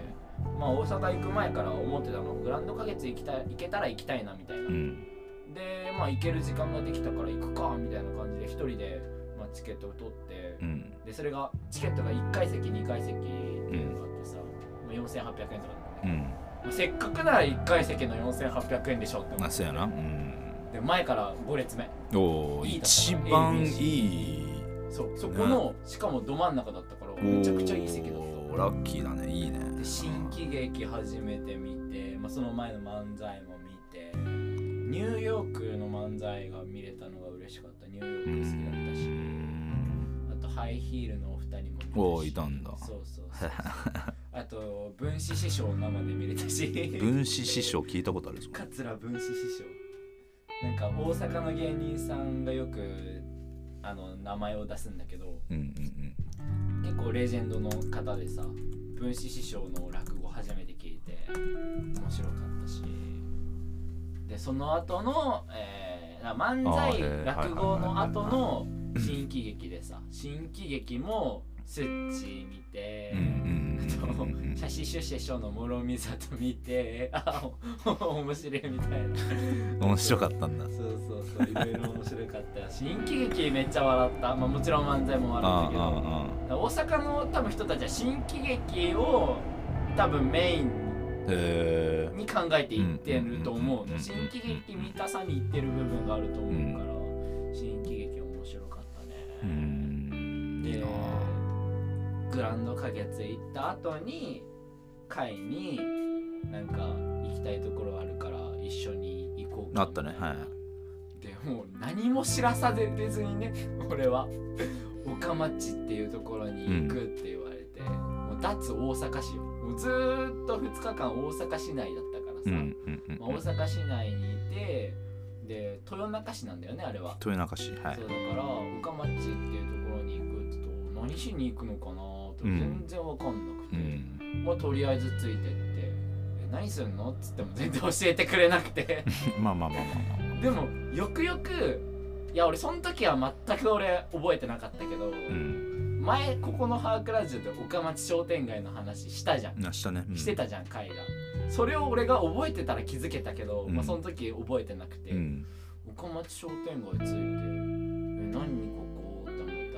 [SPEAKER 1] まあ大阪行く前から思ってたのグランド花月行きたい行けたら行きたいなみたいな、
[SPEAKER 2] うん
[SPEAKER 1] でまあ行ける時間ができたから行くかみたいな感じで一人で、まあ、チケットを取って
[SPEAKER 2] う、ん
[SPEAKER 1] でそれがチケットが1階席2階席っていうのがあってさ、まあ4800円とかだった
[SPEAKER 2] う
[SPEAKER 1] ね、
[SPEAKER 2] ん
[SPEAKER 1] まあせっかくなら1階席の4800円でしょって思
[SPEAKER 2] まあ
[SPEAKER 1] って
[SPEAKER 2] そうやなうん
[SPEAKER 1] で前から5列目
[SPEAKER 2] おお
[SPEAKER 1] いいだ
[SPEAKER 2] 一番いい
[SPEAKER 1] そうそこの、しかもど真ん中だったからめちゃくちゃいい席だった
[SPEAKER 2] おーラッキーだねいいね
[SPEAKER 1] で新喜劇始めてみて、まあ、その前の漫才も見てニューヨークの漫才が見れたのが嬉しかったニューヨ
[SPEAKER 2] う
[SPEAKER 1] ーク好きだったし
[SPEAKER 2] ん
[SPEAKER 1] あとハイヒールのお二人も見たし
[SPEAKER 2] おーいたんだ
[SPEAKER 1] そうそうそうあと分子師匠生で見れたし
[SPEAKER 2] 分子師匠聞いたことあるぞ
[SPEAKER 1] 桂分子師匠なんか大阪の芸人さんがよくあの名前を出すんだけど
[SPEAKER 2] うんうん
[SPEAKER 1] 結構レジェンドの方でさ分子師匠の落語初めて聞いて面白かったしでその後の、えーな漫
[SPEAKER 2] あーへ
[SPEAKER 1] 才
[SPEAKER 2] ー
[SPEAKER 1] 落語の後
[SPEAKER 2] はいはいは
[SPEAKER 1] の新喜劇でさ新喜劇もスッチー見て
[SPEAKER 2] うんう。ん
[SPEAKER 1] あ
[SPEAKER 2] うんう
[SPEAKER 1] と
[SPEAKER 2] んうん
[SPEAKER 1] 写真出世賞の諸見里見てあおお面白いみたいな
[SPEAKER 2] 面白かったんだ
[SPEAKER 1] そうそうそういろいろ面白かった新喜劇めっちゃ笑った、まあ、もちろん漫才も笑ったけど
[SPEAKER 2] あ
[SPEAKER 1] 大阪の多分人たちは新喜劇を多分メイン
[SPEAKER 2] あへえ
[SPEAKER 1] に考えていってると思う
[SPEAKER 2] うんうんうんうんうん
[SPEAKER 1] 新喜劇見たさにいってる部分があると思うから、新喜劇面白かったね、
[SPEAKER 2] うーんいい
[SPEAKER 1] で
[SPEAKER 2] な
[SPEAKER 1] グランド花月行った後に会になんか行きたいところあるから一緒に行こうか
[SPEAKER 2] あったね
[SPEAKER 1] みたいな
[SPEAKER 2] は
[SPEAKER 1] でもう何も知らされずにね 俺は岡町っていうところに行くって言われて、もう脱大阪市よもうずーっと2日間大阪市内だったからさ、
[SPEAKER 2] うんうんうん
[SPEAKER 1] まあ、大阪市内にいてで豊中市なんだよねあれは
[SPEAKER 2] 豊中市はい
[SPEAKER 1] そうだから岡町っていうところに行くって言うと何しに行くのかなと
[SPEAKER 2] うん
[SPEAKER 1] 全然わかんなく
[SPEAKER 2] う
[SPEAKER 1] て、
[SPEAKER 2] ん
[SPEAKER 1] まあとりあえずついてって「え何すんの?」っつっても全然教えてくれなく て
[SPEAKER 2] まあまあまあまあまあ
[SPEAKER 1] でもよくよくいや俺その時は全く俺覚えてなかったけど、
[SPEAKER 2] うん
[SPEAKER 1] 前ここのハークラジオで岡町商店街の話したじゃん、
[SPEAKER 2] 明日ねうん
[SPEAKER 1] してたじゃん会がそれを俺が覚えてたら気づけたけど、
[SPEAKER 2] うん
[SPEAKER 1] まあ、その時覚えてなくて、
[SPEAKER 2] うん
[SPEAKER 1] 岡町商店街着いて「え何ここ?」と思って歩いて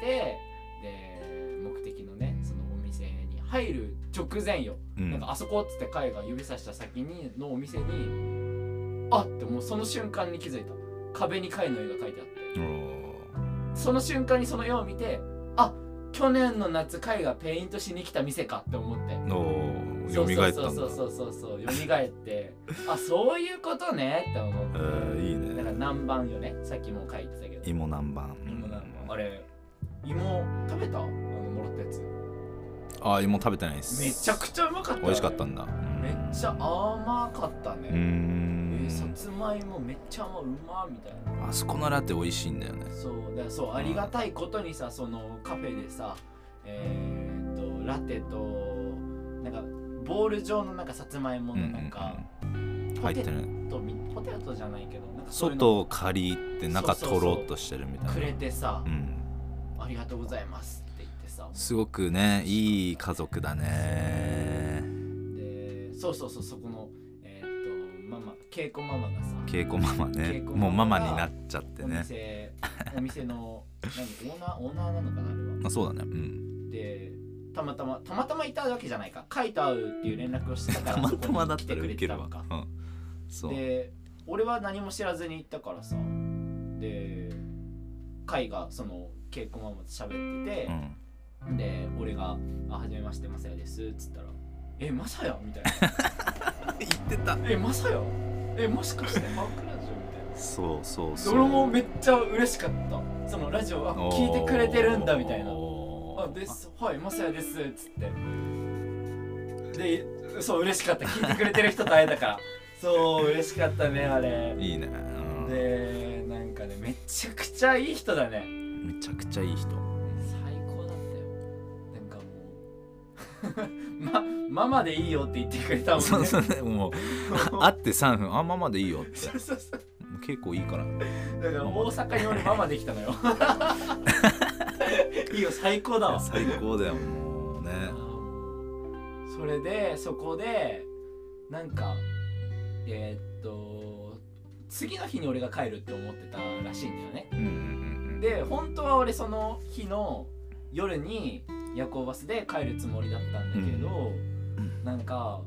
[SPEAKER 1] てで目的のねそのお店に入る直前よ、
[SPEAKER 2] うん
[SPEAKER 1] なんかあそこっつって海が指さした先にのお店にあってもうその瞬間に気づいた壁に貝の絵が描いてあって
[SPEAKER 2] おー
[SPEAKER 1] その瞬間にその絵を見てあ去年の夏貝がペイントしに来た店かって思って
[SPEAKER 2] おーよみがえったんだ
[SPEAKER 1] そうそうそうそうそうそう蘇ってあそういうことねって思って
[SPEAKER 2] えーいい
[SPEAKER 1] だか
[SPEAKER 2] ね
[SPEAKER 1] ら南蛮よねさっきも書いてたけど
[SPEAKER 2] 芋南蛮
[SPEAKER 1] 芋南蛮あれ芋食べたあのもらったやつ
[SPEAKER 2] あー芋食べてないっす
[SPEAKER 1] めちゃくちゃうまかったよ
[SPEAKER 2] 美味しかったんだ
[SPEAKER 1] めっちゃ甘かった
[SPEAKER 2] うー
[SPEAKER 1] ね、えーさ
[SPEAKER 2] ん
[SPEAKER 1] つまいもめっちゃ甘いうまみたいな
[SPEAKER 2] あそこのラテ美味しいんだよね
[SPEAKER 1] そうだからそうありがたいことにさそのカフェでさえー、とラテとなんかボール状のなんかさつまいものなんか、
[SPEAKER 2] うん
[SPEAKER 1] ポ
[SPEAKER 2] 入
[SPEAKER 1] テ
[SPEAKER 2] って
[SPEAKER 1] ト
[SPEAKER 2] る
[SPEAKER 1] みポテトじゃないけどなんかそういうの
[SPEAKER 2] 外を借りて中とろっとしてるみたいな
[SPEAKER 1] くれてさ、
[SPEAKER 2] うん
[SPEAKER 1] ありがとうございますって言ってさ
[SPEAKER 2] すごくねいい家族だね
[SPEAKER 1] でそうそうそうそこのえーっとママ稽古ママがさ
[SPEAKER 2] 稽古ママね
[SPEAKER 1] 稽古
[SPEAKER 2] もうマ
[SPEAKER 1] ママ
[SPEAKER 2] マ
[SPEAKER 1] が
[SPEAKER 2] になっちゃって
[SPEAKER 1] お
[SPEAKER 2] ね
[SPEAKER 1] 店お店の何オーナーオーナーなのかなあれは
[SPEAKER 2] まあそうだねうん
[SPEAKER 1] でたまたまたまたまいたわけじゃないか書いて会うっていう連絡をしてたから
[SPEAKER 2] たまたまだった
[SPEAKER 1] そこ
[SPEAKER 2] ら
[SPEAKER 1] に
[SPEAKER 2] ウ
[SPEAKER 1] 来てく
[SPEAKER 2] ケ
[SPEAKER 1] れてた
[SPEAKER 2] る
[SPEAKER 1] の
[SPEAKER 2] わ
[SPEAKER 1] か
[SPEAKER 2] うんそう
[SPEAKER 1] で俺は何も知らずに行ったからさで海がその稽古ママと喋ってて、
[SPEAKER 2] うん
[SPEAKER 1] で俺が「あはじめましてまさやです」っつったら「えまさや?」みたいな
[SPEAKER 2] 言ってた
[SPEAKER 1] 「えまさやえもしかしてマックラジオ?」みたいな
[SPEAKER 2] そうそう
[SPEAKER 1] で
[SPEAKER 2] そう
[SPEAKER 1] 俺もめっちゃ嬉しかったそのラジオあ聞いてくれてるんだみたいな「あ
[SPEAKER 2] あ
[SPEAKER 1] ですはいまさやです」っつってでそう嬉しかった聞いてくれてる人と会えたからそう嬉しかったねあれ
[SPEAKER 2] いいね、うん
[SPEAKER 1] でなんかねめちゃくちゃいい人だね
[SPEAKER 2] めちゃくちゃいい人
[SPEAKER 1] 最高だったよなんかもう まママでいいよって言ってくれたもんね
[SPEAKER 2] そうそうねもう あ会って3分あママでいいよって
[SPEAKER 1] そうそうそう
[SPEAKER 2] 結構いいから
[SPEAKER 1] だから大阪に俺ママできたの よいいよ最高だわ
[SPEAKER 2] 最高だよもうね
[SPEAKER 1] あーもうそれでそこでなんかえーっと次の日に俺が帰るって思ってたらしいんだよね
[SPEAKER 2] うんうんうん
[SPEAKER 1] で本当は俺その日の夜に夜行バスで帰るつもりだったんだけど、
[SPEAKER 2] うん
[SPEAKER 1] なんか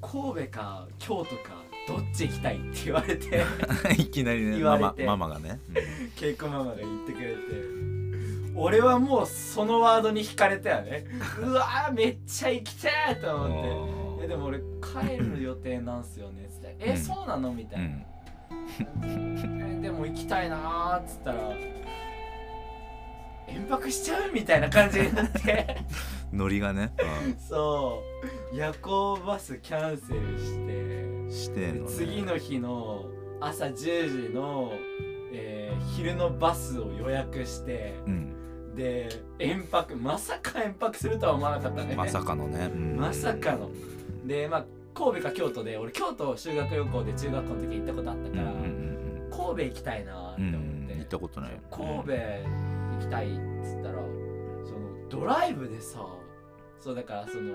[SPEAKER 1] 神戸か京都かどっち行きたいって言われ て
[SPEAKER 2] うんいきなりね
[SPEAKER 1] 言わ
[SPEAKER 2] マ
[SPEAKER 1] れ
[SPEAKER 2] マ
[SPEAKER 1] て
[SPEAKER 2] ママがね、うん
[SPEAKER 1] 稽古ママが言ってくれて俺はもうそのワードに惹かれたよねうわーめっちゃ行きたいと思って。えでも俺帰る予定なんすよねっつって「え
[SPEAKER 2] うん
[SPEAKER 1] そうなの?」みた
[SPEAKER 2] う
[SPEAKER 1] いな、
[SPEAKER 2] ん
[SPEAKER 1] えでも行きたいなーっつったら「延泊しちゃう?」みたいな感じになって
[SPEAKER 2] ノリがね、
[SPEAKER 1] そう夜行バスキャンセルして
[SPEAKER 2] うん、してんの、ね、
[SPEAKER 1] 次の日の朝10時の、えー昼のバスを予約して
[SPEAKER 2] うん
[SPEAKER 1] で延泊まさか延泊するとは思わなかったね
[SPEAKER 2] まさかのね、うん
[SPEAKER 1] まさかのでまあ神戸か京都で俺京都修学旅行で中学校の時行ったことあった
[SPEAKER 2] うん
[SPEAKER 1] か
[SPEAKER 2] う
[SPEAKER 1] ら、
[SPEAKER 2] ん
[SPEAKER 1] 神戸行きたいなって
[SPEAKER 2] うんう
[SPEAKER 1] 思
[SPEAKER 2] ん
[SPEAKER 1] って、
[SPEAKER 2] 行ったことないよ
[SPEAKER 1] 神戸行きたいっつったらそのドライブでさそうだからその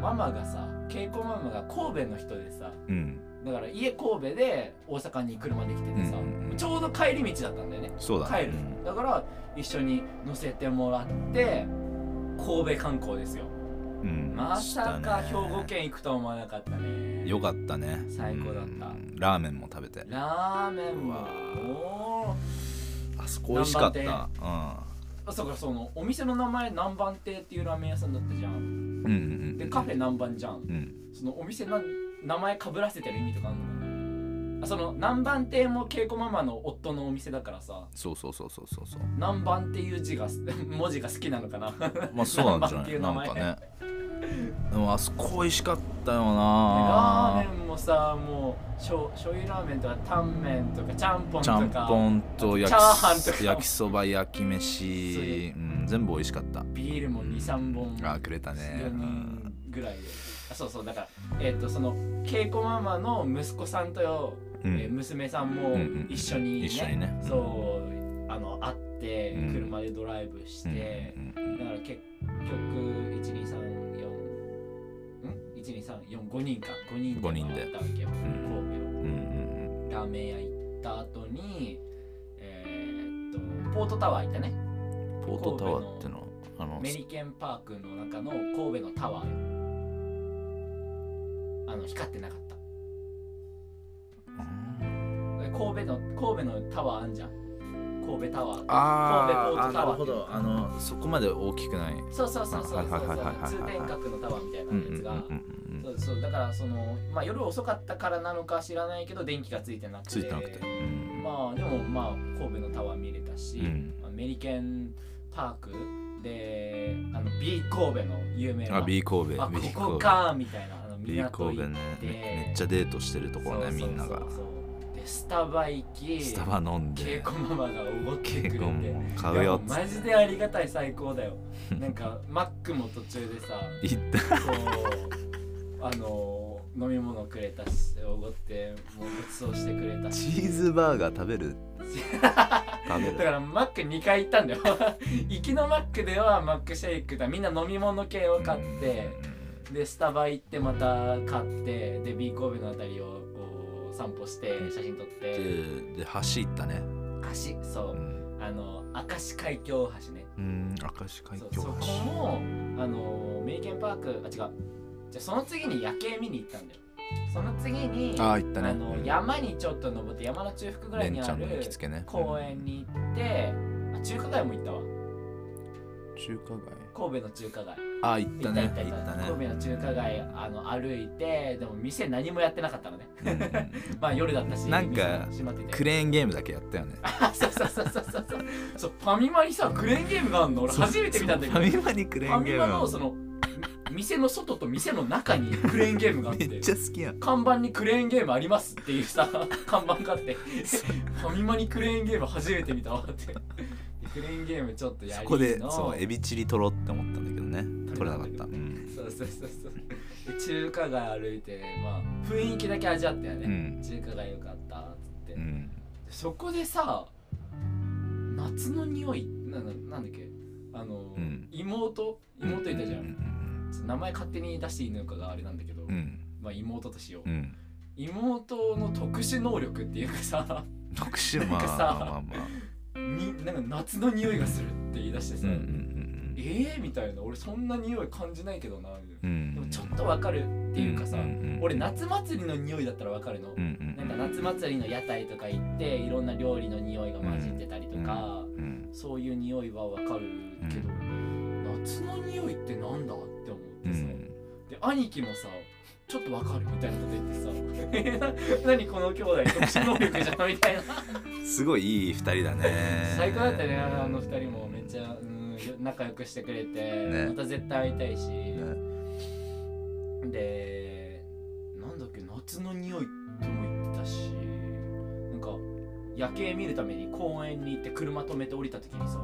[SPEAKER 1] ママがさ稽古ママが神戸の人でさ
[SPEAKER 2] うん
[SPEAKER 1] だから家神戸で大阪に車で来ててさ、
[SPEAKER 2] うんうん
[SPEAKER 1] ちょうど帰り道だったんだよね
[SPEAKER 2] そうだね
[SPEAKER 1] 帰るのだから一緒に乗せてもらって神戸観光ですよ
[SPEAKER 2] うん
[SPEAKER 1] まさか兵
[SPEAKER 2] したね
[SPEAKER 1] 庫県行くとは思わなかったね
[SPEAKER 2] よかったね
[SPEAKER 1] 最高だった
[SPEAKER 2] うんラーメンも食べて
[SPEAKER 1] ラーメン
[SPEAKER 2] うわ
[SPEAKER 1] も
[SPEAKER 2] あそこ美味しかった
[SPEAKER 1] 南おそうかそのお店の名前南蛮亭っていうラーメン屋さんだったじゃん
[SPEAKER 2] うんうんうんうん
[SPEAKER 1] でカフェ南蛮じゃん
[SPEAKER 2] うん
[SPEAKER 1] そのお店の名前かぶらせてる意味とかあるのかなあその南蛮亭も稽古ママの夫のお店だからさ
[SPEAKER 2] そうそうそうそうそうそう
[SPEAKER 1] 南蛮っていう字が 文字が好きなのかな
[SPEAKER 2] まあそうなんじゃ
[SPEAKER 1] 南蛮っ
[SPEAKER 2] な
[SPEAKER 1] て
[SPEAKER 2] い
[SPEAKER 1] いう 名
[SPEAKER 2] なん
[SPEAKER 1] 前
[SPEAKER 2] かねでもあそこ美味しかったよな
[SPEAKER 1] ラーメンもさもうしょ醤油ラーメンとかタンメンとかちゃんぽん
[SPEAKER 2] ち
[SPEAKER 1] と
[SPEAKER 2] ゃ
[SPEAKER 1] か
[SPEAKER 2] んぽんと焼き
[SPEAKER 1] チャーハンとか
[SPEAKER 2] 焼きそば焼き
[SPEAKER 1] そう
[SPEAKER 2] 飯
[SPEAKER 1] い、
[SPEAKER 2] うん、全部美味しかった
[SPEAKER 1] ビールも23本
[SPEAKER 2] あくれたね
[SPEAKER 1] 4人ぐらいであそうそうだからえっ、とその稽古ママの息子さんとよ
[SPEAKER 2] うん
[SPEAKER 1] えー娘さんも
[SPEAKER 2] うんうん
[SPEAKER 1] 一緒にね,、
[SPEAKER 2] 一緒にね
[SPEAKER 1] そうあの会って
[SPEAKER 2] うん
[SPEAKER 1] 車でドライブして
[SPEAKER 2] う、んうんうん
[SPEAKER 1] だから結局123412345 5人か5人で
[SPEAKER 2] 五人で
[SPEAKER 1] 回ったわけよ、
[SPEAKER 2] ん
[SPEAKER 1] 神
[SPEAKER 2] うんうん
[SPEAKER 1] 戸をラーメン屋行った後にえーっとポートタワー行ったね
[SPEAKER 2] うんポートタワーってのはあの
[SPEAKER 1] メリケンパークの中の神戸のタワーよあの光ってなかった
[SPEAKER 2] うん
[SPEAKER 1] 神戸の神戸のタワーあんじゃん神戸タワー
[SPEAKER 2] あ
[SPEAKER 1] 神戸ポー
[SPEAKER 2] ー
[SPEAKER 1] ト
[SPEAKER 2] あ
[SPEAKER 1] タ
[SPEAKER 2] なる
[SPEAKER 1] ワー
[SPEAKER 2] ほどあのそこまで大きくない
[SPEAKER 1] そうそうそうそうそうそう
[SPEAKER 2] はいはいはいはいはい
[SPEAKER 1] 通天閣のタワーみたいな
[SPEAKER 2] うんうん
[SPEAKER 1] やつが、
[SPEAKER 2] うんうん
[SPEAKER 1] そうそうだからそのまあ夜遅かったからなのか知らないけど電気がついてなくて
[SPEAKER 2] ついてなくてうん
[SPEAKER 1] まあでもまあ神戸のタワー見れたし、
[SPEAKER 2] うん
[SPEAKER 1] まあメリケンパークであの B 神戸の有名な
[SPEAKER 2] あ B 神戸
[SPEAKER 1] あ
[SPEAKER 2] B 神戸
[SPEAKER 1] ここかみたいなあの
[SPEAKER 2] B
[SPEAKER 1] 港行っ
[SPEAKER 2] 神
[SPEAKER 1] て
[SPEAKER 2] 戸ねめめっちゃデートしてるところねみんなが
[SPEAKER 1] そうそうそうでスタバ行き
[SPEAKER 2] スタバ飲ん
[SPEAKER 1] 稽
[SPEAKER 2] で
[SPEAKER 1] 古ママがおごってくれて
[SPEAKER 2] 結婚も
[SPEAKER 1] いうや
[SPEAKER 2] 買
[SPEAKER 1] も
[SPEAKER 2] よ
[SPEAKER 1] う
[SPEAKER 2] っつっ
[SPEAKER 1] マジでありがたい最高だよなんかマックも途中でさ
[SPEAKER 2] て行った
[SPEAKER 1] こうあの飲み物くれたしおごってもうごちそうしてくれたし
[SPEAKER 2] チーズバーガー食べる 食べ
[SPEAKER 1] だ
[SPEAKER 2] る
[SPEAKER 1] からマック2回行ったんだよ 行きのマックではマックシェイクだみんな飲み物系を買って、でスタバ行ってまた買ってで B 神戸のあたりをこう散歩して写真撮って
[SPEAKER 2] でで橋行ったね、
[SPEAKER 1] 橋そううんあの明石海峡大橋ね
[SPEAKER 2] うん、明石海
[SPEAKER 1] そう
[SPEAKER 2] 峡
[SPEAKER 1] そこもあの名犬パークあ違うじゃあその次に夜景見に行ったんだよその次に
[SPEAKER 2] 橋ああ行ったね
[SPEAKER 1] あの、
[SPEAKER 2] うん
[SPEAKER 1] 山にちょっと登って山の中腹ぐらい
[SPEAKER 2] レ
[SPEAKER 1] に
[SPEAKER 2] ンち
[SPEAKER 1] あ
[SPEAKER 2] ゃんの行
[SPEAKER 1] る
[SPEAKER 2] きつけね
[SPEAKER 1] 公園に行って、あ中華街も行ったわ
[SPEAKER 2] うん中華街
[SPEAKER 1] 神戸の中華街
[SPEAKER 2] ああ行ったね
[SPEAKER 1] 行った行った
[SPEAKER 2] 行
[SPEAKER 1] 神戸の中華街あの歩いてでも店何もやってなかったのね
[SPEAKER 2] ね、
[SPEAKER 1] まあ夜だったし
[SPEAKER 2] なんか
[SPEAKER 1] 店も閉まって
[SPEAKER 2] うん、
[SPEAKER 1] て
[SPEAKER 2] クレーンゲームだけやったよね
[SPEAKER 1] あそうそうそうそうそうそうそうファミマにさクレーンゲームがあるの俺初めて見たんだけど
[SPEAKER 2] フ
[SPEAKER 1] フ
[SPEAKER 2] ァミマにクレー
[SPEAKER 1] ァ
[SPEAKER 2] ンゲ
[SPEAKER 1] ミ
[SPEAKER 2] ーム
[SPEAKER 1] マのその店の外と店の中にクレーンゲームがあっ
[SPEAKER 2] め
[SPEAKER 1] て
[SPEAKER 2] っちゃ好きやん
[SPEAKER 1] 看板にクレーンゲームありますっていう さ看板があってファミマにクレーンゲーム初めて見たわってでクレーンゲームちょっとやり
[SPEAKER 2] そ
[SPEAKER 1] の
[SPEAKER 2] こでそうエビチリ取ろうって思ったんだけどね取
[SPEAKER 1] 取
[SPEAKER 2] れ
[SPEAKER 1] れな
[SPEAKER 2] なか
[SPEAKER 1] か
[SPEAKER 2] っ
[SPEAKER 1] ったた
[SPEAKER 2] うん、
[SPEAKER 1] そうそうそうそうで中華街歩いてまあ雰囲気だけ味わったよ
[SPEAKER 2] う
[SPEAKER 1] ね、
[SPEAKER 2] ん
[SPEAKER 1] 中華街よかったっつって、
[SPEAKER 2] うん、
[SPEAKER 1] そこでさ夏の匂いなななんだっけあの、
[SPEAKER 2] うん
[SPEAKER 1] 妹妹いたじゃん、
[SPEAKER 2] ん
[SPEAKER 1] 名前勝手に出していいのかがあれなんだけど、
[SPEAKER 2] うんうん
[SPEAKER 1] まあ妹としよう、
[SPEAKER 2] うん
[SPEAKER 1] 妹の特殊能力っていうかさ
[SPEAKER 2] 徳島
[SPEAKER 1] なんかさ
[SPEAKER 2] まあまあまあ
[SPEAKER 1] になんか夏の匂いがするって言い出して
[SPEAKER 2] う
[SPEAKER 1] さ、
[SPEAKER 2] んうん
[SPEAKER 1] えー、みたいな俺そんな匂い感じないけどなみたいな
[SPEAKER 2] うんうん
[SPEAKER 1] でもちょっとわかるっていうかさ、
[SPEAKER 2] んんん
[SPEAKER 1] 俺夏祭りの匂いだったらわかるの、
[SPEAKER 2] うん
[SPEAKER 1] なんか夏祭りの屋台とか行っていろんな料理の匂いが混じってたりとか、
[SPEAKER 2] うんうん
[SPEAKER 1] そういう匂いはわかるけど、
[SPEAKER 2] う
[SPEAKER 1] 夏の匂いってなんだって思っ
[SPEAKER 2] う
[SPEAKER 1] てさ、
[SPEAKER 2] ん
[SPEAKER 1] で兄貴もさちょっとわかるみたいなこと言ってさ 「えな何この兄弟特殊能力じゃん」みたいな
[SPEAKER 2] すごいいい二人だね
[SPEAKER 1] 最高だったねあの二人もめっちゃ、うん、仲良くしてくれて、
[SPEAKER 2] ね
[SPEAKER 1] また絶対会いたいし、
[SPEAKER 2] ね
[SPEAKER 1] でなんだっけ夏の匂いとも言ってたしなんか夜景見るために公園に行って車止めて降りた時にさ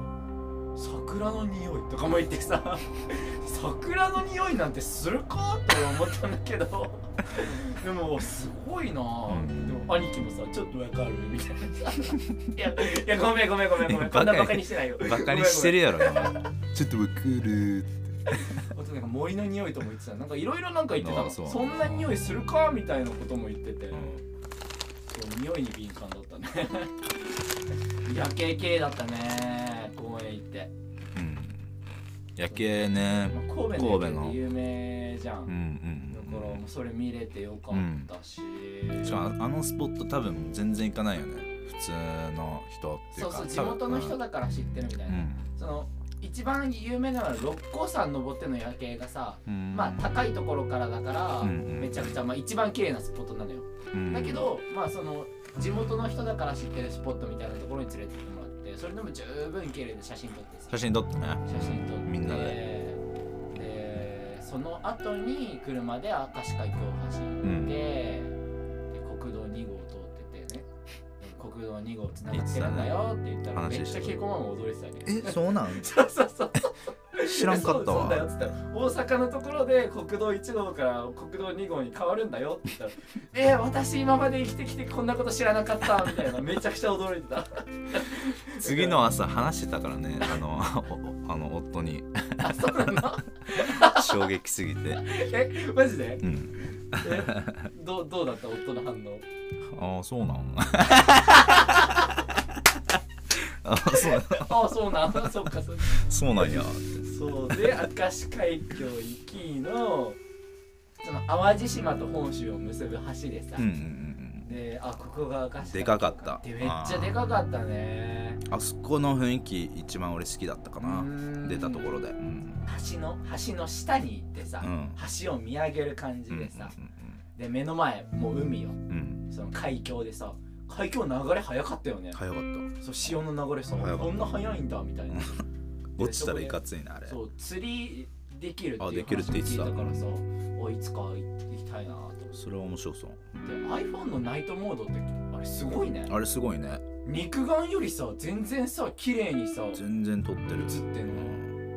[SPEAKER 1] 桜の匂いとかも言ってさ 桜の匂いなんてするかって思ったんだけど でもすごいなあ、
[SPEAKER 2] うん
[SPEAKER 1] でも兄貴もさちょっとわかるみたいな いやいやごめんごめんごめんごめん
[SPEAKER 2] バカ
[SPEAKER 1] こんなバカにしてないよ
[SPEAKER 2] バカにして
[SPEAKER 1] る
[SPEAKER 2] るやろ今ちょっとわかる
[SPEAKER 1] あとなんか森の匂いとも言ってたなんかいろいろなんか言ってた
[SPEAKER 2] あ
[SPEAKER 1] の
[SPEAKER 2] そう
[SPEAKER 1] そんな匂いするかみたいなことも言ってて、
[SPEAKER 2] うん
[SPEAKER 1] そう匂いに敏感だったね 夜景系だったね公園行って、
[SPEAKER 2] うん夜景ね
[SPEAKER 1] まあ、神戸の夜景って有名じゃん、
[SPEAKER 2] うんうん
[SPEAKER 1] だからもうそれ見れてよかったし、
[SPEAKER 2] しかもあのスポット多分全然行かないよね普通の人ってい
[SPEAKER 1] そうう
[SPEAKER 2] か
[SPEAKER 1] そう地元の人だから知ってるみた
[SPEAKER 2] う
[SPEAKER 1] いな、
[SPEAKER 2] ん
[SPEAKER 1] その一番有名なのは六甲山登っての夜景がさ
[SPEAKER 2] うん
[SPEAKER 1] まあ高いところからだから、
[SPEAKER 2] うんうん
[SPEAKER 1] めちゃくちゃ、まあ、一番綺麗なスポットなのよ
[SPEAKER 2] うん
[SPEAKER 1] だけどまあその地元の人だから知ってるスポットみたいなところに連れてってもらってそれでも十分綺麗で写真撮ってさ
[SPEAKER 2] 写真撮ってね
[SPEAKER 1] 写真撮って
[SPEAKER 2] みんなで
[SPEAKER 1] でその後に車で明石海峡橋行って、で国道2号通っててね 国道2号つながってるんだよって言ったらめ
[SPEAKER 2] 言
[SPEAKER 1] っ
[SPEAKER 2] って
[SPEAKER 1] ち
[SPEAKER 2] た
[SPEAKER 1] ゃ
[SPEAKER 2] ね
[SPEAKER 1] 稽古マン踊れてたね
[SPEAKER 2] そう なん
[SPEAKER 1] そうそうそう
[SPEAKER 2] 知らんかった
[SPEAKER 1] そうそうだよ
[SPEAKER 2] わ
[SPEAKER 1] っつったら大阪のところで国道1号から国道2号に変わるんだよって言ったら「えー、私今まで生きてきてこんなこと知らなかった」みたいなめちゃくちゃ驚いてた
[SPEAKER 2] 次の朝話してたからねあのおあの夫に
[SPEAKER 1] あそうなの
[SPEAKER 2] 衝撃すぎて
[SPEAKER 1] えマジで
[SPEAKER 2] うん
[SPEAKER 1] えどうどうだった夫の反応
[SPEAKER 2] ああそうなん あーそう
[SPEAKER 1] ああそうなん だそっかそっか
[SPEAKER 2] そうなんや
[SPEAKER 1] そうで明石海峡行きのその淡路島と本州を結ぶ橋でさ、
[SPEAKER 2] うんうんうん
[SPEAKER 1] であここが明石海峡
[SPEAKER 2] でかかった
[SPEAKER 1] でめっちゃでかかったね
[SPEAKER 2] うんあそこの雰囲気一番俺好きだったか
[SPEAKER 1] う
[SPEAKER 2] な
[SPEAKER 1] ーん
[SPEAKER 2] 出たところでうん
[SPEAKER 1] 橋の橋の下に行ってさ、
[SPEAKER 2] うん
[SPEAKER 1] 橋を見上げる感じ
[SPEAKER 2] うん
[SPEAKER 1] でさ、で目の前もう海よ
[SPEAKER 2] うんうん
[SPEAKER 1] その海峡でさ海峡流れ早かったよね、
[SPEAKER 2] 早かった
[SPEAKER 1] そう潮の流れさ
[SPEAKER 2] 早かった
[SPEAKER 1] こんな早いんだみたいな
[SPEAKER 2] 落ちたらいかついなあれ
[SPEAKER 1] そう釣りできるって
[SPEAKER 2] あ
[SPEAKER 1] い
[SPEAKER 2] で
[SPEAKER 1] う
[SPEAKER 2] きるって
[SPEAKER 1] 話
[SPEAKER 2] 言って
[SPEAKER 1] 聞い
[SPEAKER 2] た
[SPEAKER 1] たからさおいつか行きたいなと思って
[SPEAKER 2] それは面白そう
[SPEAKER 1] で iPhone のナイトモードってあれすごいね
[SPEAKER 2] あれすごいね
[SPEAKER 1] 肉眼よりさ全然さ綺麗にさ映って
[SPEAKER 2] 全然撮ってる
[SPEAKER 1] んの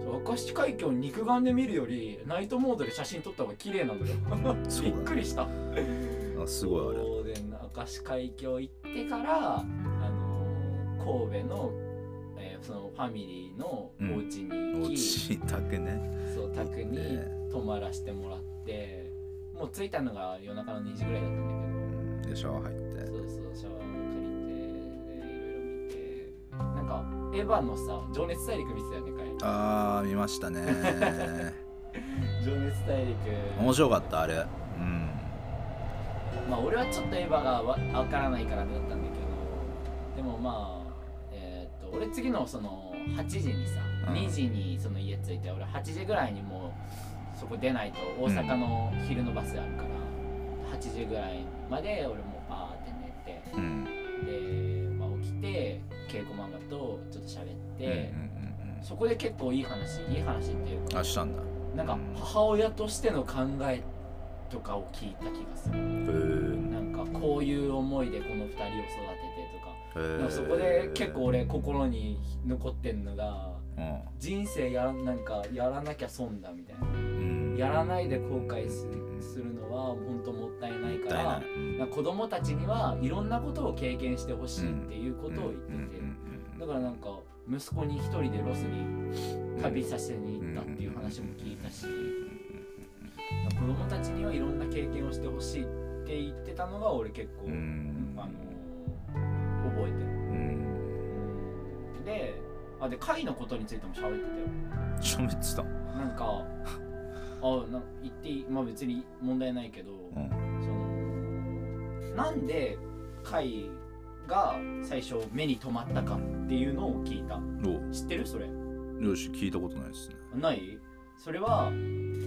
[SPEAKER 1] そう明石海峡肉眼で見るよりナイトモードで写真撮った方が綺麗なんだよ
[SPEAKER 2] そう
[SPEAKER 1] び
[SPEAKER 2] だ
[SPEAKER 1] っ
[SPEAKER 2] ね
[SPEAKER 1] くりした
[SPEAKER 2] あすごいあれ
[SPEAKER 1] そうで明石海峡行ってから、あのー神戸の,、えーそのファミリーのお家に行
[SPEAKER 2] 落
[SPEAKER 1] き、
[SPEAKER 2] ちたくね
[SPEAKER 1] そう宅に
[SPEAKER 2] ね
[SPEAKER 1] 泊まらせてもらってもう着いたのが夜中の2時ぐらいだったんだけど
[SPEAKER 2] ででシャワー入って
[SPEAKER 1] そうそうシャワー借りてでいろいろ見てなんかエヴァのさ「情熱大陸」見てたよねかい
[SPEAKER 2] あー見 ましたね
[SPEAKER 1] 情熱大陸
[SPEAKER 2] 面白かったあれうん
[SPEAKER 1] まあ俺はちょっとエヴァがわわからないからあれだったんだけどでもまあえーっと俺次のその8時にさ、
[SPEAKER 2] うん
[SPEAKER 1] 2時にその家着いて俺8時ぐらいにもうそこ出ないと大阪の昼のバスあるから、8時ぐらいまで俺もパーって寝て
[SPEAKER 2] うん
[SPEAKER 1] で、まあ、起きて稽古漫画とちょっと喋って、
[SPEAKER 2] うんうん
[SPEAKER 1] そこで結構いい話いい話っていう
[SPEAKER 2] うん
[SPEAKER 1] か
[SPEAKER 2] あしたんだへ
[SPEAKER 1] なんか母親としての考えとかを聞いた気がする
[SPEAKER 2] ー
[SPEAKER 1] なんかこういう思いでこの2人を育ててとか
[SPEAKER 2] へ
[SPEAKER 1] で
[SPEAKER 2] ー
[SPEAKER 1] もそこで結構俺心に残ってんのが
[SPEAKER 2] うん
[SPEAKER 1] 人生やらなんかやらなきゃ損だみたいな
[SPEAKER 2] うん
[SPEAKER 1] やらないで後悔すするのは本当もったいない
[SPEAKER 2] もっ
[SPEAKER 1] か
[SPEAKER 2] たい
[SPEAKER 1] ら
[SPEAKER 2] ないうん
[SPEAKER 1] なんか子供たちにはいろんなことを経験してほしいっていうことを言ってて、だからなんか息子に一人でロスに旅させに行ったっていう話も聞いたし、子供たちにはいろんな経験をしてほしいって言ってたのが俺結構、
[SPEAKER 2] うん
[SPEAKER 1] あの覚えてる。
[SPEAKER 2] うん
[SPEAKER 1] であで貝のことについても喋ってたよ。
[SPEAKER 2] 喋ってたう
[SPEAKER 1] なんか あなん言っていいまあ別に問題ないけど、
[SPEAKER 2] ん
[SPEAKER 1] そのなんで貝が最初目に留まったかっていうのを聞いた。知ってるそれ
[SPEAKER 2] およし聞いたことないですね
[SPEAKER 1] ないそれは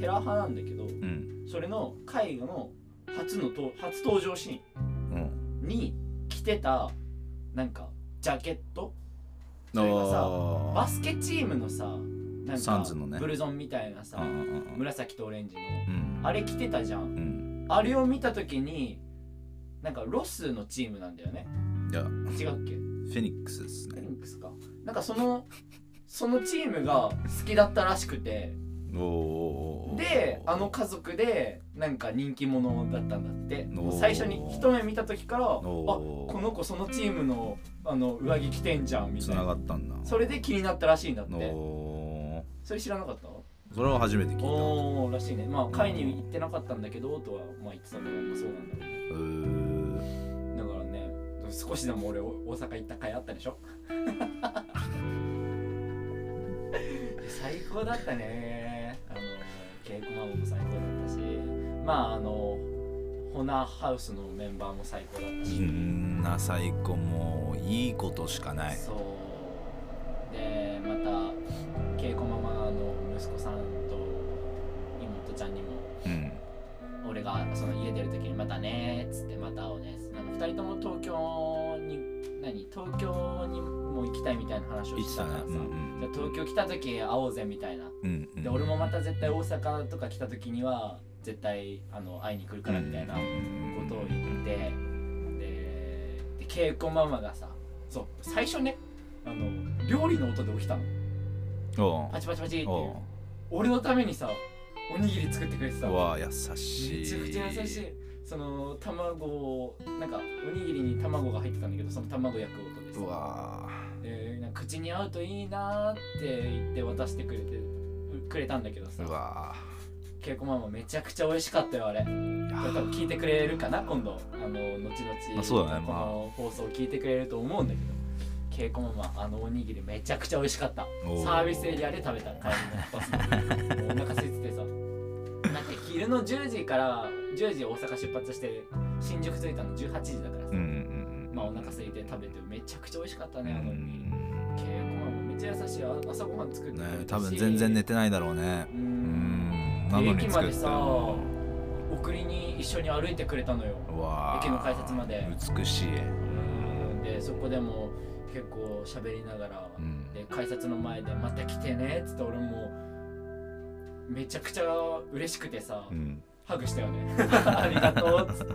[SPEAKER 1] テラ派なんだけど
[SPEAKER 2] うん
[SPEAKER 1] それの絵画の初のと初登場シ
[SPEAKER 2] うん
[SPEAKER 1] ーンに着てたなんかジャケットそれがさバ
[SPEAKER 2] あ
[SPEAKER 1] スケチームのさなん
[SPEAKER 2] サン
[SPEAKER 1] か
[SPEAKER 2] ズのね
[SPEAKER 1] ブルゾンみたいな
[SPEAKER 2] あ
[SPEAKER 1] さ
[SPEAKER 2] うんうん
[SPEAKER 1] 紫とオレンジの
[SPEAKER 2] うん
[SPEAKER 1] あれ着てたじゃん
[SPEAKER 2] うん
[SPEAKER 1] あれを見た時になんかロスのチームなんだよね
[SPEAKER 2] いや
[SPEAKER 1] 違うっけフ
[SPEAKER 2] フェニックスですね
[SPEAKER 1] ェニックスかなんかそのそのチームが好きだったらしくて
[SPEAKER 2] おーおーおーおー
[SPEAKER 1] であの家族でなんか人気者だったんだって
[SPEAKER 2] おー
[SPEAKER 1] 最初に一目見た時からあ
[SPEAKER 2] おー
[SPEAKER 1] この子そのチームのあの上着着てんじゃんみた
[SPEAKER 2] 繋
[SPEAKER 1] い
[SPEAKER 2] が
[SPEAKER 1] な
[SPEAKER 2] ったんだ
[SPEAKER 1] それで気になったらしいんだって
[SPEAKER 2] おー
[SPEAKER 1] それ知らなかった
[SPEAKER 2] それは初めて聞いた
[SPEAKER 1] おおらしいねまあ会に行ってなかったんだけどとはまあ言ってたのもそうなんだけ
[SPEAKER 2] うー
[SPEAKER 1] どだからね少しでも俺お大阪行った会あったでしょ 最高だったねあの稽古マンも最高だったしまああのホナーハウスのメンバーも最高だったし、
[SPEAKER 2] みんな最高もういいことしかない
[SPEAKER 1] そうでまた稽古ママの息子さんと妹ちゃんにも
[SPEAKER 2] うん
[SPEAKER 1] 俺がその家出る時に「またね」っつって「また会おうね」なんか2人とも東京に何東京にも行きたいみたいな話を
[SPEAKER 2] 言って
[SPEAKER 1] したたか
[SPEAKER 2] ね
[SPEAKER 1] らさ、
[SPEAKER 2] うんうん
[SPEAKER 1] じゃあ東京来た時会おうぜみたいな
[SPEAKER 2] うんうん
[SPEAKER 1] で俺もまた絶対大阪とか来た時には絶対あの会いに来るからみたいなことを言ってでで稽古ママがさそう最初ねあの料理の音で起きたの
[SPEAKER 2] お
[SPEAKER 1] パチパチパチっていうう
[SPEAKER 2] お
[SPEAKER 1] 俺のためにさおにぎり作ってくれて
[SPEAKER 2] う
[SPEAKER 1] たの
[SPEAKER 2] わ優しい
[SPEAKER 1] めちゃくちゃ優しいその卵をなんかおにぎりに卵が入ってたんだけどその卵焼く音です
[SPEAKER 2] うわ
[SPEAKER 1] えーなんか口に合うといいなーって言って渡してくれてくれたんだけどさ
[SPEAKER 2] うわ
[SPEAKER 1] 稽古ママめちゃくちゃ美味しかったよあ れ
[SPEAKER 2] いや
[SPEAKER 1] これ多分聞いてくれるかな今度あの後々
[SPEAKER 2] あそうだね
[SPEAKER 1] この放送聞いてくれると思うんだけど稽古ママあのおにぎりめちゃくちゃ美味しかった
[SPEAKER 2] おー
[SPEAKER 1] サービスエリアで食べた帰りのバスのもうお腹空いててさだって昼の10時から10時大阪出発して新宿着いたの18時だからさ、
[SPEAKER 2] うんうんうん
[SPEAKER 1] まあお腹空いて食べてめちゃくちゃ美味しかった
[SPEAKER 2] う
[SPEAKER 1] ねあのおにぎり
[SPEAKER 2] ん
[SPEAKER 1] 稽古ママめっちゃ優しいあ朝ごはん作ってくれた
[SPEAKER 2] ね
[SPEAKER 1] し
[SPEAKER 2] 多分全然寝てないだろうね
[SPEAKER 1] う
[SPEAKER 2] うんんなの
[SPEAKER 1] 駅
[SPEAKER 2] に
[SPEAKER 1] ま
[SPEAKER 2] 作
[SPEAKER 1] で
[SPEAKER 2] った
[SPEAKER 1] さ送りに一緒に歩いてくれたのよ
[SPEAKER 2] うわ
[SPEAKER 1] 駅の改札まで
[SPEAKER 2] 美しい
[SPEAKER 1] でそこでも結構喋りながら、
[SPEAKER 2] うん
[SPEAKER 1] で改札の前で「また来てね」っつって俺もめちゃくちゃ嬉しくてさ、
[SPEAKER 2] うん
[SPEAKER 1] ハグしたよね ありがとうっつって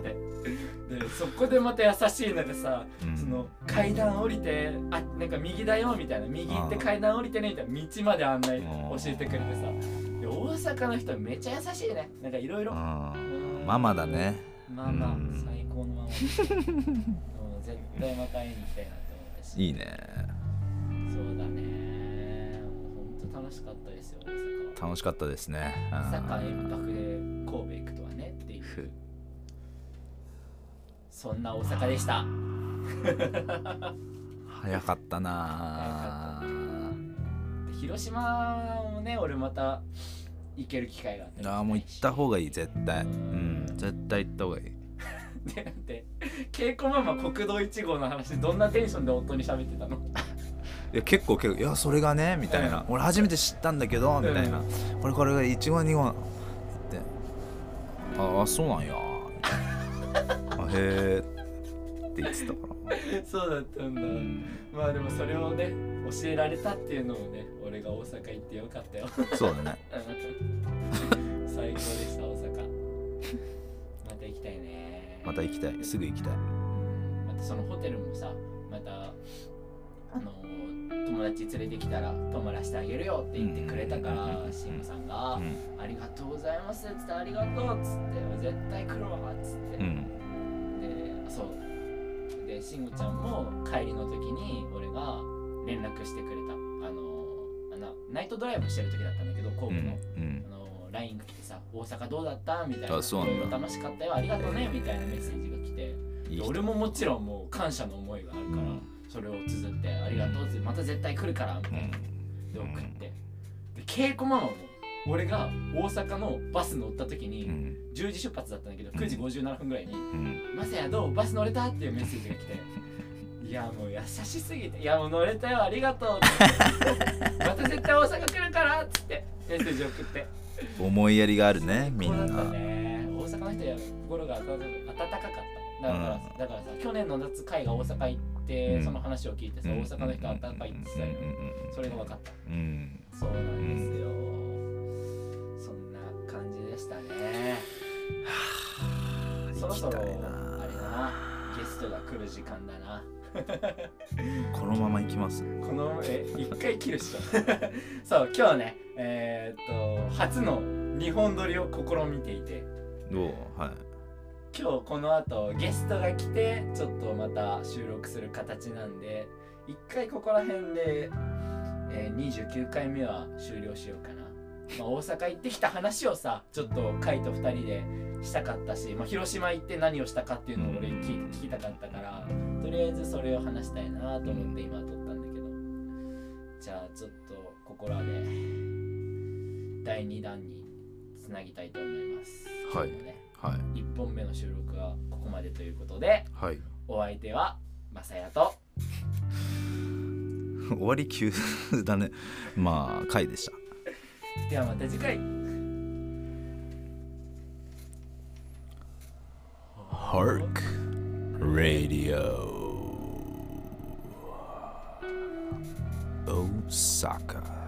[SPEAKER 1] でそこでまた優しいのでさ
[SPEAKER 2] うん
[SPEAKER 1] その階段降りてあなんか右だよみたいな右行って階段降りてねみたいな道まで案内教えてくれてさで大阪の人はめっちゃ優しいねなんかいろいろ
[SPEAKER 2] あーママだね
[SPEAKER 1] まあまあ
[SPEAKER 2] うん
[SPEAKER 1] 最高のままもう絶対また会いに行きたいなと思ったし
[SPEAKER 2] いいね
[SPEAKER 1] そうだねもうほんと楽しかったですよ大阪は
[SPEAKER 2] 楽しかったですね
[SPEAKER 1] まさか
[SPEAKER 2] うん
[SPEAKER 1] 一泊で神戸行くとはねっていう
[SPEAKER 2] ふ
[SPEAKER 1] そんな大阪でした
[SPEAKER 2] 早かったな
[SPEAKER 1] 広島をね俺また行ける機会があったり
[SPEAKER 2] ああもう行った方がいい絶対うん絶対行った方がいい
[SPEAKER 1] でで稽古ママ国道1号の話どんなテンションで夫に喋ってたの
[SPEAKER 2] いや結構結構「いやそれがね」みたいな、俺初めて知ったんだけど」みたいな、これこれが1号2号」って「ああそうなんや」みたい な「あへえ」って言ってたから
[SPEAKER 1] そうだったんだ、まあでもそれをね教えられたっていうのをね俺が大阪行ってよかった よ
[SPEAKER 2] そうだね
[SPEAKER 1] 最高でした大阪また行きたいね
[SPEAKER 2] また行きたいすぐ行きたい
[SPEAKER 1] またそのホテルもさまたあの友達連れてきたら泊まらせてあげるよって言ってくれたから慎吾さんが、ありがとうございます」っつって「ありがとう」っつって「絶対来るわ」っつって、
[SPEAKER 2] うん、
[SPEAKER 1] でそうで慎吾ちゃんも帰りの時に俺が連絡してくれたあのあのナイトドライブしてる時だったんだけど神戸の。
[SPEAKER 2] うんうん
[SPEAKER 1] あの LINE が来てさ「大阪どうだった?」みたいな「
[SPEAKER 2] あそうなんだ
[SPEAKER 1] 楽しかったよありがとうね」みたいなメッセージが来て
[SPEAKER 2] いい人
[SPEAKER 1] 俺ももちろんもう感謝の思いがあるから、
[SPEAKER 2] うん
[SPEAKER 1] それを綴って「ありがとう」ってまた絶対来るからみたいな、で送って、で稽古ママも俺が大阪のバス乗った時に、
[SPEAKER 2] うん
[SPEAKER 1] 10時出発だったんだけど9時57分ぐらいに
[SPEAKER 2] うん
[SPEAKER 1] 「まさやどうバス乗れた?」っていうメッセージが来て。いやもう優しすぎて「いやもう乗れたよありがとう」 って「また絶対大阪来るから」っつってメッセージ送って
[SPEAKER 2] 思いやりがあるねみ
[SPEAKER 1] こうんだった
[SPEAKER 2] な
[SPEAKER 1] ね大阪の人は心が温か温かかっただから、
[SPEAKER 2] う
[SPEAKER 1] だからさ去年の夏海が大阪行って、
[SPEAKER 2] うん
[SPEAKER 1] その話を聞いてさ、大阪の人は温かいって言ってたよ、それが分かった
[SPEAKER 2] うんうん
[SPEAKER 1] そうなんですよ、そんな感じでしたねそろそろ
[SPEAKER 2] 行きたいな
[SPEAKER 1] あれだなゲストが来る時間だな
[SPEAKER 2] このまま行きます
[SPEAKER 1] このえ一回切るっしょ そう今日ねえーっと初の日本撮りを試みていて
[SPEAKER 2] どうはい
[SPEAKER 1] 今日この後ゲストが来てちょっとまた収録する形なんで一回ここら辺で、えー29回目は終了しようかな、まあ、大阪行ってきた話をさちょっとカイと2人でしたかったし、まあ、広島行って何をしたかっていうのを俺聞聞きたかったからとりあえずそれを話したいなと思って今撮ったんだけどじゃあちょっとここらで第2弾につなぎたいと思います。
[SPEAKER 2] はい
[SPEAKER 1] 今日もね
[SPEAKER 2] はい
[SPEAKER 1] 1本目の収録はここまでということで
[SPEAKER 2] はい
[SPEAKER 1] お相手はまさやと
[SPEAKER 2] 終わり急だねまあ回でした
[SPEAKER 1] ではまた次回
[SPEAKER 2] ハーク Radio 大阪